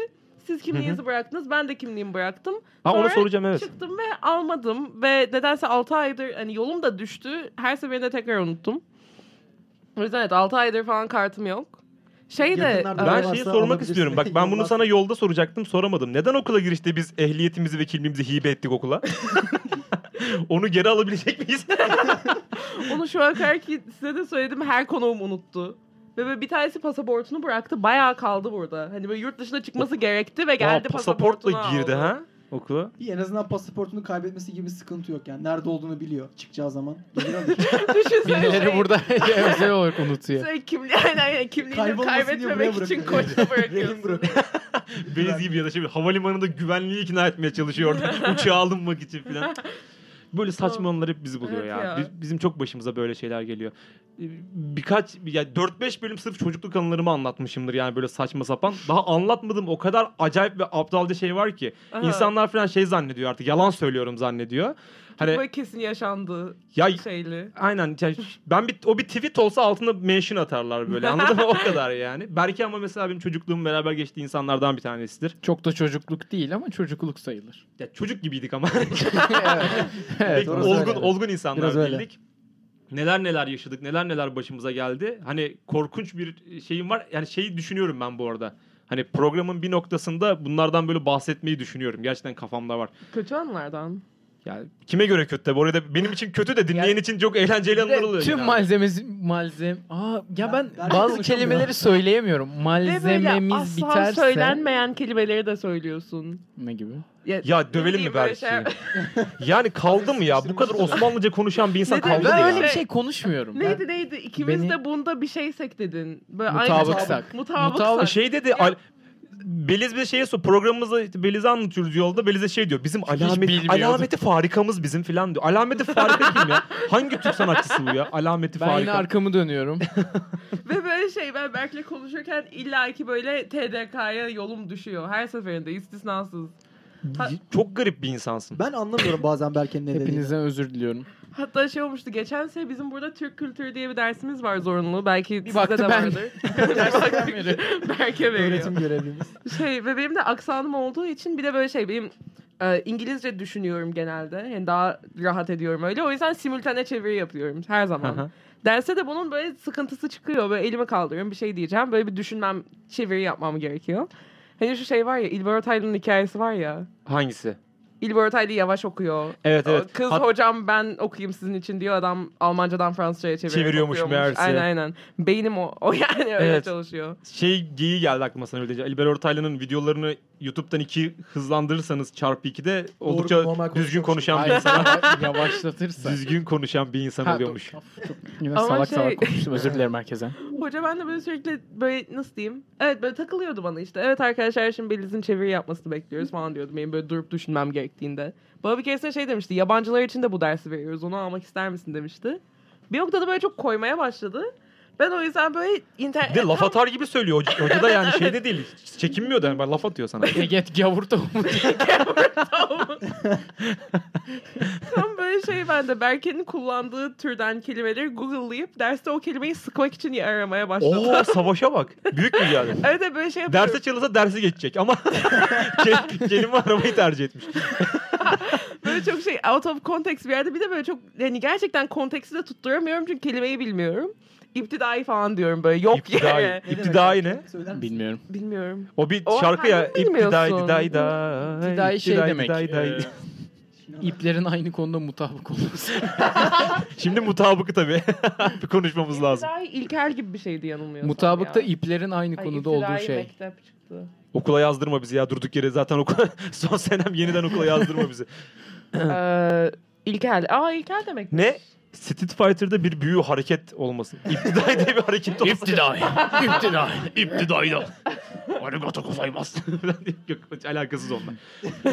S1: Siz kimliğinizi bıraktınız. Ben de kimliğimi bıraktım.
S3: Ha onu
S1: Sonra
S3: soracağım evet.
S1: Çıktım ve almadım ve nedense 6 aydır hani yolum da düştü. Her seferinde tekrar unuttum. O yüzden evet 6 aydır falan kartım yok. Şey de
S2: Yakınlarda
S1: e,
S3: Ben
S2: Varsa
S3: şeyi sormak
S2: alabilirsin.
S3: istiyorum. Bak ben bunu
S2: Yollar-
S3: sana yolda soracaktım soramadım. Neden okula girişte biz ehliyetimizi ve kimliğimizi hibe ettik okula? Onu geri alabilecek miyiz?
S1: onu şu an kadar ki size de söyledim her konuğum unuttu. Ve böyle bir tanesi pasaportunu bıraktı. Bayağı kaldı burada. Hani böyle yurt dışına çıkması gerekti ve geldi
S3: Aa, pasaportla
S1: pasaportunu
S3: girdi
S1: aldı.
S3: ha okula.
S2: İyi, en azından pasaportunu kaybetmesi gibi bir sıkıntı yok yani. Nerede olduğunu biliyor çıkacağı zaman. Gelir alır.
S1: Düşünsene
S4: Birileri
S1: şey,
S4: burada özel olarak unutuyor.
S1: şey, kimliği, aynen, aynen, kimliğini
S2: Kaybolmasın diye
S1: kaybetmemek
S2: buraya
S1: için
S2: bırakıyor.
S1: koçta
S2: Rehin
S1: bırakıyorsun.
S2: bırakıyor.
S3: Beniz gibi ya da şey böyle havalimanında güvenliği ikna etmeye çalışıyor orada uçağa alınmak için falan. Böyle saçma anılar hep bizi buluyor
S1: Evet
S3: ya.
S1: ya.
S3: Biz- bizim çok başımıza böyle şeyler geliyor. Ee, Birkaç ya 4-5 bölüm sırf çocukluk anılarımı anlatmışımdır yani böyle saçma sapan. Daha anlatmadığım o kadar acayip ve aptalca şey var ki.
S1: Aha.
S3: İnsanlar falan şey zannediyor artık yalan söylüyorum zannediyor. Hani
S1: Böyle kesin yaşandı
S3: ya
S1: şeyli.
S3: Aynen. Yani ben bir, o bir tweet olsa altına mention atarlar böyle. Anladın mı? O kadar yani. Belki ama mesela benim çocukluğum beraber geçtiği insanlardan bir tanesidir.
S4: Çok da çocukluk değil ama çocukluk sayılır.
S3: Ya çocuk gibiydik ama.
S4: evet.
S3: Pek
S4: evet
S2: doğru
S4: orası
S3: olgun
S2: söylüyorsun.
S3: olgun insanlar
S2: Biraz öyle.
S3: değildik. Neler neler yaşadık, neler neler başımıza geldi. Hani korkunç bir şeyim var. Yani şeyi düşünüyorum ben bu arada. Hani programın bir noktasında bunlardan böyle bahsetmeyi düşünüyorum. Gerçekten kafamda var.
S1: Kötü anlardan.
S3: Yani kime göre kötü tabii. Oraya da benim için kötü de dinleyen
S4: Yani-
S3: için çok eğlenceli anlar oluyor.
S4: Tüm
S3: genelde.
S4: malzemesi malzem. Aa ya ben
S2: Ben- ben
S4: bazı
S2: konuşamıyorum.
S4: kelimeleri söyleyemiyorum.
S1: Ve böyle
S4: Malzememiz
S1: asla
S4: biterse
S1: söylenmeyen kelimeleri de söylüyorsun.
S4: ne gibi?
S3: Ya dövelim mi Berk'i?
S4: şey-
S3: Yani kaldı mı ya? Bu kadar Osmanlıca konuşan bir insan
S1: Neden?
S3: kaldı mı
S1: Ben
S4: Ben
S3: ya?
S4: öyle bir şey konuşmuyorum.
S1: neydi neydi? İkimiz
S4: Beni-
S1: de bunda bir şeysek dedin. Böyle aynı-
S4: Mutabıksak.
S1: Mutabıksak.
S4: Mutabık-
S3: Şey dedi Al- Beliz bir şeye sor. Programımızda işte Beliz'e anlatıyoruz yolda. Beliz'e şey diyor. Bizim alamet,
S4: bilmiyordum.
S3: alameti farikamız bizim filan diyor. Alameti farika kim ya? Hangi Türk sanatçısı bu ya? Alameti
S4: Ben yine
S3: farika.
S4: arkamı dönüyorum.
S1: Ve böyle şey ben Berk'le konuşurken illaki böyle TDK'ya yolum düşüyor. Her seferinde istisnasız. Ha-
S3: Çok garip bir insansın.
S5: Ben anlamıyorum bazen Berke'nin ne dediğini.
S4: Hepinizden özür diliyorum.
S1: Hatta şey olmuştu. Geçen sene bizim burada Türk kültürü diye bir dersimiz var zorunlu. Belki sizde
S4: baktı
S1: de
S4: ben.
S1: vardır.
S4: Dersten beri.
S1: Berk'e veriyor.
S2: Öğretim görevlimiz.
S1: şey ve benim de aksanım olduğu için bir de böyle şey benim e, İngilizce düşünüyorum genelde. Yani daha rahat ediyorum öyle. O yüzden simultane çeviri yapıyorum her zaman.
S3: Aha.
S1: Derse de bunun böyle sıkıntısı çıkıyor. Böyle elimi kaldırıyorum bir şey diyeceğim. Böyle bir düşünmem, çeviri yapmam gerekiyor. Hani şu şey var ya İlber Ortaylı'nın hikayesi var ya.
S3: Hangisi?
S1: İlber Ortaylı yavaş okuyor.
S3: Evet evet.
S1: Kız
S3: Hat-
S1: hocam ben okuyayım sizin için diyor adam Almancadan Fransızcaya çeviriyor.
S3: Çeviriyormuş meğerse.
S1: Aynen aynen. Beynim o. O yani öyle
S3: Evet.
S1: çalışıyor.
S3: şey geyi geldi aklıma sana öyle. Alper Ortaylı'nın videolarını YouTube'dan iki hızlandırırsanız çarpı 2'de oldukça
S2: normal
S3: düzgün
S2: konuşuyormuş.
S3: konuşan bir insan.
S4: yavaşlatırsa.
S3: düzgün konuşan bir insan
S4: Ha,
S3: oluyormuş.
S4: Yine
S1: Ama
S4: salak
S1: şey-
S4: salak konuştum. Özür dilerim herkese.
S1: Hoca ben de böyle sürekli böyle nasıl diyeyim? Evet böyle takılıyordu bana işte. Evet arkadaşlar şimdi Beliz'in çeviri yapmasını bekliyoruz falan diyordu. Benim böyle durup düşünmem gerektiğinde. Bana bir keresinde şey demişti. Yabancılar için de bu dersi veriyoruz. Onu almak ister misin demişti. Bir noktada böyle çok koymaya başladı. Ben o yüzden böyle
S3: Bir
S1: internet...
S3: de laf atar gibi söylüyor. Hoca, hoca da yani şey de değil. hiç Çekinmiyor da yani bak laf atıyor sana.
S4: Eget gavur tohumu.
S1: Tam böyle şey ben de Berke'nin kullandığı türden kelimeleri Google'layıp derste o kelimeyi sıkmak için aramaya başladım.
S3: Oo savaşa bak. Büyük mücadele.
S1: Evet evet, böyle şey yapıyorum.
S3: Derse çalışsa dersi geçecek ama ke- kelime aramayı tercih etmiş.
S1: böyle çok şey out of context bir yerde bir de böyle çok yani gerçekten konteksti de tutturamıyorum çünkü kelimeyi bilmiyorum. İptidai falan diyorum böyle yok
S3: İptidai.
S1: yere.
S2: Ne demek
S3: İptidai ne?
S2: Söyler misin?
S4: Bilmiyorum.
S1: Bilmiyorum.
S3: O bir
S1: O
S3: şarkı ya.
S1: hangi bilmiyorsun?
S3: İptidai, didai, dai.
S4: İptidai şey demek.
S3: didai, dai.
S4: Ee, İplerin aynı konuda mutabık olması.
S3: Şimdi mutabıkı tabii. bir konuşmamız lazım.
S1: İptidai ilkel gibi bir şeydi yanılmıyorsam
S4: Mutabıkta
S1: ya.
S4: iplerin aynı
S1: Ay,
S4: konuda
S1: İptidai
S4: olduğu şey.
S1: mektep çıktı.
S3: Okula yazdırma bizi ya durduk yere zaten okula son senem yeniden okula yazdırma bizi.
S1: ee, ilkel. Aa ilkel demek.
S3: Ne? Street Fighter'da bir büyü hareket olması. İptidai diye bir hareket olması.
S4: İptidai. İptidai.
S3: İptidai da. Arigato gozaimaz. Falan diye- Yok hiç alakasız onlar.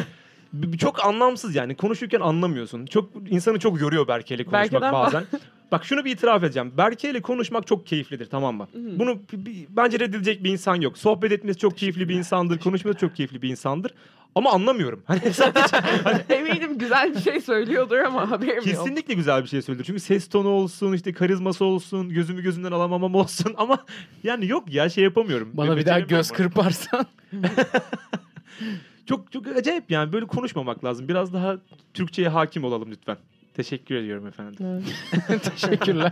S3: B- çok anlamsız yani. Konuşurken anlamıyorsun. Çok insanı çok yoruyor Berke'yle konuşmak
S1: Berke'den bah-
S3: bazen. Bak şunu bir itiraf edeceğim. Berke'yle konuşmak çok keyiflidir tamam mı?
S1: Hı.
S3: Bunu bi- bi- bence reddedilecek bir insan yok. Sohbet etmesi çok keyifli bir insandır. Konuşması çok keyifli bir insandır. Ama anlamıyorum. Hani sadece
S1: Eminim güzel bir şey söylüyordur ama haberim yok.
S3: Kesinlikle güzel bir şey söyledi. Çünkü ses tonu olsun, işte karizması olsun, gözümü gözünden alamamam olsun ama yani yok ya şey yapamıyorum.
S4: Bana bir daha
S3: Beceremiyorum
S4: göz
S3: bunu.
S4: kırparsan.
S3: Çok çok acayip yani böyle konuşmamak lazım. Biraz daha Türkçeye hakim olalım lütfen. Teşekkür ediyorum efendim.
S1: Evet.
S4: Teşekkürler.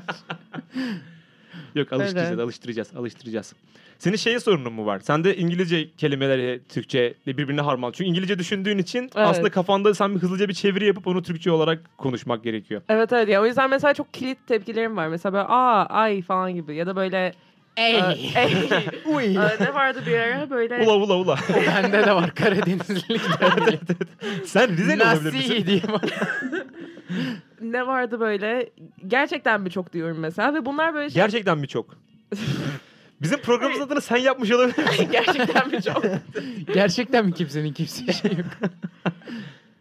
S3: Yok alıştıracağız,
S1: Evet.
S3: alıştıracağız, alıştıracağız. Senin şeye sorunun mu var? Sende İngilizce kelimeleri Türkçe birbirine harman. Çünkü İngilizce düşündüğün için aslında kafanda sen bir hızlıca bir çeviri yapıp onu Türkçe olarak konuşmak gerekiyor.
S1: Evet evet ya o yüzden mesela çok kilit tepkilerim var. Mesela böyle aa ay falan gibi ya da böyle ey, ey.
S2: Uy.
S1: Ee, ne vardı bir ara böyle
S3: Ula ula ula.
S4: Bende de var Karadenizlilik.
S3: sen Rizeli olabilir misin?
S4: Nasi diye var.
S1: ne vardı böyle gerçekten mi çok diyorum mesela ve bunlar böyle şey
S3: Gerçekten mi çok? Bizim programımızın adını sen yapmış olabilir misin?
S1: gerçekten mi çok
S4: Gerçekten mi kimsenin kimseye şey yok?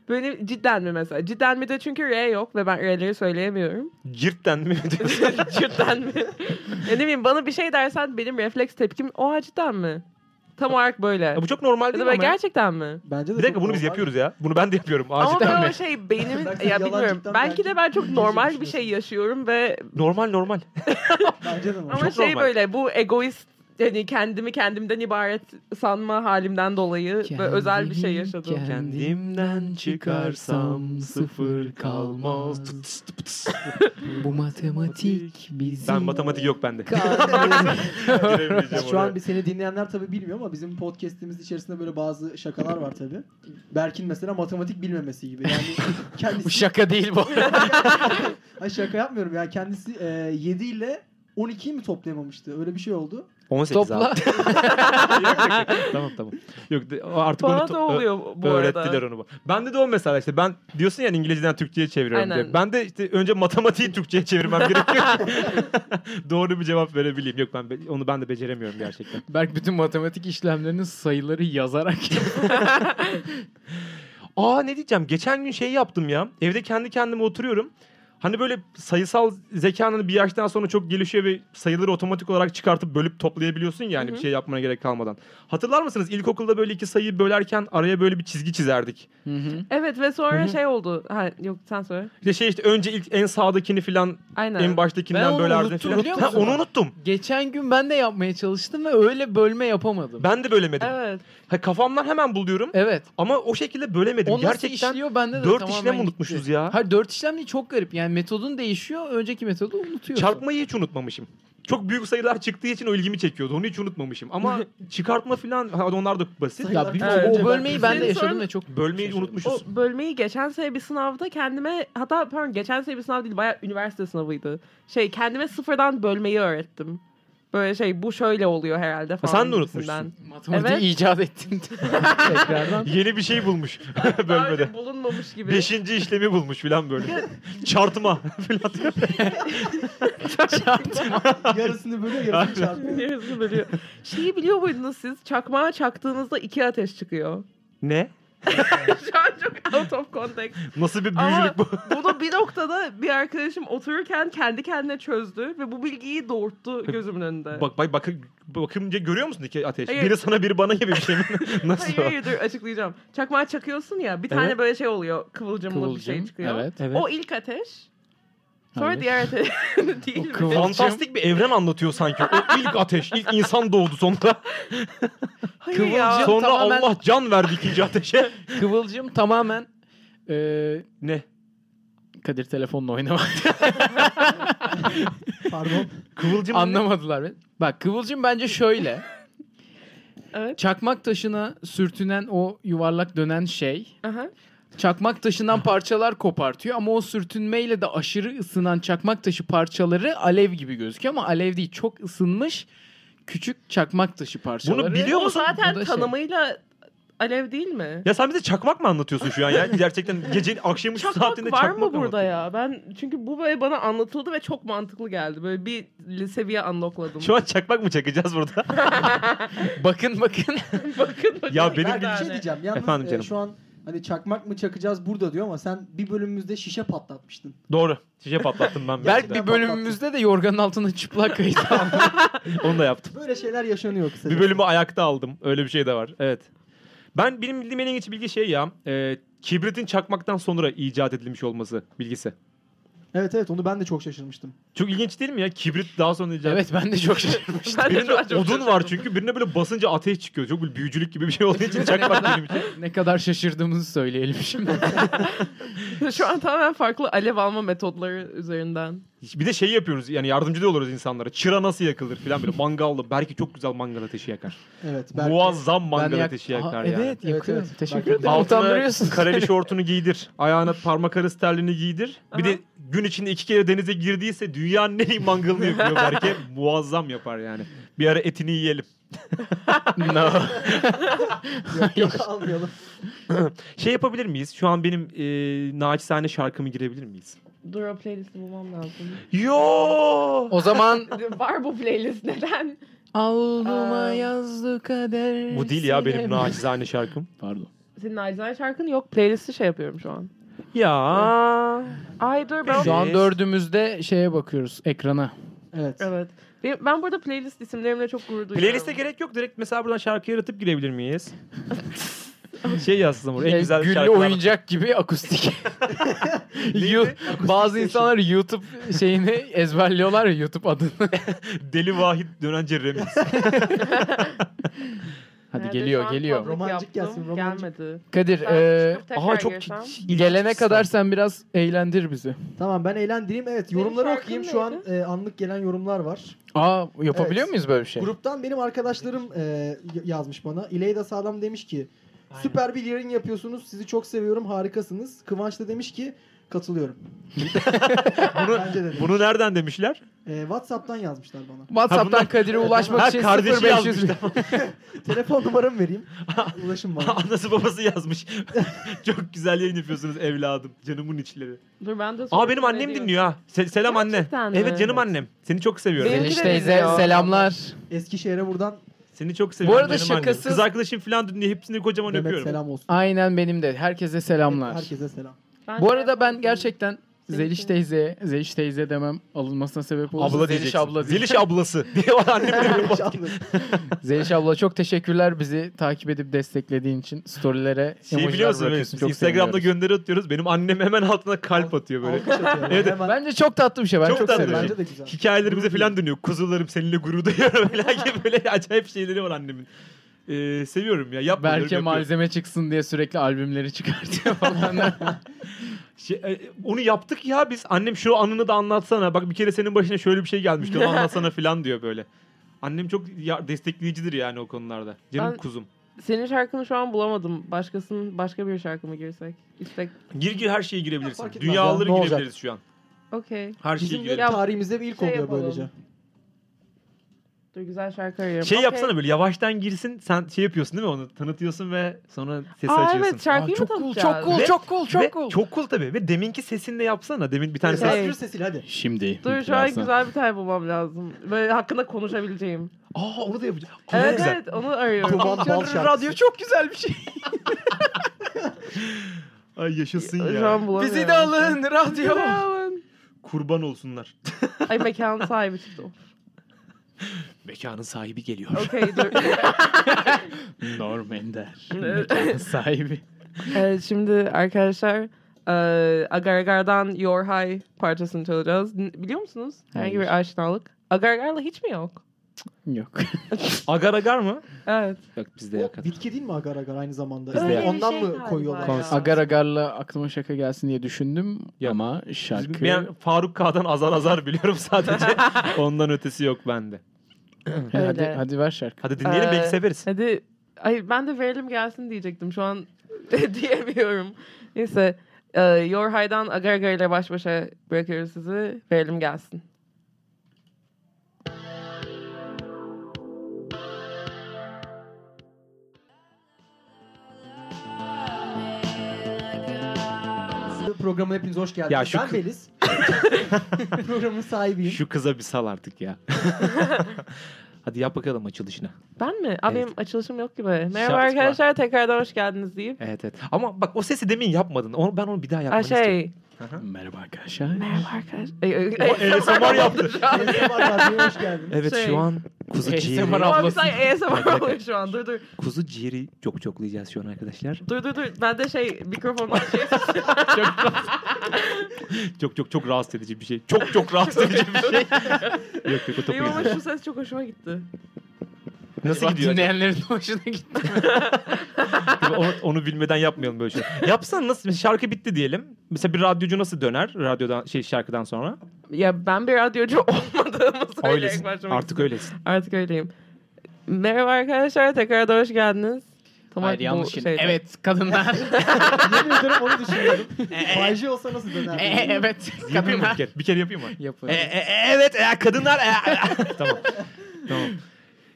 S1: böyle cidden mi mesela cidden mi de çünkü R yok ve ben R'leri söyleyemiyorum
S3: Girt'ten mi diyorsun?
S1: cidden mi ya ne bileyim bana bir şey dersen benim refleks tepkim o cidden mi tam olarak böyle
S3: Ya bu çok normal
S1: ya
S3: değil
S1: da
S3: mi
S1: böyle
S3: ama ya?
S1: gerçekten mi
S2: Bence de
S3: Bir dakika
S2: çok
S3: bunu biz
S2: normal.
S3: yapıyoruz ya. Bunu ben de yapıyorum.
S1: ama böyle
S3: Acilden
S1: o
S3: mi?
S1: şey beynimin
S2: Belki
S1: ya
S2: yalan
S1: bilmiyorum
S2: cidden
S1: belki de
S2: belki
S1: ben çok
S2: iyice
S1: normal bir
S2: düşünüyorsun.
S1: şey yaşıyorum ve
S3: Normal normal.
S2: Bence de normal.
S1: Ama
S3: Çok
S1: şey
S3: normal.
S1: böyle bu egoist yani kendimi kendimden ibaret sanma halimden dolayı böyle özel bir şey yaşadım.
S3: Kendimden
S4: çıkarsam sıfır kalmaz.
S3: Tıts tıp tıs.
S4: Bu matematik bizim...
S3: ben matematik yok bende.
S2: Şu an bir seni dinleyenler tabii bilmiyor ama bizim podcast'imiz içerisinde böyle bazı şakalar var tabii. Berk'in mesela matematik bilmemesi gibi. Yani
S4: Bu
S2: kendisi
S4: şaka değil bu.
S2: Ay şaka yapmıyorum ya. Kendisi e, 7 ile 12'yi mi toplayamamıştı? Öyle bir şey oldu.
S3: 18
S4: Topla.
S3: abi. Yok, yok, yok. tamam tamam. Yok de- artık onu
S1: Bana
S3: to-
S1: da oluyor bu- bu
S3: öğrettiler
S1: arada.
S3: onu. Bende de o mesela işte ben diyorsun ya hani İngilizceden Türkçe'ye çeviriyorum
S1: Aynen.
S3: diye. Ben de işte önce matematiği Türkçe'ye çevirmem gerekiyor. Doğru bir cevap verebileyim. Yok ben be- onu ben de beceremiyorum gerçekten.
S4: Berk bütün matematik işlemlerinin sayıları yazarak.
S3: Aa ne diyeceğim? Geçen gün şey yaptım ya. Evde kendi kendime oturuyorum. Hani böyle sayısal zekanın bir yaştan sonra çok gelişiyor ve sayıları otomatik olarak çıkartıp bölüp toplayabiliyorsun yani
S1: Hı hı.
S3: bir şey yapmana gerek kalmadan. Hatırlar mısınız ilkokulda böyle iki sayıyı bölerken araya böyle bir çizgi çizerdik.
S4: Hı hı.
S1: Evet ve sonra
S3: Hı hı.
S1: şey oldu. Ha, yok sen söyle.
S3: Bir de şey işte önce ilk en sağdakini filan
S1: Aynen.
S3: en
S4: Ben
S3: baştakinden
S4: onu
S3: bölerdin
S4: unuttum
S3: filan.
S4: biliyor
S3: Ha,
S4: musun?
S3: onu unuttum.
S4: Geçen gün ben de yapmaya çalıştım ve öyle bölme yapamadım.
S3: Ben de bölemedim.
S1: Evet.
S3: Ha, kafamdan hemen buluyorum
S4: Evet.
S3: ama o şekilde bölemedim.
S4: O nasıl
S3: Gerçekten
S4: işliyor bende de
S3: dört
S4: tamamen
S3: işlem
S4: gitti.
S3: unutmuşuz ya.
S4: Hayır dört işlem değil çok garip. Yani metodun değişiyor. Önceki metodu unutuyorsun.
S3: Çarpmayı hiç unutmamışım. Çok büyük sayılar çıktığı için o ilgimi çekiyordu. Onu hiç unutmamışım. Ama çıkartma falan ha, onlar da basit.
S4: Ya bir-
S1: Evet.
S4: o bölmeyi ben de
S1: Senin
S4: yaşadım
S1: sorun-
S4: ve çok
S3: Bölmeyi unutmuşuz.
S1: O bölmeyi geçen sene bir sınavda kendime hatta pardon geçen sene bir sınav değil bayağı üniversite sınavıydı. Şey kendime sıfırdan bölmeyi öğrettim. Böyle şey bu şöyle oluyor herhalde falan.
S3: sen de
S1: gibisinden.
S3: unutmuşsun.
S4: Matematiği
S1: Evet.
S4: icat ettin.
S2: Tekrardan.
S3: Yeni bir şey bulmuş
S1: Daha
S3: bölmede.
S1: önce bulunmamış gibi.
S3: Beşinci işlemi bulmuş falan böyle. Çarpma falan.
S4: Çarptım.
S2: Yarısını bölüyor yarısını çarpıyor.
S1: Yarısı bölüyor. Şeyi biliyor muydunuz siz? Çakmağa çaktığınızda iki ateş çıkıyor.
S3: ne?
S1: Şu an çok out of context.
S3: Nasıl bir
S1: Ama-
S3: büyücülük bu?
S1: Bunu bir noktada bir arkadaşım otururken kendi kendine çözdü ve bu bilgiyi doğurttu gözümün önünde.
S3: bak bak bak bakınca görüyor musun iki ateş?
S1: Hayır.
S3: Biri sana biri bana gibi bir şey mi? Nasıl?
S1: Hayır hayır dur açıklayacağım. Çakmağa çakıyorsun ya bir tane
S3: Evet.
S1: böyle şey oluyor kıvılcımlı bir şey
S4: Kıvılcım.
S1: çıkıyor.
S4: Evet.
S3: Evet.
S1: O ilk ateş. Sonra
S4: Hayır.
S1: diğer ateş değil mi?
S4: kıvıl-
S3: Fantastik bir evren anlatıyor sanki. O ilk ateş, ilk insan doğdu sonra.
S1: Hayır ya.
S4: Kıvılcım-
S3: Sonra
S4: tamamen-
S3: Allah can verdi ikinci ateşe.
S4: Kıvılcım tamamen e,
S3: ne?
S4: Kadir telefonla oynamak.
S2: Pardon.
S3: Kıvılcım ne?
S4: Anlamadılar beni. Bak Kıvılcım bence şöyle.
S1: Evet.
S4: Çakmak taşına sürtünen o yuvarlak dönen şey
S1: Aha.
S4: çakmak taşından parçalar kopartıyor ama o sürtünmeyle de aşırı ısınan çakmak taşı parçaları alev gibi gözüküyor ama alev değil çok ısınmış küçük çakmak taşı parçaları.
S3: biliyor
S1: O
S3: musun?
S1: zaten
S4: Bu da şey.
S1: tanımıyla alev değil mi?
S3: Ya sen bize çakmak mı anlatıyorsun şu an ya? Gerçekten gecenin akşamüstü
S1: Çakmak
S3: saatinde
S1: var
S3: çakmak
S1: mı burada
S3: anlatıyorsun?
S1: ya? Ben çünkü bu böyle bana anlatıldı ve çok mantıklı geldi. Böyle bir seviye unlockladım.
S3: Şu an çakmak mı çakacağız burada?
S4: Bakın bakın.
S1: Bakın bakın.
S3: Ya benim-
S1: iki
S2: Ben bir şey
S1: tane.
S2: diyeceğim. Yalnız
S3: Efendim
S2: e,
S3: canım.
S2: şu an hani çakmak mı çakacağız burada diyor ama sen bir bölümümüzde şişe patlatmıştın.
S3: Doğru. Şişe patlattım ben.
S4: Belki
S3: Belki
S4: bir bölümümüzde de yorganın altına çıplak kayıt aldım.
S3: onu da yaptım.
S2: Böyle şeyler yaşanıyor kısaca.
S3: Bir bölümü ayakta aldım. Öyle bir şey de var. Evet. Ben benim bildiğim en ilginç bilgi şey ya. E, kibritin çakmaktan sonra icat edilmiş olması bilgisi.
S2: Evet evet onu ben de çok şaşırmıştım.
S3: Çok ilginç değil mi ya? Kibrit daha sonra icat.
S4: evet ben de çok şaşırmıştım.
S1: Ben de
S3: Birinde
S1: şu an çok
S3: odun
S1: şaşırdım.
S3: var çünkü birine böyle basınca ateş çıkıyor. Çok böyle büyücülük gibi bir şey olduğu için çakmak benim için.
S4: ne kadar şaşırdığımızı söyleyelim şimdi.
S1: Şu an tamamen farklı alev alma metodları üzerinden.
S3: Bir de şey yapıyoruz yani yardımcı da oluruz insanlara. Çıra nasıl yakılır falan böyle mangallı. Belki çok güzel mangal ateşi yakar.
S2: Evet. belki-
S3: Muazzam mangal
S4: yak-
S3: ateşi
S4: Aha,
S3: yakar yani.
S4: Evet yakıyorum.
S2: evet.
S4: Teşekkür
S2: Bakın.
S4: ederim.
S3: Altına
S4: Utandırıyorsun.
S3: kareli şortunu giydir. Ayağına parmak arası terliğini giydir. Bir
S1: Aha.
S3: de gün içinde iki kere denize girdiyse dünyanın en iyi mangalını yapıyor belki. Muazzam yapar yani. Bir ara etini yiyelim.
S4: No.
S2: Yok, yok, almayalım.
S3: Şey yapabilir miyiz? Şu an benim e, naçizane şarkımı girebilir miyiz?
S1: Dur o playlisti bulmam lazım.
S3: Yo!
S4: O zaman
S1: var bu playlist neden?
S4: alnıma
S1: Aa.
S4: yazdı kader.
S3: Bu değil ya benim
S4: sinem.
S3: naçizane şarkım.
S4: Pardon.
S1: Senin acizane şarkın yok. Playlisti şey yapıyorum şu an.
S3: Ya.
S1: Ay dur ben...
S4: Şu an
S3: Evet.
S4: dördümüzde şeye bakıyoruz ekrana.
S2: Evet.
S1: Evet. Benim- Ben burada playlist isimlerimle çok gurur duyuyorum.
S3: Playlist'e gerek yok. Direkt mesela buradan şarkı yaratıp girebilir miyiz? şey yazsın buraya. En güzel
S4: Güllü
S3: şarkılar.
S4: oyuncak gibi akustik. Yu- Bazı insanlar YouTube şeyini ezberliyorlar ya YouTube adını.
S3: Deli Vahit Dönence Remix.
S4: Hadi
S1: Nerede? Şu
S4: geliyor
S1: an
S4: geliyor.
S1: public
S2: Romancık
S1: yaptım,
S2: gelsin, romancık.
S1: Gelmedi.
S4: Kadir
S1: Ben
S4: e,
S1: çıkıp tekrar
S3: Aha çok
S1: girsem.
S4: gelene kadar sen biraz eğlendir bizi.
S2: Tamam ben eğlendireyim. Evet
S1: Benim
S2: yorumları
S1: şarkım
S2: okuyayım. Şu an
S1: neydi?
S2: e, anlık gelen yorumlar var.
S4: Aa yapabiliyor
S2: Evet.
S4: muyuz böyle bir şey?
S2: Gruptan benim arkadaşlarım e, y- yazmış bana. İleyda Sağlam demiş ki
S6: Aynen.
S2: Süper bir yayın yapıyorsunuz. Sizi çok seviyorum. Harikasınız. Kıvanç da demiş ki katılıyorum.
S3: Bunu,
S2: Bence de.
S3: bunu nereden demişler?
S2: Ee, WhatsApp'tan yazmışlar bana.
S4: WhatsApp'tan
S3: bunlar-
S4: Kadir'e ulaşmak
S3: Ha,
S4: için
S3: kardeşi
S4: 0500
S3: yazmış.
S2: Telefon numaramı vereyim. Ulaşın bana.
S3: Anası babası yazmış. Çok güzel yayın yapıyorsunuz evladım. Canımın içleri.
S1: Dur ben de
S3: Aa benim
S1: sorayım,
S3: annem
S1: ne diyor?
S3: dinliyor ha. Se- selam anne.
S1: Gerçekten mi?
S3: Evet canım annem. Seni çok seviyorum.
S1: Benim-
S4: Zeliş
S1: de
S4: teyze
S1: dinliyor.
S4: selamlar.
S2: Eskişehir'e buradan
S3: Seni çok seviyorum.
S4: Bu arada
S3: canım annem.
S4: şakasız-
S3: Kız arkadaşım falan dinliyor. Hepsini kocaman
S2: Demet
S3: öpüyorum.
S2: selam olsun.
S4: Aynen benim de. Herkese selamlar.
S2: Herkese selam.
S1: Ben
S4: Bu
S1: de-
S4: arada ben gerçekten
S1: Seni
S4: Zeliş
S1: seviyorum.
S4: teyzeye, Zeliş teyze demem alınmasına sebep olursa
S3: Abla
S4: Zeliş
S3: diyeceksin.
S4: abla diyeceğim.
S3: Zeliş ablası diye var annem.
S4: Zeliş abla çok teşekkürler bizi takip edip desteklediğin için. Storylere
S3: Şey
S4: emojiler
S3: biliyorsun
S4: bırakıyorsun.
S3: böyle,
S4: Çok
S3: Instagram'da
S4: seviyoruz.
S3: gönderi atıyoruz. Benim annem hemen altına kalp atıyor böyle.
S2: Alkış atıyorum.
S3: Evet,
S2: Hemen-
S4: Bence çok tatlı bir şey. Ben
S3: Çok
S4: çok,
S3: tatlı bir
S4: seviyorum.
S2: Bence de güzel.
S3: Hikayelerimize falan dönüyor. Kuzularım seninle gurur duyuyorum falan gibi böyle acayip şeyleri var annemin. Ee, seviyorum ya. Yapma diyorum,
S4: Berke
S3: yapıyorum.
S4: malzeme çıksın diye sürekli albümleri çıkartıyor falan.
S3: Şey, e, onu yaptık ya biz. Annem şu anını da anlatsana. Bak bir kere senin başına şöyle bir şey gelmişti. Onu anlatsana falan diyor böyle. Annem çok ya- destekleyicidir yani o konularda. Canım
S1: Ben-
S3: kuzum.
S1: Senin şarkını şu an bulamadım. Başkasının başka bir şarkı mı girsek? İstek.
S3: Gir gir her şeye girebilirsin.
S2: Fark etmez ya,
S3: Dünyaları
S2: ne olacak?
S3: girebiliriz şu an.
S1: Okey.
S3: Her şeye
S2: Bizim de
S3: girebiliriz.
S1: Ya-
S2: tarihimizde bir ilk
S1: Şey
S2: oluyor
S1: yapalım.
S2: böylece.
S1: Dur güzel şarkı arıyorum.
S3: Şey
S1: Okey.
S3: yapsana böyle yavaştan girsin. Sen şey yapıyorsun değil mi onu? Tanıtıyorsun ve sonra sesi
S1: Aa
S3: açıyorsun.
S1: evet şarkıyı
S4: çok
S1: mı
S4: cool,
S1: tanıtacağız?
S4: çok cool,
S3: Ve-
S4: çok cool,
S3: Ve
S4: çok cool.
S3: Çok cool tabii. Ve deminki sesini de yapsana. Demin bir tane
S1: Şey-
S3: ses.
S2: Sür sesiyle hadi.
S4: Şimdi.
S1: Dur şu an güzel bir tane bulmam lazım. Böyle hakkında konuşabileceğim.
S3: Aa onu da yapacağım. Kulağı
S1: Evet
S3: güzel.
S1: evet onu arıyorum.
S2: Kuban bal şarkısı.
S4: Radyo çok güzel bir şey.
S3: Ay yaşasın
S1: Şu
S3: ya.
S1: an bulamıyorum.
S4: Bizi de alın
S1: Bizi
S4: radyo.
S1: de alın.
S3: Kurban olsunlar.
S1: Ay mekan sahibi çıktı.
S3: Mekanın sahibi geliyor.
S1: Okey dur.
S4: Norm Ender.
S1: Evet.
S4: mekanın sahibi.
S1: Evet, şimdi arkadaşlar eee, Agar Agar'dan Your High parçasını çalacağız. N- Biliyor musunuz? Herhangi bir
S4: Hayır.
S1: aşinalık. Agar Agar'la hiç mi yok?
S4: Yok.
S3: Agar agar mı?
S1: Evet.
S4: Yok bizde
S2: O bitki değil mi agar agar aynı zamanda?
S4: Bizde yok.
S2: Ondan
S1: Öyle bir şey
S2: mı koyuyorlar?
S1: galiba ya.
S4: Agar agarla aklıma şaka gelsin diye düşündüm
S3: Yok.
S4: ama
S3: Biz-
S4: şarkı
S3: Ben Faruk K'dan azar azar biliyorum sadece. Ondan ötesi yok bende.
S4: hadi,
S1: Öyle.
S4: hadi ver şarkı.
S3: Hadi dinleyelim
S1: Ee,
S3: belki severiz.
S1: Hadi. Ay ben de verelim gelsin diyecektim. Şu an diyemiyorum. Neyse. eee, Your High'dan Agar Agar ile baş başa bırakıyoruz sizi. Verelim gelsin.
S2: Programına hepiniz hoş geldiniz.
S3: Ya şu
S2: ben
S3: kı-
S2: Beliz. Programın sahibiyim.
S3: Şu kıza bir sal artık ya. Hadi yap bakalım açılışına.
S1: Ben mi? Abi
S3: Evet.
S1: benim açılışım yok gibi. Merhaba
S3: var.
S1: arkadaşlar tekrardan hoş geldiniz deyip.
S3: Evet evet. Ama bak o sesi demin yapmadın. Onu, ben onu bir daha yapmanı
S1: Aa,
S3: istiyorum.
S1: şey.
S4: Merhaba arkadaşlar.
S1: Merhaba arkadaşlar.
S3: O ASMR yaptı.
S2: ASMR radyoya hoş geldin.
S3: Evet
S1: Şey.
S3: şu an kuzu
S4: ASMR
S3: ciğeri,
S4: abla.
S1: Abi
S4: Ablası.
S1: sen ASMR oluyor şu an. Dur dur.
S3: kuzu ciğeri çok çoklayacağız şu an arkadaşlar.
S1: Dur dur dur. Ben de şey mikrofondan şey
S3: Çok çok çok rahatsız edici bir şey. Çok çok rahatsız edici bir şey. yok yok o topu
S1: Benim ama
S3: izle.
S1: şu ses çok hoşuma gitti.
S3: Nasıl
S4: Bak,
S3: gidiyor?
S4: Dinleyenlerin hoşuna gitti.
S3: Tabii onu, onu bilmeden yapmayalım böyle şey. Yapsan nasıl? Mesela şarkı bitti diyelim. Mesela bir radyocu nasıl döner radyodan şey şarkıdan sonra?
S1: Ya ben bir radyocu olmadığımı söyleyerek
S3: Öylesin.
S1: başlamak
S3: Artık
S1: istedim.
S3: öylesin.
S1: Artık öyleyim. Merhaba arkadaşlar. Tekrardan hoş geldiniz. Tamam,
S4: Hayır
S1: bu
S4: yanlış şey.
S1: şeyden.
S4: Evet kadınlar.
S2: Yemin ederim onu düşünüyorum. Bayji olsa nasıl döner?
S4: E, e, evet
S3: Yapayım mı bir
S4: kadınlar.
S3: kere? Bir kere yapayım mı?
S4: Yapın.
S3: E, e, e, evet e, kadınlar. e, e. tamam. Tamam.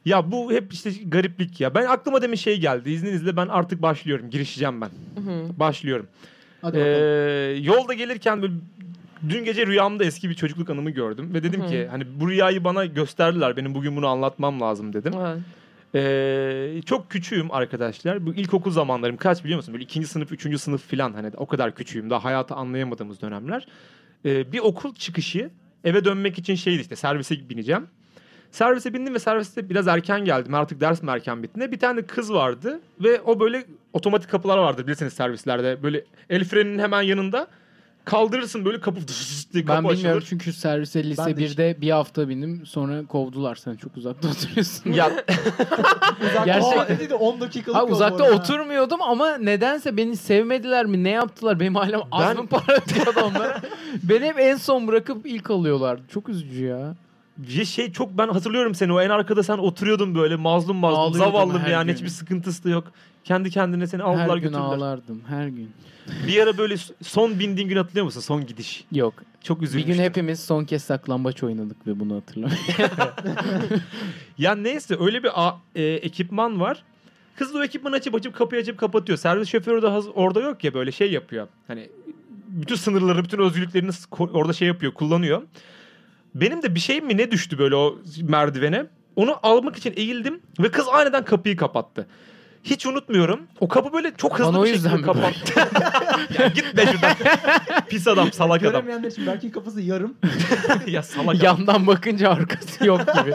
S3: Ya bu hep işte gariplik ya. Ben aklıma demin şey geldi. İzninizle ben artık başlıyorum. Girişeceğim ben.
S1: Hı hı.
S3: Başlıyorum.
S2: Hadi
S3: Ee,
S2: bakalım.
S3: yolda gelirken böyle dün gece rüyamda eski bir çocukluk anımı gördüm ve dedim
S1: Hı.
S3: ki hani bu rüyayı bana gösterdiler. Benim bugün bunu anlatmam lazım dedim.
S1: Evet.
S3: Ee, çok küçüğüm arkadaşlar. Bu ilkokul zamanlarım kaç biliyor musun? Böyle ikinci sınıf, üçüncü sınıf filan hani o kadar küçüğüm. Daha hayatı anlayamadığımız dönemler. Ee, bir okul çıkışı eve dönmek için şeydi işte servise bineceğim. Servise bindim ve serviste biraz erken geldim. Artık ders mi erken bitti? ne? Bir tane de kız vardı ve o böyle otomatik kapılar vardır bilirsiniz servislerde. Böyle el freninin hemen yanında kaldırırsın böyle kapı diye kapı
S4: Ben
S3: açılır.
S4: bilmiyorum çünkü servise lise
S2: Ben de
S4: 1'de bir hafta bindim sonra kovdular sen çok uzakta oturuyorsun.
S3: Ya
S2: Uzakta
S4: gerçek-
S2: Aa, dedi de 10 dakikalık
S4: Ha,
S2: yol bu
S4: uzakta
S2: arada.
S4: oturmuyordum ama nedense beni sevmediler mi ne yaptılar benim ailem az
S3: Ben-
S4: mı para ödüyordu onlara. beni hep en son bırakıp ilk alıyorlardı çok üzücü ya.
S3: Ya şey çok ben hatırlıyorum seni o en arkada sen oturuyordun böyle mazlum mazlum
S4: Ağlıyordum
S3: zavallım
S4: her
S3: yani
S4: gün.
S3: hiçbir sıkıntısı da yok. Kendi kendine seni
S4: Her
S3: aldılar
S4: gün
S3: götürdüler.
S4: ağlardım her gün.
S3: Bir ara böyle son bindiğin gün hatırlıyor musun? Son gidiş.
S4: Yok.
S3: Çok üzülmüştüm.
S4: Bir gün hepimiz son kez saklambaç oynadık ve bunu hatırlamıyorum.
S3: Ya neyse öyle bir a- e, ekipman var. Kız da o ekipmanı açıp açıp kapıyı açıp kapatıyor. Servis şoförü de haz- orada yok ya böyle şey yapıyor. Hani bütün sınırları, bütün özgürlüklerini s- ko- orada şey yapıyor, kullanıyor. Benim de bir şey mi ne düştü böyle o merdivene. Onu almak için eğildim ve kız aniden kapıyı kapattı. Hiç unutmuyorum. O kapı böyle çok hızlı
S4: Lan o
S3: bir
S4: yüzden
S3: şekilde
S4: mi
S3: kapattı. ya git be şuradan. Pis adam, salak adam.
S2: Göremeyenler için belki kafası yarım.
S3: ya salak adam.
S4: Yandan bakınca arkası yok gibi.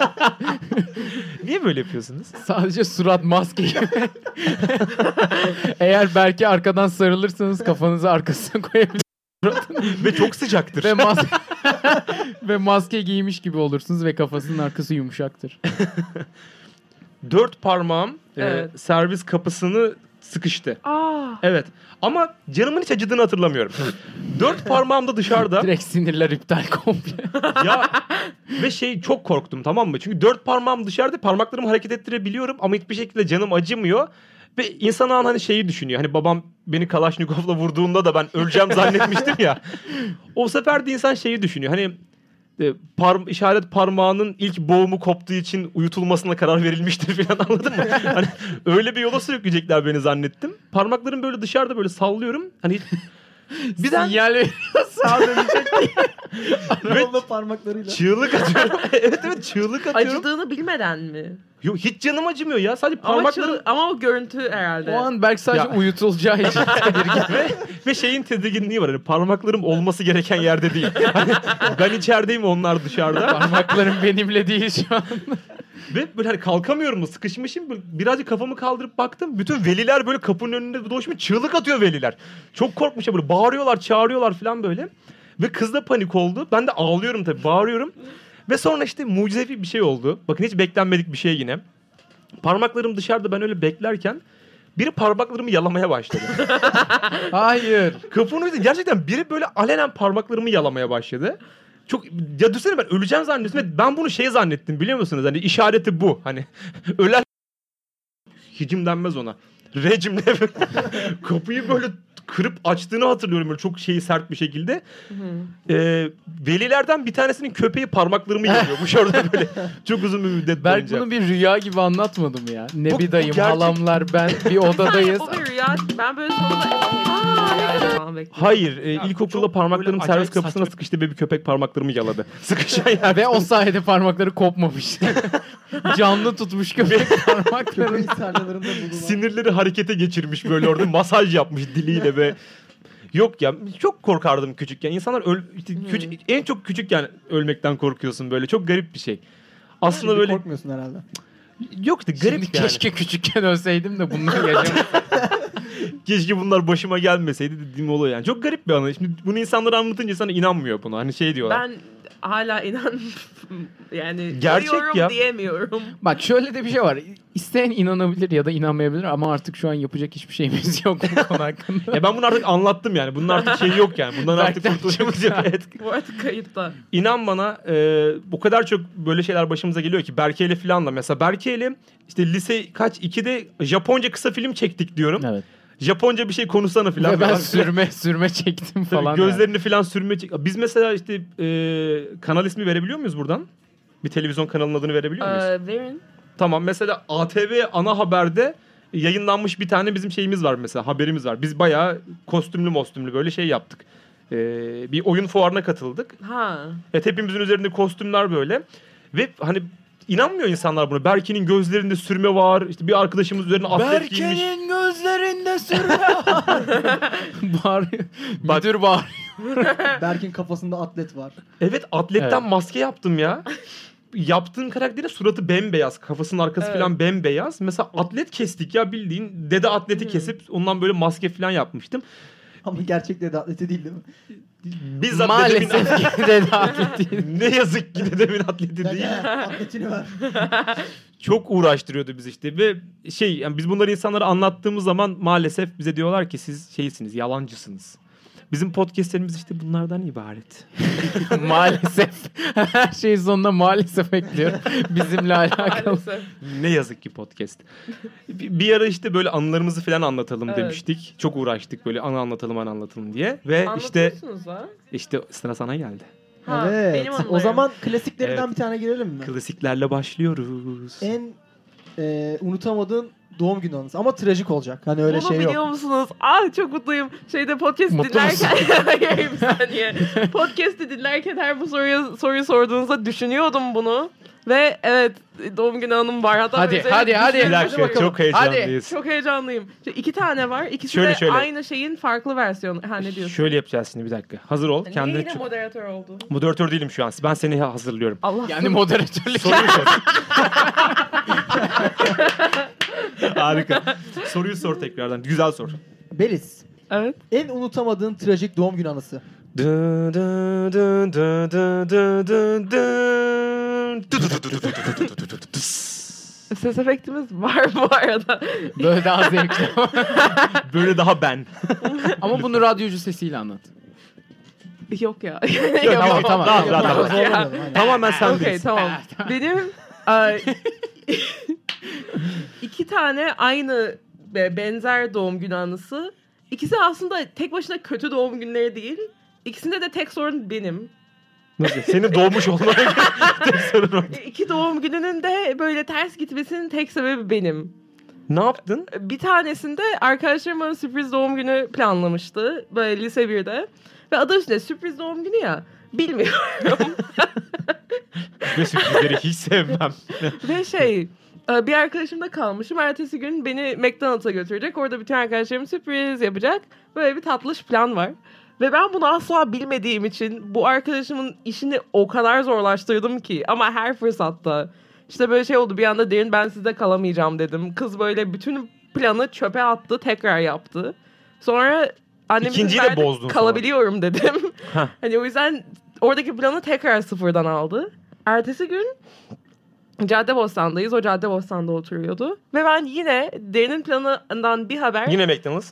S3: Niye böyle yapıyorsunuz?
S4: Sadece surat maske gibi. Eğer belki arkadan sarılırsanız kafanızı arkasına koyabilirsiniz.
S3: ve çok sıcaktır.
S4: ve maske ve maske giymiş gibi olursunuz ve kafasının arkası yumuşaktır.
S3: dört parmağım e,
S1: Evet.
S3: servis kapısını sıkıştı.
S1: Aa.
S3: Evet. Ama canımın hiç acıdığını hatırlamıyorum. dört parmağım da dışarıda.
S4: Direkt sinirler iptal komple.
S3: ya ve şey çok korktum tamam mı? Çünkü dört parmağım dışarıda parmaklarımı hareket ettirebiliyorum ama hiçbir şekilde canım acımıyor. Ve insan an hani şeyi düşünüyor. Hani babam beni Kalaşnikov'la vurduğunda da ben öleceğim zannetmiştim ya. O sefer de insan şeyi düşünüyor. Hani e, par- işaret parmağının ilk boğumu koptuğu için uyutulmasına karar verilmiştir falan anladın mı? hani öyle bir yola sürükleyecekler beni zannettim. Parmaklarım böyle dışarıda böyle sallıyorum. Hani hiç- bir de
S4: Sinyal ver-
S2: Sağa dönecek.
S3: Evet.
S2: Yolda parmaklarıyla.
S3: çığlık atıyorum. evet evet çığlık atıyorum.
S1: Acıdığını bilmeden mi?
S3: Yok hiç canım acımıyor ya. Sadece
S1: Ama,
S3: parmaklarım
S1: çığ- ama o görüntü herhalde.
S4: O an belki sadece
S3: Ya.
S4: uyutulacağı için tedirgin.
S3: ve, ve şeyin tedirginliği var. Hani parmaklarım olması gereken yerde değil. Hani ben içerideyim onlar dışarıda.
S4: Parmaklarım benimle değil şu an.
S3: ve böyle hani kalkamıyorum da sıkışmışım. Böyle Birazcık kafamı kaldırıp baktım. Bütün veliler böyle kapının önünde dolaşmış. Çığlık atıyor veliler. Çok korkmuşlar böyle bağırıyorlar çağırıyorlar falan böyle. Ve kız da panik oldu. Ben de ağlıyorum tabii bağırıyorum. Ve sonra işte mucizevi bir şey oldu. Bakın hiç beklenmedik bir şey yine. Parmaklarım dışarıda ben öyle beklerken biri parmaklarımı yalamaya başladı.
S4: Hayır.
S3: Kapının önünde gerçekten biri böyle alenen parmaklarımı yalamaya başladı. Çok ya düşünsene ben öleceğim zannettim. ve Ben bunu şey zannettim biliyor musunuz? Hani işareti bu. Hani ölen hicim denmez ona. Rejimle kapıyı böyle kırıp açtığını hatırlıyorum böyle çok şeyi sert bir şekilde.
S1: Hı.
S3: Ee, velilerden bir tanesinin köpeği parmaklarımı yalıyormuş orada böyle çok uzun bir müddet
S4: Berk
S3: boyunca.
S4: bunu bir rüya gibi anlatmadım ya.
S3: Bu- bu
S4: Nebi dayım,
S3: gerçek-
S4: halamlar, ben bir odadayız.
S1: o bir rüya. Ben böyle sonunda Aa, ne kadar.
S3: Hayır, e,
S6: Ya
S3: ilkokulda
S6: çok
S3: parmaklarım
S6: böyle
S3: servis
S6: acayip
S3: kapısına
S6: saçma-
S3: sıkıştı ve bir köpek parmaklarımı yaladı. Sıkışan yerde.
S4: Ve o sayede parmakları kopmamış. Canlı tutmuş köpek parmakları.
S2: Köpeğin sardalarında bulunan.
S3: sinirleri harekete geçirmiş böyle orada masaj yapmış diliyle ve Yok ya çok korkardım küçükken. İnsanlar öl işte küçük- en çok küçükken ölmekten korkuyorsun böyle. Çok garip bir şey. Aslında
S2: Şimdi
S3: böyle
S2: Korkmuyorsun herhalde.
S3: yok da garip
S4: Şimdi
S3: yani. Keşke...
S4: keşke küçükken ölseydim de bunları yaşamadım.
S3: bunlar başıma gelmeseydi dediğim oluyor yani. Çok garip bir anı. Şimdi bunu insanlara anlatınca sana inanmıyor buna. Hani şey diyorlar.
S1: Ben hala inan yani
S3: Gerçek
S1: görüyorum
S3: ya.
S1: diyemiyorum.
S4: Bak şöyle de bir şey var. İsteyen inanabilir ya da inanmayabilir ama artık şu an yapacak hiçbir şeyimiz yok bu konu hakkında.
S3: Ya ben bunu artık anlattım yani. Bunun artık şeyi yok yani. Bundan artık
S4: Berk'ten
S3: kurtuluşumuz
S4: çok-
S3: yok. Evet.
S1: Bu artık kayıtta.
S3: İnan bana e, bu kadar çok böyle şeyler başımıza geliyor ki Berke'yle falan da mesela Berke'yle işte lise kaç 2'de Japonca kısa film çektik diyorum.
S4: evet.
S3: Japonca bir şey konuşsana falan.
S4: Ve ben
S3: diyorlar.
S4: sürme sürme çektim
S3: Tabii
S4: falan.
S3: gözlerini falan sürme çek. Biz mesela işte e, kanal ismi verebiliyor muyuz buradan? Bir televizyon kanalının adını verebiliyor muyuz?
S1: Ee, verin.
S3: Tamam mesela ATV ana haberde yayınlanmış bir tane bizim şeyimiz var mesela haberimiz var. Biz bayağı kostümlü mostümlü böyle şey yaptık. E, bir oyun fuarına katıldık.
S1: Ha.
S3: Evet hepimizin üzerinde kostümler böyle. Ve hani inanmıyor insanlar buna. Berke'nin gözlerinde sürme var. İşte bir arkadaşımız üzerine atlet giymiş.
S4: gözlerinde sürme Bağırıyor.
S3: Bak-
S4: Müdür bağırıyor.
S2: Berk'in kafasında atlet var.
S3: Evet atletten
S4: Evet.
S3: maske yaptım ya. Yaptığın karakterin suratı bembeyaz. Kafasının arkası
S1: Evet.
S3: falan bembeyaz. Mesela atlet kestik ya bildiğin. Dede atleti
S1: Hmm.
S3: kesip ondan böyle maske falan yapmıştım.
S2: Ama gerçekte de atleti değil değil mi?
S3: Bizzat dedemin...
S4: Maalesef ki de davet değil.
S3: ne yazık ki dedemin atleti
S2: Berk,
S3: değil.
S2: atletini ver.
S3: Çok uğraştırıyordu biz işte. Ve şey yani biz bunları insanlara anlattığımız zaman maalesef bize diyorlar ki siz şeysiniz yalancısınız. Bizim podcastlerimiz işte bunlardan ibaret.
S4: maalesef. Her şeyin sonunda maalesef ekliyorum. Bizimle alakalı.
S1: Maalesef.
S3: ne yazık ki podcast. Bir, bir ara işte böyle anılarımızı falan anlatalım
S1: Evet.
S3: demiştik. Çok uğraştık böyle anı anlatalım anı anlatalım diye. Ve işte
S1: Anlatıyorsunuz ha.
S3: işte sıra sana geldi.
S1: Ha,
S2: evet.
S1: benim anılarım.
S2: O zaman klasiklerinden
S3: Evet.
S2: bir tane girelim mi?
S3: Klasiklerle başlıyoruz.
S2: en e, unutamadığın doğum günü anısı. Ama trajik olacak. Hani öyle
S1: Bunu
S2: şey
S1: biliyor
S2: yok.
S1: musunuz? Ah çok mutluyum. Şeyde podcast
S4: Mutlu
S1: dinlerken Hayır, bir saniye. Podcast'i dinlerken her bu soruyu, soruyu sorduğunuzda düşünüyordum bunu. Ve evet doğum günü anım var. Hatta
S4: Hadi,
S1: üzerine
S4: hadi, hadi.
S3: bir
S1: düşünüyorum.
S3: dakika çok heyecanlıyız.
S1: Çok heyecanlıyım. Şimdi iki tane var. İkisi
S3: Şöyle,
S1: de
S3: şöyle.
S1: aynı şeyin farklı versiyonu. Ha ne diyorsun?
S3: Şöyle yapacağız şimdi bir dakika. Hazır ol.
S1: Kendine
S3: Kendini
S1: Neyle
S3: çok-
S1: moderatör oldun?
S3: Moderatör değilim şu an. Ben seni hazırlıyorum.
S1: Allah
S4: Yani moderatörlük.
S3: Soruyu sor. Harika. Soruyu sor tekrardan. Güzel sor.
S2: Beliz.
S1: Evet.
S2: En unutamadığın trajik doğum günü anısı.
S3: Dın dın dın dın dın dın dın dın.
S1: Ses efektimiz var bu arada.
S4: Böyle daha zevkli.
S3: Böyle daha ben.
S4: Ama bunu radyocu sesiyle anlat.
S1: Yok ya.
S4: tamam,
S1: Yapamam.
S4: tamam.
S3: Tamam,
S2: Yok, yok,
S3: tamam,
S1: tamam.
S2: zorlamayalım, aynen.
S3: Tamamen sen
S1: Okey
S3: değilsin.
S1: tamam. Benim ay, iki tane aynı ve benzer doğum günü anısı. İkisi aslında tek başına kötü doğum günleri değil. İkisinde de tek sorun benim.
S3: Nasıl? Senin doğmuş olmana tek sorun o.
S1: E, İki doğum gününün de böyle ters gitmesinin tek sebebi benim.
S3: Ne yaptın?
S1: bir tanesinde arkadaşlarım bana sürpriz doğum günü planlamıştı. Böyle lise 1'de. Ve adı üstünde sürpriz doğum günü ya. Bilmiyorum.
S3: Ve sürprizleri hiç sevmem.
S1: Ve şey e, bir arkadaşımda kalmışım. Ertesi gün beni McDonald's'a götürecek. Orada bütün arkadaşlarım sürpriz yapacak. Böyle bir tatlış plan var. Ve ben bunu asla bilmediğim için bu arkadaşımın işini o kadar zorlaştırdım ki. Ama her fırsatta. İşte böyle şey oldu bir anda derin ben sizde kalamayacağım dedim. Kız böyle bütün planı çöpe attı tekrar yaptı. Sonra annemizin
S3: İkinciyi de
S1: verdi,
S3: bozdun sonra.
S1: kalabiliyorum dedim.
S3: Hah.
S1: hani o yüzden oradaki planı tekrar sıfırdan aldı. Ertesi gün Caddebostan'dayız. O Caddebostan'da oturuyordu. Ve ben yine Derin'in planından bir haber.
S3: Yine McDonald's.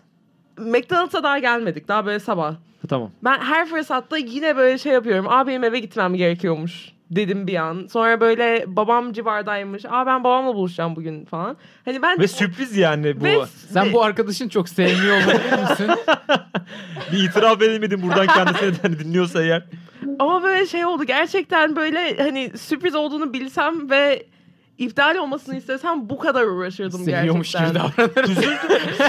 S1: McDonald's'a daha gelmedik. Daha böyle sabah.
S3: Tamam.
S1: Ben her fırsatta yine böyle şey yapıyorum. Aa benim eve gitmem gerekiyormuş dedim bir an. Sonra böyle babam civardaymış. Aa ben babamla buluşacağım bugün falan. Hani ben...
S3: Ve sürpriz yani bu.
S1: Ve-
S4: Sen bu arkadaşın çok sevmiyor olabilir misin?
S3: Bir itiraf edemedim buradan kendisine hani dinliyorsa eğer.
S1: Ama böyle şey oldu. Gerçekten böyle hani sürpriz olduğunu bilsem ve iptal olmasını istesem bu kadar uğraşırdım
S4: Seviyormuş
S1: gerçekten.
S4: gibi davranırız.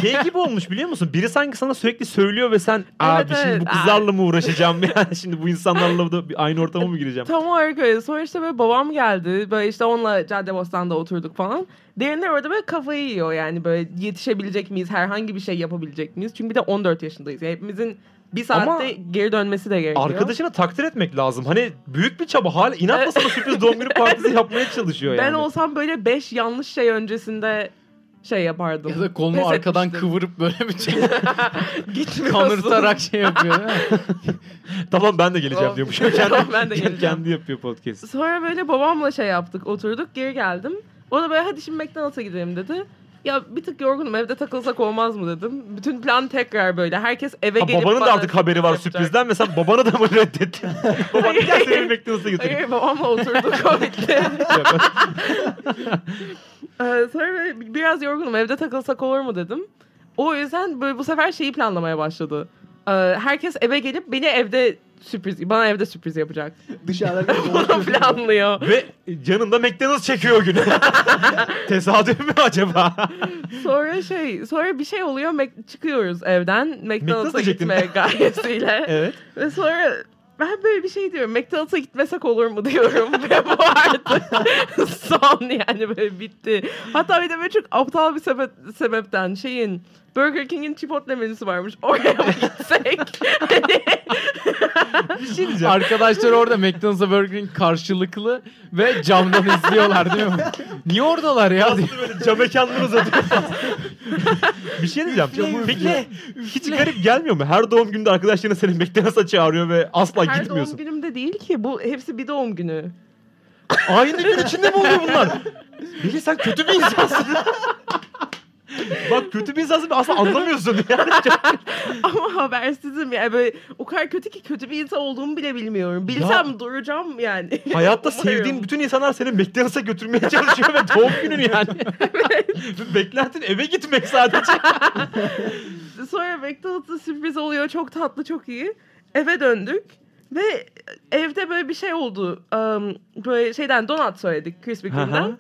S3: şey gibi olmuş biliyor musun? Biri sanki sana sürekli söylüyor ve sen abi şimdi
S1: evet.
S3: bu kızlarla mı uğraşacağım yani şimdi bu insanlarla da bir aynı ortama mı gireceğim?
S1: Tam olarak öyle. Sonra işte böyle babam geldi. Böyle işte onunla Caddebostan'da oturduk falan. Derinler orada böyle kafayı yiyor yani. Böyle yetişebilecek miyiz? Herhangi bir şey yapabilecek miyiz? Çünkü bir de 14 yaşındayız. Yani hepimizin bir saatte
S3: Ama
S1: geri dönmesi de gerekiyor.
S3: Arkadaşına takdir etmek lazım. Hani büyük bir çaba hala inatla
S1: Evet.
S3: sana sürpriz doğum günü partisi yapmaya çalışıyor yani.
S1: Ben olsam böyle 5 yanlış şey öncesinde şey yapardım.
S4: ya da kolunu
S1: Pes
S4: arkadan
S1: etmiştim.
S4: kıvırıp böyle bir şey
S1: Gitmiyorsun.
S4: kanırtarak şey yapıyor. değil mi?
S3: Tamam ben de geleceğim
S1: Tamam.
S3: diyormuş. Kendi,
S1: Tamam, ben de geleceğim.
S3: Kendi yapıyor podcast.
S1: Sonra böyle babamla şey yaptık oturduk geri geldim. O da böyle hadi şimdi McDonald's'a gidelim dedi. Ya bir tık yorgunum evde takılsak olmaz mı dedim. Bütün plan tekrar böyle. Herkes eve
S3: Ha,
S1: gelip
S3: babanın da
S1: bana
S3: artık haberi var
S1: yapacak.
S3: sürprizden ve sen babana da mı reddettin? Baban
S1: Hayır.
S3: gel seni McDonald's'a götüreyim.
S1: Hayır babamla oturduk komikle. Ee, Sonra böyle biraz yorgunum evde takılsak olur mu dedim. O yüzden böyle bu sefer şeyi planlamaya başladı. Ee, Herkes eve gelip beni evde sürpriz, bana evde sürpriz yapacak.
S2: Dışarıda bir doğum
S1: Bunu
S2: günü.
S1: planlıyor.
S3: Ve yanında McDonald's çekiyor o günü. Tesadüf mü acaba?
S1: Sonra şey, sonra bir şey oluyor. Mac- çıkıyoruz evden McDonald's'a
S3: McDonald's'a gittin.
S1: gitmeye gayesiyle.
S3: Evet.
S1: Ve sonra ben böyle bir şey diyorum. McDonald's'a gitmesek olur mu diyorum. Ve bu artık son yani böyle bitti. Hatta bir de böyle çok aptal bir sebep- sebepten şeyin Burger King'in Chipotle menüsü varmış. Oraya mı gitsek? Hani
S3: Bir şey diyeceğim.
S4: Arkadaşlar orada McDonald's'a Burger King karşılıklı ve camdan izliyorlar değil mi? Niye oradalar ya? diye.
S3: Aslında böyle cam mekanları uzatıyor. bir şey diyeceğim.
S4: Üfle,
S3: Peki hiç garip gelmiyor mu? Her doğum günde arkadaşların seni McDonald's'a çağırıyor ve asla
S1: her doğum
S3: gitmiyorsun.
S1: günümde değil ki. Bu hepsi bir doğum günü.
S3: Aynı gün içinde mi oluyor bunlar? Biri sen kötü bir insansın. Bak kötü bir insansın aslında anlamıyorsun yani.
S1: Ama habersizim yani böyle o kadar kötü ki kötü bir insan olduğumu bile bilmiyorum. Bilsem duracağım yani.
S3: Hayatta
S1: Umarım.
S3: sevdiğin bütün insanlar seni McDonald's'a götürmeye çalışıyor ve doğum günün yani. Beklentin eve gitmek sadece.
S1: Sonra McDonald's'a sürpriz oluyor. Çok tatlı, çok iyi. Eve döndük. Ve evde böyle bir şey oldu. Am, böyle şeyden donat söyledik Krispy Kreme'den.
S3: Aha.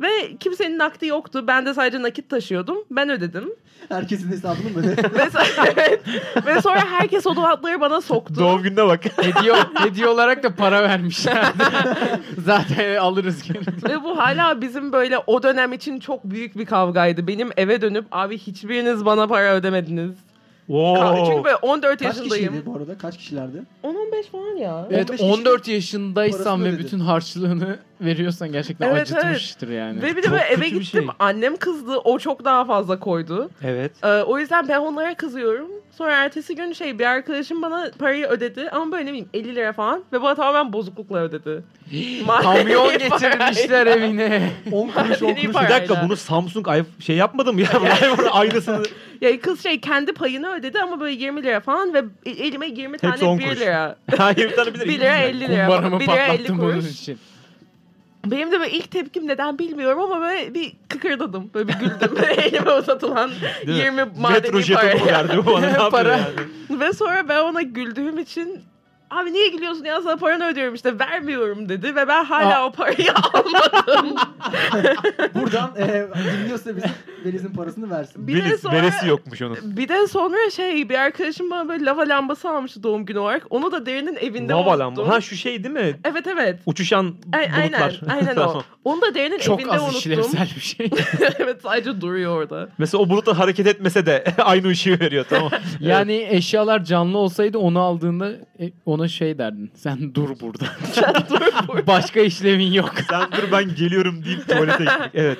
S1: Ve kimsenin nakdi yoktu. Ben de sadece nakit taşıyordum. Ben ödedim.
S2: Herkesin hesabını mı? ödedi?
S1: Ve, so- Evet. Ve sonra herkes o donatları bana soktu.
S3: doğum gününe bak.
S4: hediye, hediye olarak da para vermişler. Zaten alırız gene.
S1: Ve bu hala bizim böyle o dönem için çok büyük bir kavgaydı. Benim eve dönüp abi hiçbiriniz bana para ödemediniz. Ka- Çünkü
S3: Wow.
S1: böyle 14
S2: Kaç
S1: yaşındayım.
S2: kişiydi bu arada? Kaç kişilerdi?
S1: 10-15 falan ya.
S2: Evet,
S4: Evet
S2: 15
S4: 14 yaşındaysan
S2: Parasını
S4: ve
S2: ödedi.
S4: bütün harçlığını veriyorsan gerçekten
S1: Evet,
S4: acıtmıştır yani.
S1: Ve bir de
S3: Hani Çok
S1: böyle eve
S3: kötü bir
S1: gittim.
S3: şey.
S1: Annem kızdı. O çok daha fazla koydu.
S3: Evet.
S1: Ee, o yüzden ben onlara kızıyorum. Sonra ertesi gün şey bir arkadaşım bana parayı ödedi ama böyle ne bileyim 50 lira falan ve bana tamamen bozuklukla ödedi. Ma-
S4: Kamyon getirmişler evine.
S2: 10 kuruş 10
S1: Madeni
S2: kuruş.
S1: para.
S3: Bir dakika
S1: Aynen.
S3: bunu Samsung ay- şey yapmadı mı ya? Bunun aynısını.
S1: ya kız şey kendi payını ödedi ama böyle 20 lira falan ve e, elime 20
S3: Hepsi
S1: tane
S3: on
S1: 1
S3: kuruş.
S1: lira.
S3: Hayır bir tane bir de-
S1: 1 lira 50 lira.
S4: Kumbaramı
S1: 1 lira 50
S4: patlattım bunun
S1: kuruş.
S4: için.
S1: Benim de böyle ilk tepkim neden bilmiyorum ama böyle bir kıkırdadım. Böyle bir güldüm. Elime uzatılan
S3: Değil mi?
S1: 20
S3: Metro
S1: madeni
S3: jetonu
S1: paraya.
S3: verdi bu bana ne yapıyor
S4: Para.
S3: yani?
S1: Ve sonra ben ona güldüğüm için abi niye gülüyorsun ya sana paranı ödüyorum işte vermiyorum dedi ve ben hala o parayı almadım.
S2: Buradan e, dinliyorsa bizi Beliz'in parasını versin.
S1: Bir de
S3: Beliz,
S1: sonra-
S3: Beresi yokmuş onun.
S1: bir de sonra şey bir arkadaşım bana böyle lava lambası almıştı doğum günü olarak. Onu da derinin evinde
S3: Lava
S1: unuttum.
S3: lamba. Ha şu şey değil mi?
S1: Evet evet.
S3: Uçuşan
S1: A- aynen,
S3: bulutlar.
S1: aynen o.
S3: Tamam.
S1: Onu da derinin
S4: Çok
S1: evinde
S4: az
S1: unuttum.
S4: işlevsel bir şey.
S1: evet sadece duruyor orada.
S3: Mesela o bulutlar hareket etmese de aynı ışığı veriyor tamam.
S4: yani eşyalar canlı olsaydı onu aldığında e, ona şey derdin. Sen dur burada. Başka işlemin yok.
S3: Sen dur ben geliyorum deyip tuvalete gitmek. Evet.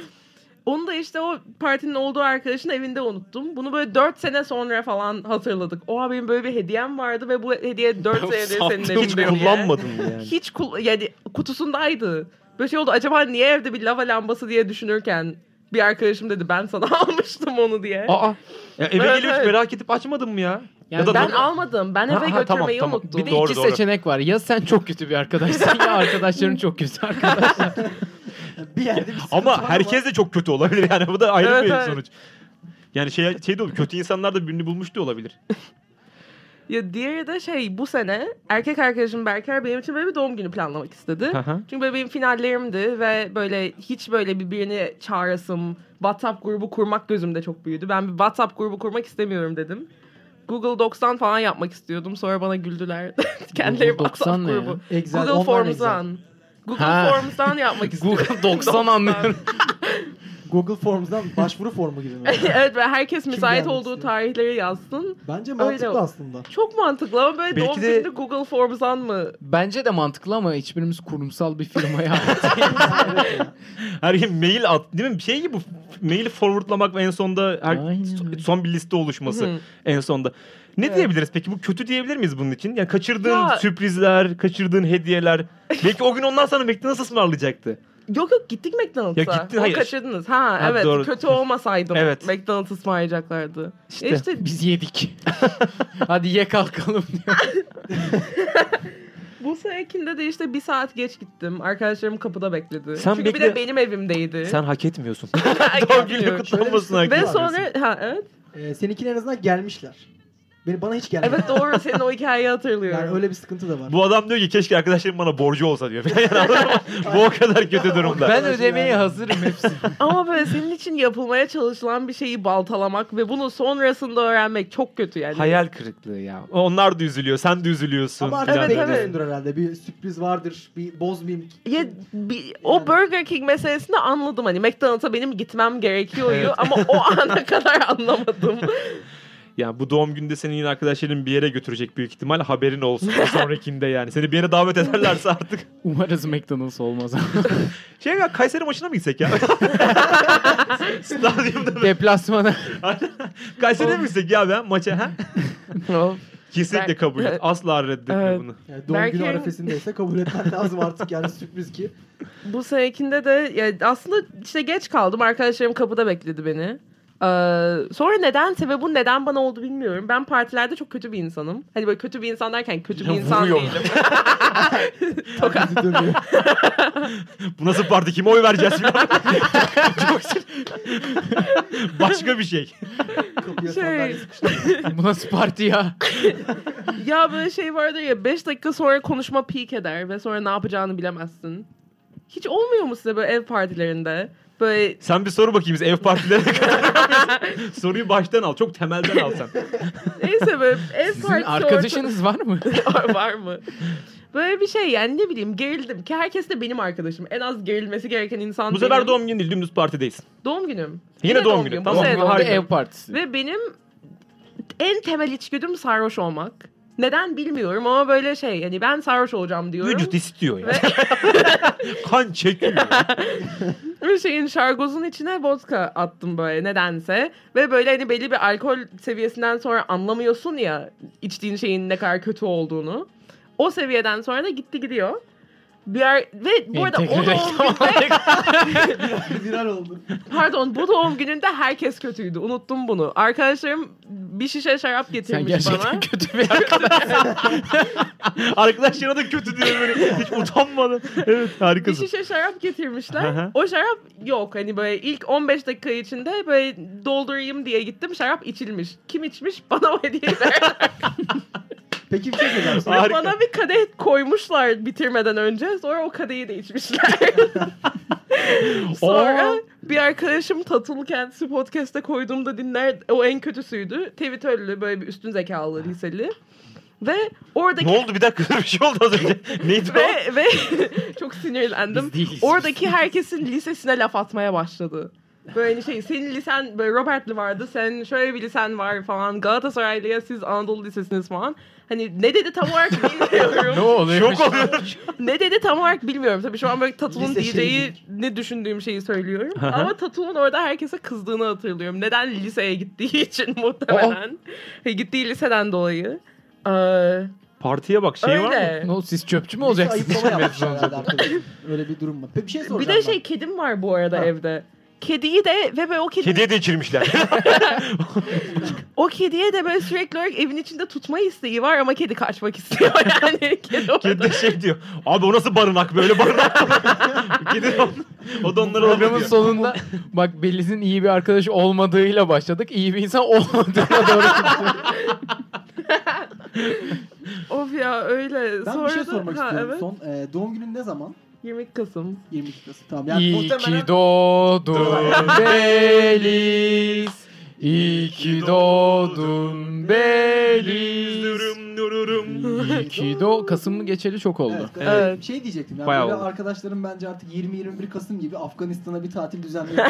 S1: Onu da işte o partinin olduğu arkadaşın evinde unuttum. Bunu böyle 4 sene sonra falan hatırladık. Oha benim böyle bir hediyem vardı ve bu hediye 4 senedir senin evinde.
S3: Hiç
S1: diye.
S3: kullanmadın mı yani.
S1: Hiç kul- yani kutusundaydı. Böyle şey oldu acaba niye evde bir lava lambası diye düşünürken bir arkadaşım dedi ben sana almıştım onu diye.
S3: Aa. Ya eve
S1: Evet,
S3: geliyor hiç
S1: evet.
S3: merak edip açmadın mı ya?
S4: Yani
S3: da
S1: ben
S3: doğru.
S1: almadım. Ben eve
S3: Ha, ha,
S1: götürmeyi
S3: tamam, tamam.
S1: unuttum.
S4: Bir de
S3: Doğru,
S4: iki
S3: doğru.
S4: seçenek var. Ya sen çok kötü bir arkadaşsın ya arkadaşların çok kötü arkadaş.
S2: Bir yerde bir sıkıntı var
S3: Ama herkes de çok kötü olabilir yani bu da ayrı
S1: Evet,
S3: bir
S1: evet.
S3: sonuç. Yani şey, şey de olur kötü insanlar da birini bulmuş da olabilir.
S1: Ya diğeri de şey bu sene erkek arkadaşım Berker benim için böyle bir doğum günü planlamak istedi.
S3: Hı hı.
S1: Çünkü böyle benim finallerimdi ve böyle hiç böyle birbirini çağırasım, WhatsApp grubu kurmak gözümde çok büyüdü. Ben bir WhatsApp grubu kurmak istemiyorum dedim. Google Docs'tan falan yapmak istiyordum. Sonra bana güldüler. Kendileri
S4: Google Docs'tan
S1: WhatsApp
S4: ne ya?
S1: grubu.
S2: Excel,
S1: Google
S2: online Excel.
S1: Forms'dan. Google
S4: Ha.
S1: Forms'dan yapmak istiyorum.
S4: Google 90 anlıyorum.
S2: Google Forms'dan başvuru formu gibi mi?
S1: evet ve herkes müsait
S2: gelmek
S1: olduğu
S2: istiyor?
S1: tarihleri yazsın.
S2: Bence mantıklı
S1: Öyle.
S2: aslında.
S1: Çok mantıklı ama böyle
S3: Belki
S1: doğum
S3: de-
S1: gününü Google Forms'dan mı?
S4: Bence de mantıklı ama hiçbirimiz kurumsal bir firmaya ait.
S2: Evet ya.
S3: Her gün mail at değil mi? Bir şey gibi bu. Maili forwardlamak ve en sonda her,
S4: Aynen öyle.
S3: son bir liste oluşması
S1: Hı.
S3: en sonda. Ne
S1: Evet.
S3: diyebiliriz peki? Bu kötü diyebilir miyiz bunun için? Yani kaçırdığın
S1: Ya-
S3: sürprizler, kaçırdığın hediyeler. Belki o gün ondan sonra McDonald's ısmarlayacaktı.
S1: Yok yok gittik McDonald's'a.
S3: Ya gittin,
S1: Onu
S3: hayır.
S1: kaçırdınız. Ha,
S3: Ha,
S1: evet
S3: doğru.
S1: kötü olmasaydım
S3: Evet.
S1: McDonald's ısmarlayacaklardı.
S3: İşte.
S1: E işte
S4: Biz yedik. Hadi ye kalkalım diyor.
S1: bu senekinde de işte bir saat geç gittim. Arkadaşlarım kapıda bekledi.
S3: Sen
S1: Çünkü bir
S3: bekle-
S1: de benim evimdeydi.
S3: Sen hak etmiyorsun.
S1: Ay,
S3: Doğum gününü
S1: geliyor.
S3: kutlanmasın
S2: Şöyle
S1: Ve
S3: hakkı.
S2: bir-
S1: sonra ha, evet.
S2: Ee, seninkine en azından gelmişler. Beni bana hiç gelmedi.
S1: evet doğru senin o hikayeyi hatırlıyorum.
S2: Yani öyle bir sıkıntı da var.
S3: Bu adam diyor ki keşke arkadaşlarım bana borcu olsa diyor. Yani anladın mı? Bu o kadar kötü durumda.
S4: Ben
S2: Arkadaşım
S4: ödemeye
S2: yani.
S4: hazırım hepsini.
S1: Ama böyle senin için yapılmaya çalışılan bir şeyi baltalamak ve bunu sonrasında öğrenmek çok kötü yani.
S3: Hayal kırıklığı ya. Onlar da üzülüyor, sen de üzülüyorsun.
S2: Ama
S1: Evet,
S2: artık
S1: evet.
S2: bekliyorsundur herhalde. Bir sürpriz vardır. Bir bozmayayım.
S1: Ya, bi- o Burger King meselesini anladım hani McDonald's'a benim gitmem gerekiyor
S3: Evet.
S1: ama o ana kadar anlamadım.
S3: Yani bu doğum günde senin yine arkadaşların bir yere götürecek büyük ihtimal haberin olsun bir sonrakinde yani. Seni bir yere davet ederlerse artık.
S4: Umarız McDonald's olmaz ama.
S3: Şey ya Kayseri maçına mı gitsek ya? Stadyumda mı?
S4: Deplasmana.
S3: Kayseri'ye mi gitsek ya ben maça ha? Kesinlikle
S1: Ben-
S3: kabul et. Asla reddetme
S1: Evet.
S3: bunu.
S2: Yani doğum
S1: Belki-
S2: günü arefesindeyse kabul etmen lazım artık yani sürpriz ki.
S1: Bu senekinde de ya aslında işte geç kaldım. Arkadaşlarım kapıda bekledi beni. Ee, sonra nedense ve bu neden bana oldu bilmiyorum. Ben partilerde çok kötü bir insanım. Hani böyle kötü bir insan derken kötü bir
S3: Ya
S1: insan
S3: vuruyor.
S1: değilim.
S2: Tokat.
S3: Bu nasıl parti? Kime oy vereceğiz falan. Çok sin- Başka bir şey.
S2: Kapıya
S1: Şey.
S2: sandalye sıkıştı.
S4: Bu nasıl parti ya?
S1: ya böyle şey vardır ya 5 dakika sonra konuşma peak eder ve sonra ne yapacağını bilemezsin. Hiç olmuyor mu size böyle ev partilerinde? Böyle
S3: Sen bir soru bakayım biz ev partilerine kadar. Soruyu baştan al. Çok temelden al sen.
S1: neyse böyle ev
S4: Sizin
S1: partisi
S4: arkadaşınız var mı?
S1: ortam- var mı? Böyle bir şey yani ne bileyim gerildim ki herkes de benim arkadaşım. En az gerilmesi gereken insan
S3: Bu sefer
S1: benim.
S3: doğum günü değil dümdüz partideyiz.
S1: Doğum günüm.
S3: Yine doğum günü,
S1: Bu
S3: tamam.
S4: Tamam,
S1: sene
S3: Doğum
S1: doğum
S3: harika.
S4: ev partisi.
S1: Ve benim en temel içgüdüm sarhoş olmak. Neden bilmiyorum ama böyle şey yani ben sarhoş olacağım diyorum.
S3: Vücut istiyor ya.
S1: Ve-
S3: kan çekiyor.
S1: Bir şeyin şargozun içine vodka attım böyle nedense. Ve böyle hani belli bir alkol seviyesinden sonra anlamıyorsun ya içtiğin şeyin ne kadar kötü olduğunu. O seviyeden sonra da gitti gidiyor. Bir yer- ve bu arada o
S4: Entegre
S1: doğum
S4: E, reklam.
S1: gününde,
S2: Viral oldu.
S1: pardon bu doğum gününde herkes kötüydü. Unuttum bunu. Arkadaşlarım bir şişe şarap
S4: Sen
S1: getirmiş
S4: gerçekten
S1: bana.
S4: kötü bir arkadaş.
S3: Arkadaşlarına da kötü diyor böyle. Hiç utanmadan. Evet
S1: Bir
S3: harikasın.
S1: şişe şarap
S3: Aha.
S1: getirmişler. o şarap yok. Hani böyle ilk 15 dakika içinde böyle doldurayım diye gittim. Şarap içilmiş. Kim içmiş? Bana o hediyeyi ver.
S2: Peki bir şey söyleyeceğim.
S1: Ve
S2: sana.
S3: Harika.
S1: Bana bir kadeh koymuşlar bitirmeden önce. Sonra o kadehi de içmişler. sonra
S3: Aa.
S1: bir arkadaşım Tatıl kendisi podcast'te koyduğumda dinler. O en kötüsüydü. Tevitörlü böyle bir üstün zekalı liseli. Ve oradaki...
S3: Ne oldu bir dakika dur, bir şey oldu az önce. Neydi o?
S1: Ve, ve çok sinirlendim.
S4: Biz değiliz.
S1: Oradaki herkesin lisesine laf atmaya başladı. Böyle hani şey senin lisen böyle Robert'li vardı. Sen şöyle bir lisen var falan. Galatasaraylı'ya siz Anadolu Lisesi'niz falan. Hani ne dedi tam olarak bilmiyorum.
S4: ne oluyor?
S3: Şok oluyorum.
S1: Ne dedi tam olarak bilmiyorum. Tabii şu an böyle Tatul'un
S2: Lise şeyi
S1: DJ'yi ne düşündüğüm şeyi söylüyorum.
S3: Aha.
S1: Ama Tatul'un orada herkese kızdığını hatırlıyorum. Neden liseye gittiği için muhtemelen.
S2: Oh.
S1: Gittiği liseden dolayı. Ee,
S3: Partiye bak şey var mı?
S1: öyle.
S4: Ne oldu siz çöpçü mü
S2: Birisi
S4: olacaksınız?
S2: ayıplama yapmış herhalde arkadaşım. Öyle bir durum var. Peki bir şey
S1: Bir
S2: soracağım
S1: de şey
S2: ben.
S1: kedim var bu arada
S2: Ha.
S1: evde. Kediyi de ve böyle o kedi,
S3: Kediye de içirmişler.
S1: o kediye de böyle sürekli olarak evin içinde tutma isteği var ama kedi kaçmak istiyor yani. Kedi orada.
S3: Kedi de şey diyor. Abi o nasıl barınak böyle barınak. Kedi o, o da onlara laf
S4: Programın
S3: ediyor.
S4: sonunda bak Beliz'in iyi bir arkadaşı olmadığıyla başladık. İyi bir insan olmadığına doğru gidiyor.
S1: Of ya öyle.
S2: Ben
S1: Sonra
S2: bir şey
S1: da-
S2: sormak
S1: ha,
S2: istiyorum.
S1: evet.
S2: Son e, doğum günün ne zaman?
S1: 20 Kasım.
S2: 22 Kasım. Tamam. Yani
S4: İyi
S2: muhtemelen
S4: ki doğdun Beliz. İyi ki doğdun Beliz.
S3: Durum dururum.
S4: İyi ki doğ... Kasım'ı geçeli çok oldu.
S2: Evet,
S1: Evet.
S2: Bir şey diyecektim. Yani
S3: Bayağı
S2: böyle
S3: oldu.
S2: arkadaşlarım bence artık 20-21 Kasım gibi Afganistan'a bir tatil düzenliyor.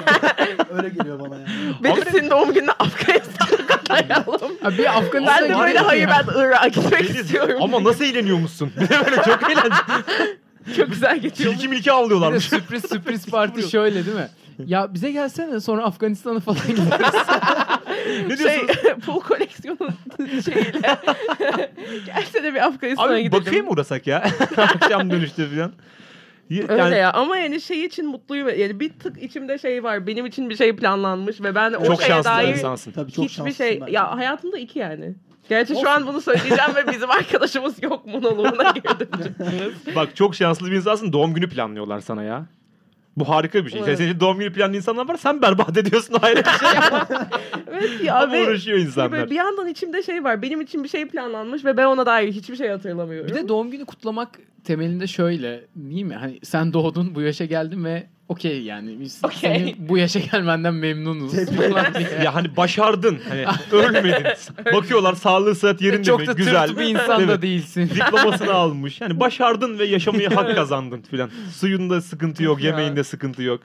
S2: Öyle geliyor bana yani.
S1: Benim senin doğum gününe Afganistan'a katlayalım.
S4: Abi bir Afganistan'a
S1: ben de böyle
S4: gidelim
S1: hayır
S4: ya.
S1: ben Irak'a gitmek
S3: Deniz,
S1: istiyorum.
S3: ama nasıl eğleniyormuşsun? böyle çok eğlenceli.
S1: Çok şey, güzel geçiyor.
S3: Tilki milki
S4: Bir de
S3: avlıyorlarmış.
S4: sürpriz sürpriz parti şöyle değil mi? Ya bize gelsene sonra Afganistan'a falan gideriz.
S3: ne diyorsun?
S1: Şey, bu koleksiyonun şeyiyle. Gelse de bir Afganistan'a
S3: Abi
S1: gidelim.
S3: bakayım uğrasak ya. Akşam dönüşte falan. Y-
S1: Öyle
S3: yani
S1: ya ama yani şey için mutluyum. Yani bir tık içimde şey var. Benim için bir şey planlanmış ve ben o
S3: Çok
S1: şeye
S3: şanslı
S1: dair
S3: insansın.
S2: Tabii çok
S1: hiçbir
S2: şanslısın
S1: şey...
S2: bence.
S1: Ya hayatımda iki yani. Gerçi
S2: Olsun.
S1: şu an bunu söyleyeceğim ve bizim arkadaşımız yok monoloğuna girdim.
S3: Bak çok şanslı bir insansın. Doğum günü planlıyorlar sana ya. Bu harika bir şey.
S1: Evet.
S3: Senin doğum günü planlı insanlar var. Sen berbat ediyorsun ayrı bir şey.
S1: evet ya
S3: Ama
S1: ve
S3: uğraşıyor insanlar.
S1: böyle bir yandan içimde şey var. Benim için bir şey planlanmış ve ben ona dair hiçbir şey hatırlamıyorum.
S4: bir de doğum günü kutlamak temelinde şöyle değil mi? Hani sen doğdun bu yaşa geldin ve okey yani biz
S1: Okey.
S4: senin bu yaşa gelmenden memnunuz. Falan diye.
S3: Ya hani başardın. Hani ölmedin. Bakıyorlar sağlığı sıhhat yerinde mi?
S4: Çok da
S3: Güzel.
S4: tırtı bir insan
S3: Evet.
S4: da değilsin.
S3: Diplomasını almış. Yani başardın ve yaşamaya hak kazandın filan. Suyunda sıkıntı yok,
S1: Ya.
S3: yemeğinde sıkıntı yok.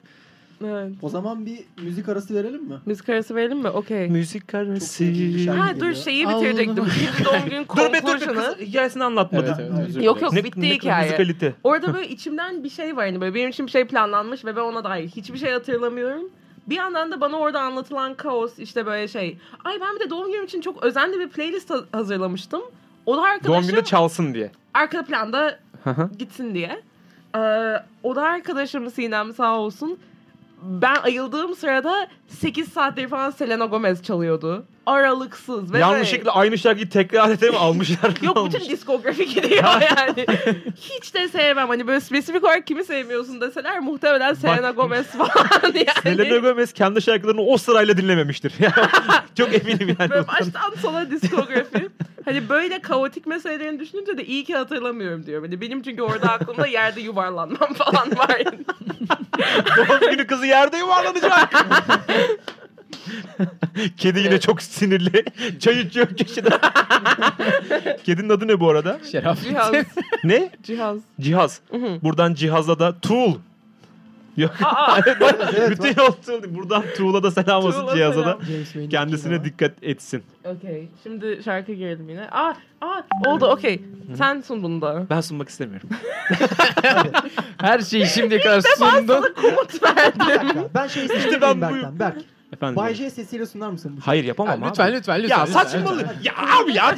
S1: Evet.
S2: O zaman bir müzik arası verelim mi?
S1: Müzik arası verelim mi? Okey.
S3: Müzik arası.
S2: sevdiğim bir şarkı.
S1: Ha dur
S2: geliyor.
S1: şeyi
S4: Allah.
S1: bitirecektim. Bir doğum günü
S3: Dur be dur be.
S1: conclusion'ı.
S3: kız Hikayesini anlatmadı.
S4: Evet, evet, özür
S1: Yok,
S4: dilerim.
S1: yok. Bitti hikaye.
S3: müzikalite.
S1: Orada böyle içimden bir şey var hani böyle benim için bir şey planlanmış ve ben ona dair hiçbir şey hatırlamıyorum. Bir yandan da bana orada anlatılan kaos işte böyle şey. Ay ben bir de doğum günüm için çok özenli bir playlist ha- hazırlamıştım. O da arkadaşım
S3: Doğum günde çalsın diye.
S1: arka planda
S3: Hı hı.
S1: gitsin diye. Ee, o da arkadaşım Sinem sağ olsun. ben ayıldığım sırada 8 saattir falan Selena Gomez çalıyordu. Aralıksız. Ve
S3: Yanlışlıkla aynı şarkıyı tekrar edip almışlar.
S1: Yok
S3: almış.
S1: bütün diskografi gidiyor yani. Hiç de sevmem. Hani böyle spesifik olarak kimi sevmiyorsun deseler muhtemelen Selena Gomez falan yani.
S3: Selena Gomez kendi şarkılarını o sırayla dinlememiştir. Yani Çok eminim yani.
S1: Böyle
S3: ondan.
S1: baştan sona diskografi. hani böyle kaotik meselelerini düşününce de iyi ki hatırlamıyorum diyor. Hani benim çünkü orada aklımda yerde yuvarlanmam falan var. yani.
S3: Doğum günü kızı yerde yuvarlanacak. Kedi yine çok sinirli. Çay içiyor köşede. Kedinin adı ne bu arada?
S4: Şeraf.
S1: Cihaz.
S3: Ne?
S1: Cihaz.
S3: Cihaz.
S1: Mhm.
S3: Buradan cihaza da Tool. Yok.
S1: Aa,
S3: Bütün yol Tool. Buradan Tool'a da selam olsun
S1: Tool'a
S3: cihaza da.
S1: selam.
S2: James Wayne'in
S3: Kendisine
S2: cihazı.
S3: dikkat etsin.
S1: okey. Şimdi şarkı girelim yine. Aa, aa oldu okey. Sen sun bunu da.
S3: Ben sunmak istemiyorum.
S4: Her şeyi şimdiye kadar sundun.
S1: Sana komut verdim.
S2: Ben şey
S3: İşte
S2: istedim
S3: ben bu-
S2: Berk'ten. Berk.
S3: Efendim.
S2: Bay J sesiyle sunar mısın? bu şarkıyı?
S3: Hayır yapamam abi.
S4: Lütfen lütfen lütfen.
S3: Ya
S4: lütfen,
S3: saçmalı.
S4: lütfen.
S3: Ya abi ya.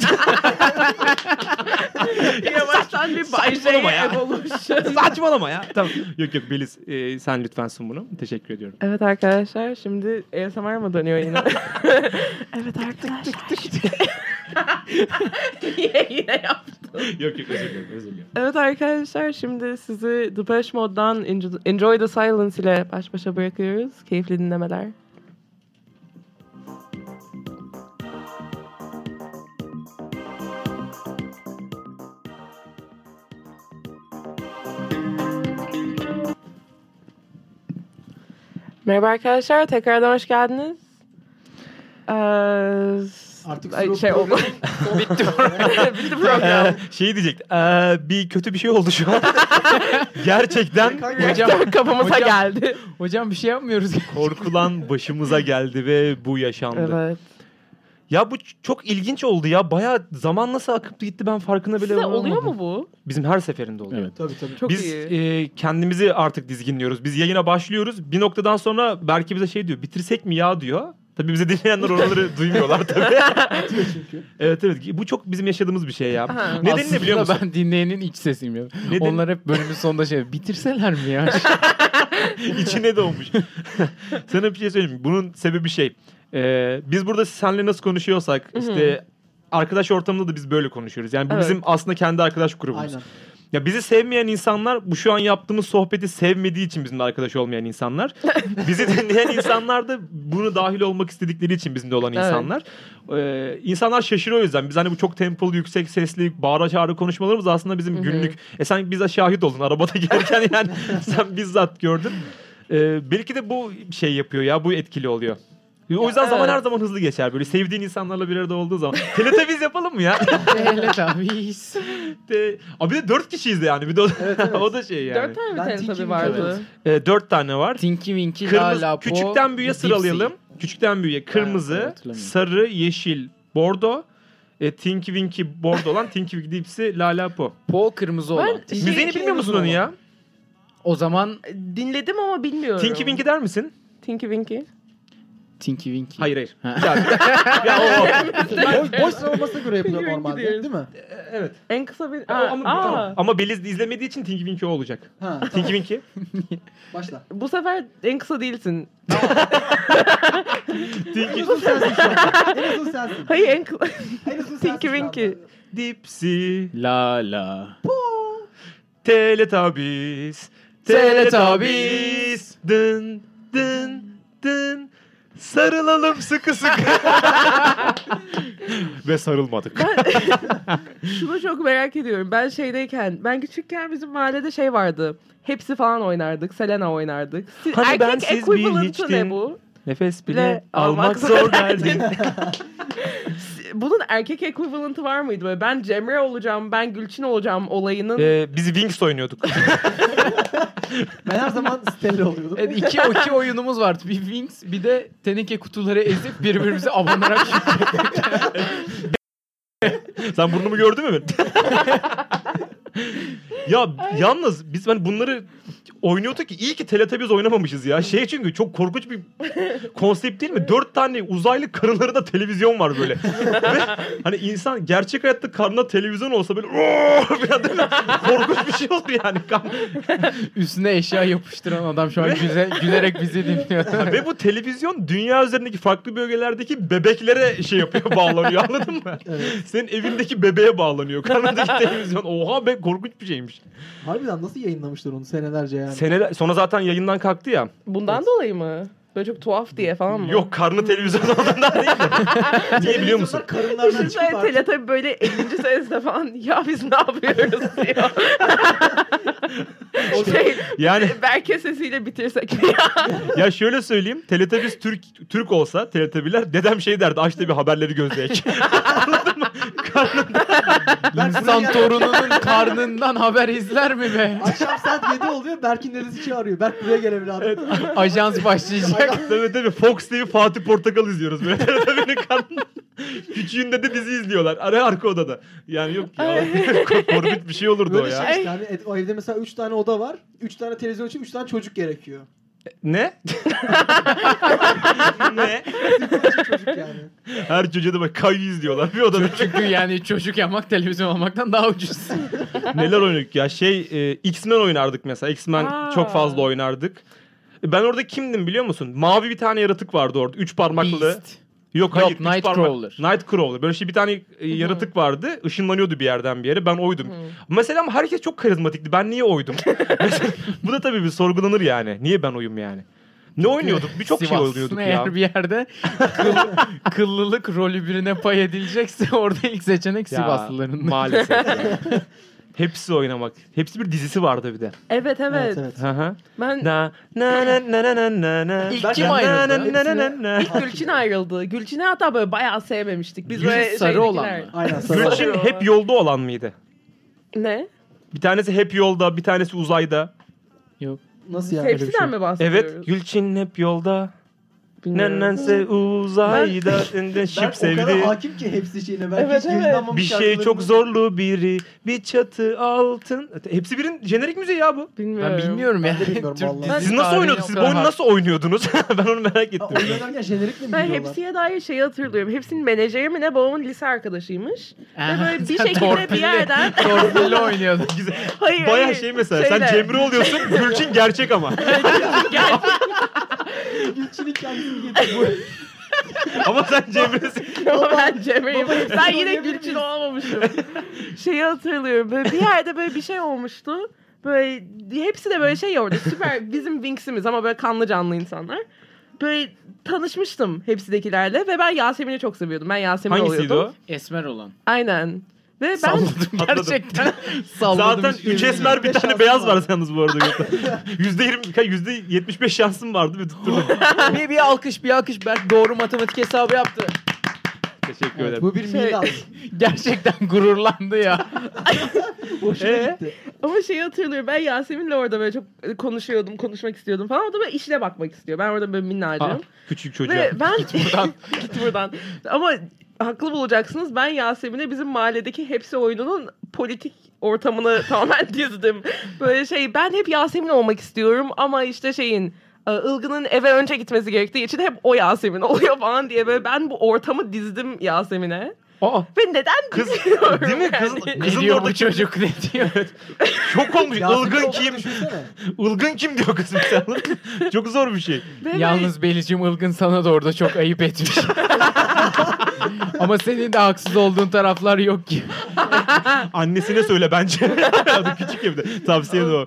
S1: Yavaştan bir Bay J
S3: saçmalama ya.
S1: Evolution.
S3: Saçmalama ya. Tamam. Yok yok Beliz e, sen lütfen sun bunu. Teşekkür ediyorum.
S1: Evet arkadaşlar şimdi ASMR mı dönüyor yine? evet arkadaşlar. Niye yine yaptım?
S3: yok yok özür dilerim özür dilerim.
S1: Evet arkadaşlar şimdi sizi Depeche Mode'dan Enjo- Enjoy the Silence ile baş başa bırakıyoruz. Keyifli dinlemeler. Merhaba arkadaşlar tekrardan hoş geldiniz. Ee,
S2: Artık
S1: Ay,
S2: Suro
S1: şey oldu.
S2: programı-
S1: Bitti program.
S3: Ee, şey diyecek. Ee, bir kötü bir şey oldu şu an. Gerçekten
S4: Hocam,
S1: Kafamıza
S4: hocam,
S1: geldi.
S4: hocam bir şey yapmıyoruz.
S3: korkulan başımıza geldi ve bu yaşandı.
S1: Evet.
S3: Ya bu ç- çok ilginç oldu ya. Bayağı zaman nasıl akıp gitti ben farkına bile
S1: Size oluyor
S3: varamadım.
S1: mu bu?
S3: Bizim her seferinde oluyor.
S4: Evet.
S2: Tabii tabii.
S1: Çok
S3: Biz
S1: iyi.
S3: e, kendimizi artık dizginliyoruz. Biz yayına başlıyoruz. Bir noktadan sonra belki bize şey diyor. Bitirsek mi ya diyor. Tabii bize dinleyenler oraları duymuyorlar tabii.
S2: Bitiyor çünkü.
S3: Evet evet. Bu çok bizim yaşadığımız bir şey ya.
S1: Aha.
S3: Nedenini
S4: Aslında
S3: biliyor musun?
S4: ben dinleyenin iç sesiyim ya.
S3: Neden-
S4: Onlar hep bölümün sonunda şey bitirseler mi ya?
S3: İçine doğmuş. Sana bir şey söyleyeyim. mi? Bunun sebebi şey. Ee, biz burada seninle nasıl konuşuyorsak
S1: Hı hı.
S3: işte arkadaş ortamında da biz böyle konuşuyoruz. Yani bu
S1: Evet.
S3: bizim aslında kendi arkadaş grubumuz.
S2: Aynen.
S3: Ya bizi sevmeyen insanlar bu şu an yaptığımız sohbeti sevmediği için bizimle arkadaş olmayan insanlar. bizi dinleyen insanlar da bunu dahil olmak istedikleri için bizimle olan
S1: Evet.
S3: insanlar. Ee, insanlar şaşırıyor o yüzden. Biz hani bu çok tempolu, yüksek sesli, bağıra çağrı konuşmalarımız aslında bizim
S1: Hı hı.
S3: günlük. E sen bize şahit oldun arabada gelirken yani sen bizzat gördün. Ee, belki de bu şey yapıyor ya bu etkili oluyor. O yüzden
S1: evet.
S3: zaman her zaman hızlı geçer böyle sevdiğin insanlarla bir arada olduğu zaman. Teletabiz yapalım mı ya?
S4: Evet abi.
S3: de, abi bir de dört kişiyiz de yani. Bir de o, o da şey yani.
S1: Dört tane mi
S2: Ben
S1: tane tabii
S2: Tinky
S1: vardı.
S2: Winky
S3: E, dört tane var.
S4: Tinky Winky
S3: Kırmızı,
S4: La La Po,
S3: küçükten büyüğe
S4: Dipsy.
S3: sıralayalım. Küçükten büyüğe
S4: Ha,
S3: kırmızı,
S4: hatırlamıyorum.
S3: sarı, yeşil, bordo. E, Tinky Winky bordo olan Tinky Winky Dipsy La La Po.
S4: Po kırmızı olan.
S1: Ben- Tinky
S3: Müziğini
S1: Winky
S3: bilmiyor musun onu ya?
S4: O zaman
S1: Dinledim ama bilmiyorum.
S3: Tinky Winky der misin?
S1: Tinky Winky.
S4: Tinky Winky.
S3: Hayır hayır.
S4: Ha.
S3: Ya, o, o.
S2: Boy, boy sıralamasına göre yapılıyor
S1: Bilmiyorum,
S2: normalde
S1: gidiyoruz.
S2: değil mi?
S3: Evet.
S1: En kısa bir...
S3: O-
S1: Aa,
S3: ama,
S1: aa.
S3: tamam. ama Beliz izlemediği için Tinky Winky o olacak.
S2: Ha,
S3: Tinky Winky.
S2: başla.
S1: Bu sefer en kısa değilsin.
S2: En
S3: Tinky
S2: uzun sensin şu an. En uzun sensin.
S1: Hayır en kısa...
S2: En uzun sensin.
S1: Tinky
S2: şu anda.
S1: Winky.
S3: Dipsy.
S4: La La.
S3: Teletubbies.
S4: Teletubbies.
S3: Dın dın dın. Sarılalım sıkı sıkı. Ve sarılmadık.
S1: Şunu çok merak ediyorum. Ben şeydeyken, ben küçükken bizim mahallede şey vardı. Hepsi falan oynardık. Selena oynardık. Si-
S3: Hani
S1: erkek
S3: ben siz bir
S1: equivalent'ı
S3: hiçtin.
S1: ne bu?
S3: Nefes bile,
S1: Bile
S3: almak,
S1: almak
S3: zor
S1: zor
S3: geldi.
S1: Si- Bunun erkek equivalent'ı var mıydı? Böyle ben Cemre olacağım, ben Gülçin olacağım olayının.
S3: ee, biz Wings oynuyorduk.
S2: Ben her zaman Stella oluyordum.
S4: Evet, iki, iki oyunumuz vardı. Bir Wings bir de teneke kutuları ezip birbirimize abonarak
S3: Sen burnumu gördün mü? ya yalnız biz hani bunları oynuyordu ki iyi ki Teletubbies oynamamışız ya. Şey çünkü çok korkunç bir konsept değil mi? Dört tane uzaylı karılarında televizyon var böyle. Ve hani insan gerçek hayatta karnına televizyon olsa böyle "Oo!" falan değil mi? Korkunç bir şey olur yani.
S4: Üstüne eşya yapıştıran adam şu an güze- gülerek bizi dinliyor.
S3: Ve bu televizyon dünya üzerindeki farklı bölgelerdeki bebeklere şey yapıyor bağlanıyor anladın mı? Senin evindeki bebeğe bağlanıyor. Karnındaki televizyon. Oha be korkunç bir şeymiş.
S2: Harbiden nasıl yayınlamışlar onu senelerce yani?
S3: Seneler sonra zaten yayından kalktı ya.
S1: Bundan dolayı mı? Böyle çok tuhaf diye falan mı?
S3: Yok karnı televizyon olduğundan değil de. Niye biliyor musun?
S2: Televizyonlar Karınlardan çıkıp
S1: Düşünsene
S2: artık.
S1: tele tabii böyle 50. senesinde falan ya biz ne yapıyoruz diyor. şey,
S3: Yani
S1: Berke sesiyle bitirsek.
S3: ya şöyle söyleyeyim. Teletubbies Türk Türk olsa Teletubbiler dedem şey derdi. Aç da bir haberleri gözleyek. Anladın mı? Karnında.
S2: Ben buraya
S4: İnsan
S2: geldim.
S4: torununun karnından haber izler mi be?
S2: Akşam saat 7 oluyor. Berk'in dedesi çağırıyor. Berk buraya gel evladım.
S3: Evet.
S4: Ajans başlayacak.
S3: tabii tabii Fox TV Fatih Portakal izliyoruz böyle. Teletubbies'in karnında. Küçüğünde de dizi izliyorlar. Ara arka odada. Yani yok ya. Korkunç bir şey olurdu o
S2: Böyle
S3: ya.
S2: şey işte hani et- o evde mesela 3 tane oda var. 3 tane televizyon için 3 tane çocuk gerekiyor.
S3: Ne? ne?
S2: çocuk yani.
S3: Her çocuğa da bak kayu izliyorlar bir odada.
S4: Çünkü yani çocuk yapmak televizyon almaktan daha ucuz.
S3: Neler oynadık ya? Şey e, X-Men oynardık mesela. X-Men
S1: Aa.
S3: çok fazla oynardık. E, Ben orada kimdim biliyor musun? Mavi bir tane yaratık vardı orada. Üç parmaklı.
S4: Beast.
S3: Yok hayır. üç
S4: Nightcrawler.
S3: parmak- Nightcrawler. Böyle şey bir tane e, yaratık vardı. Işınlanıyordu bir yerden bir yere. Ben oydum. Mesela ama herkes çok karizmatikti. Ben niye oydum? Mesela bu da tabii bir sorgulanır yani. Niye ben oyum yani? Ne oynuyorduk? Birçok şey
S4: Sivas'ın
S3: oynuyorduk ya.
S4: eğer bir yerde kıl, kıllılık rolü birine pay edilecekse orada ilk seçenek
S3: Ya,
S4: Sivaslıların.
S3: Maalesef. ya. Hepsi oynamak. Hepsi bir dizisi vardı bir de.
S1: evet, evet
S2: Evet evet.
S3: Hı hı.
S1: Ben
S3: Na na na na na na na na.
S4: İlk
S3: Na,
S4: kim
S3: na,
S4: ayrıldı?
S3: na, na, na, na.
S1: ilk Gülçin ayrıldı. Gülçin'i hatta böyle bayağı sevmemiştik. Biz
S4: Yüzü
S1: böyle
S4: sarı olan
S1: şeydekiler-
S4: mı?
S2: Aynen sana.
S3: Gülçin
S1: Sarı.
S3: hep yolda olan mıydı?
S1: Ne?
S3: Bir tanesi hep yolda, bir tanesi uzayda.
S2: Nasıl yani? şey?
S1: Hepsinden
S4: şey?
S1: mi bahsediyoruz?
S3: Evet, Gülçin hep yolda.
S1: Bilmiyorum.
S3: Nenense uzayda. Senden
S2: Ben
S3: şıp
S2: o kadar
S3: sevdi.
S2: hakim ki hepsi şeyine. Belki
S1: Evet,
S2: hiç
S1: evet.
S2: yayınlanmamış
S3: Bir şey
S2: şarkılarını-
S3: çok zorlu biri. Bir çatı altın. Hepsi birin jenerik müziği ya bu.
S1: Bilmiyorum.
S4: Ben bilmiyorum yani.
S2: de bilmiyorum
S4: Türk
S2: vallahi.
S4: dizisi
S3: Siz nasıl
S4: tarihine
S3: oynuyordunuz?
S4: o
S3: Siz bu
S4: kadar
S3: oyunu
S4: hakim-
S3: nasıl oynuyordunuz? ben onu merak
S2: Ha,
S3: ettim.
S2: Oynanırken jenerikle mi
S1: Ben
S2: biliyorlar?
S1: hepsiye dair şeyi hatırlıyorum. Hepsinin menajeri mi ne babamın lise arkadaşıymış. Ve böyle bir
S4: Sen
S1: şekilde bir
S4: torpille-
S1: yerden...
S4: Torpille oynuyordu.
S3: Güzel.
S1: Hayır,
S3: Baya
S1: hayır.
S3: şey mesela
S1: Şeyle-
S3: sen Cemre oluyorsun Gülçin gerçek ama.
S1: Gel-
S2: Gülçin'in kendisini getiriyor.
S3: ama sen Cemre'sin.
S1: Ama ben Cemre'yim.
S2: baba hepsini
S1: Ben yine
S2: oynayabilir
S1: Gülçin
S2: miyiz?
S1: olamamışım. Şeyi hatırlıyorum. Böyle bir yerde böyle bir şey olmuştu. Böyle hepsi de böyle şey ya orada süper bizim Winx'imiz ama böyle kanlı canlı insanlar. Böyle tanışmıştım hepsidekilerle ve ben Yasemin'i çok seviyordum. Ben Yasemin
S3: Hangisiydi
S1: oluyordum.
S3: o?
S4: Esmer olan.
S1: Aynen. Ve ben
S4: Salladım
S3: Atladım.
S4: gerçekten. Salladım.
S3: Zaten
S4: hiç
S3: 3
S4: bilmiyorum.
S3: esmer bir
S2: Beş
S3: tane
S2: şansım
S3: beyaz var
S2: vardı.
S3: yalnız bu arada. %20, %75 şansım vardı ve tutturdum.
S4: bir, bir alkış bir alkış. Berk doğru matematik hesabı yaptı.
S3: Teşekkür
S2: Evet,
S3: ederim.
S2: bu bir
S1: Şey-
S2: milat.
S4: Gerçekten gururlandı ya.
S2: Boşuna
S3: Ee?
S2: gitti.
S1: Ama şeyi hatırlıyorum ben Yasemin'le orada böyle çok e, konuşuyordum, konuşmak istiyordum falan. O da böyle işine bakmak istiyor. Ben orada böyle
S3: Aa,
S1: minnacığım.
S3: Küçük çocuğa.
S1: Ve ben
S4: Buradan
S1: git buradan. Ama haklı bulacaksınız. Ben Yasemin'e bizim mahalledeki hepsi oyununun politik ortamını tamamen dizdim. Böyle şey ben hep Yasemin olmak istiyorum ama işte şeyin e, Ilgın'ın eve önce gitmesi gerektiği için hep o Yasemin oluyor falan diye böyle ben bu ortamı dizdim Yasemin'e.
S3: Aa,
S1: Ve neden
S3: Kız-
S1: bilmiyorum
S3: değil mi? Kız-
S1: yani.
S4: ne
S3: Kızın
S4: diyor bu
S3: oradaki-
S4: çocuk ne diyor?
S3: şok olmuş.
S2: Yasemin
S3: Ilgın
S2: olduğunu
S3: kim?
S2: düşünsene.
S3: Ilgın kim diyor kız mesela. Çok zor bir şey.
S1: Ve böyle-
S4: Yalnız Belicim Ilgın sana da orada çok ayıp etmiş. Ama senin de haksız olduğun taraflar yok ki.
S3: Annesine söyle bence. Adam Küçük evde. Tavsiye de o.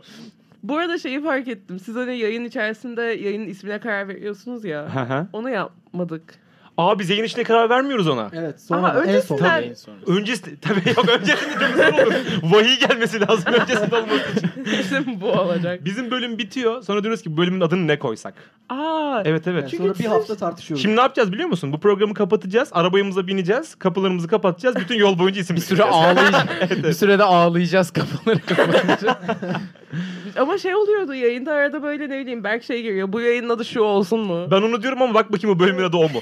S1: Bu arada şeyi fark ettim. Siz hani yayın içerisinde yayının ismine karar veriyorsunuz ya.
S3: Hı hı.
S1: Onu yapmadık.
S3: Abi biz yayın içinde karar vermiyoruz ona.
S2: Evet sonra
S1: Aha,
S2: en son.
S1: öncesinden-
S4: En son.
S3: Öncesi tabii yok öncesinde çok güzel olur. Vahiy gelmesi lazım öncesinde olması için.
S1: İsim bu olacak.
S3: Bizim bölüm bitiyor. Sonra diyoruz ki bölümün adını ne koysak?
S1: Aa,
S3: Evet evet.
S2: Yani
S1: Çünkü
S2: sonra bir
S1: siz-
S2: hafta tartışıyoruz.
S3: Şimdi ne yapacağız biliyor musun? Bu programı kapatacağız. Arabamıza bineceğiz. Kapılarımızı kapatacağız. Bütün yol boyunca isim
S4: Bir süre ağlayacağız. Bir sürede ağlayacağız kafaları kapanacak.
S1: Ama şey oluyordu yayında arada böyle ne bileyim Berk şey giriyor. Bu yayının adı şu olsun mu?
S3: Ben onu diyorum ama bak bakayım o bölümün adı o mu?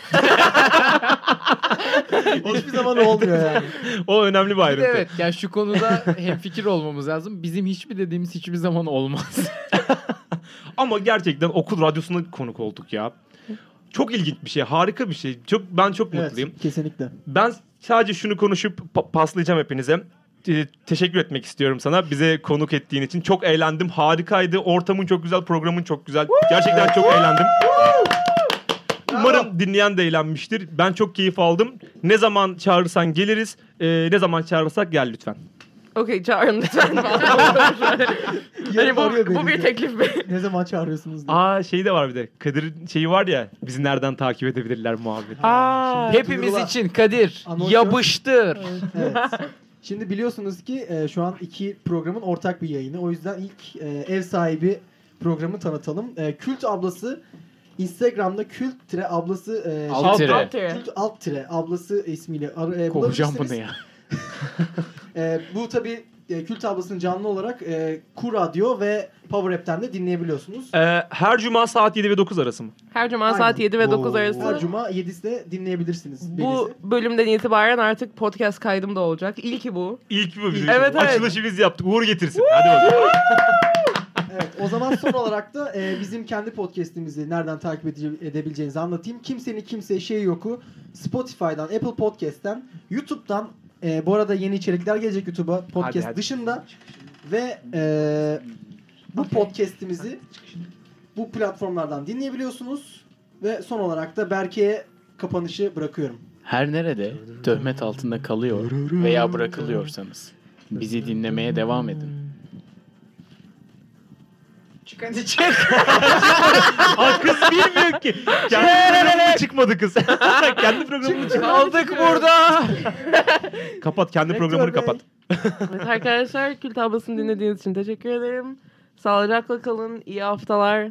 S2: Hiçbir zaman olmuyor yani.
S3: o önemli bir ayrıntı.
S4: evet yani şu konuda hemfikir olmamız lazım. Bizim hiçbir dediğimiz hiçbir zaman olmaz.
S3: Ama gerçekten okul radyosuna konuk olduk ya. Çok ilginç bir şey, harika bir şey. Çok ben çok mutluyum.
S2: Evet, kesinlikle.
S1: Hani
S3: Ben sadece şunu konuşup pa- paslayacağım hepinize. Ee, teşekkür etmek istiyorum sana bize konuk ettiğin için. Çok eğlendim, harikaydı. Ortamın çok güzel, programın çok güzel. Gerçekten çok eğlendim. Umarım dinleyen de eğlenmiştir. Ben çok keyif aldım. Ne zaman çağırırsan geliriz. Ee, ne zaman çağırırsak gel lütfen.
S1: Okey çağırın lütfen. hani
S2: Yarın
S1: bu,
S2: arıyor
S1: bu
S2: beni
S1: bir
S2: diyor.
S1: teklif mi?
S2: Ne zaman çağırıyorsunuz diye.
S3: Aa şey de var bir de. Kadir'in şeyi var ya. Bizi nereden takip edebilirler muhabbeti.
S1: Aa,
S4: Hepimiz
S2: Duyurular.
S4: için Kadir
S2: Anons yok.
S4: yapıştır.
S2: Evet. Şimdi biliyorsunuz ki e, şu an iki programın ortak bir yayını. O yüzden ilk e, ev sahibi programı tanıtalım. E, Kült ablası Instagram'da kült tire ablası e,
S4: Alt
S2: şey-
S4: tire.
S1: Alt tire.
S2: Kült alt tire ablası ismiyle ar- e,
S4: Kovacağım
S2: bulabilirsiniz.
S4: bunu ya.
S2: E, bu tabi e, kült ablasını canlı olarak e, Ku Radyo ve Power App'ten de dinleyebiliyorsunuz.
S3: Ee, her cuma saat 7 ve 9 arası mı?
S1: Her cuma
S2: Aynen.
S1: saat 7 ve 9
S4: Oo.
S2: Her
S1: arası.
S2: cuma 7'de
S1: Bu
S2: dinleyebilirsiniz. Belirse.
S1: bölümden itibaren artık podcast kaydım da olacak. İlki bu.
S3: İlk bu bizim.
S1: Evet, evet.
S3: Açılışı biz yaptık. Uğur getirsin. Hadi bakalım.
S2: Evet, o zaman son olarak da e, bizim kendi podcast'imizi nereden takip ede- edebileceğinizi anlatayım. Kimsenin kimseye şey yoku. Spotify'dan, Apple Podcast'ten, YouTube'dan e, bu arada yeni içerikler gelecek YouTube'a podcast
S3: Hadi, hadi.
S2: dışında ve e, bu podcast'imizi bu platformlardan dinleyebiliyorsunuz ve son olarak da Berke'ye kapanışı bırakıyorum.
S4: Her nerede töhmet altında kalıyor veya bırakılıyorsanız bizi dinlemeye devam edin.
S3: Aa, kız bilmiyor ki. Kendi programına çıkmadı kız. kendi programını çık.
S4: Kaldık burada.
S3: Kapat kendi programını
S2: Rektör
S3: kapat.
S1: Evet arkadaşlar Kül Tablası'nı dinlediğiniz için teşekkür ederim. Sağlıcakla kalın. İyi haftalar.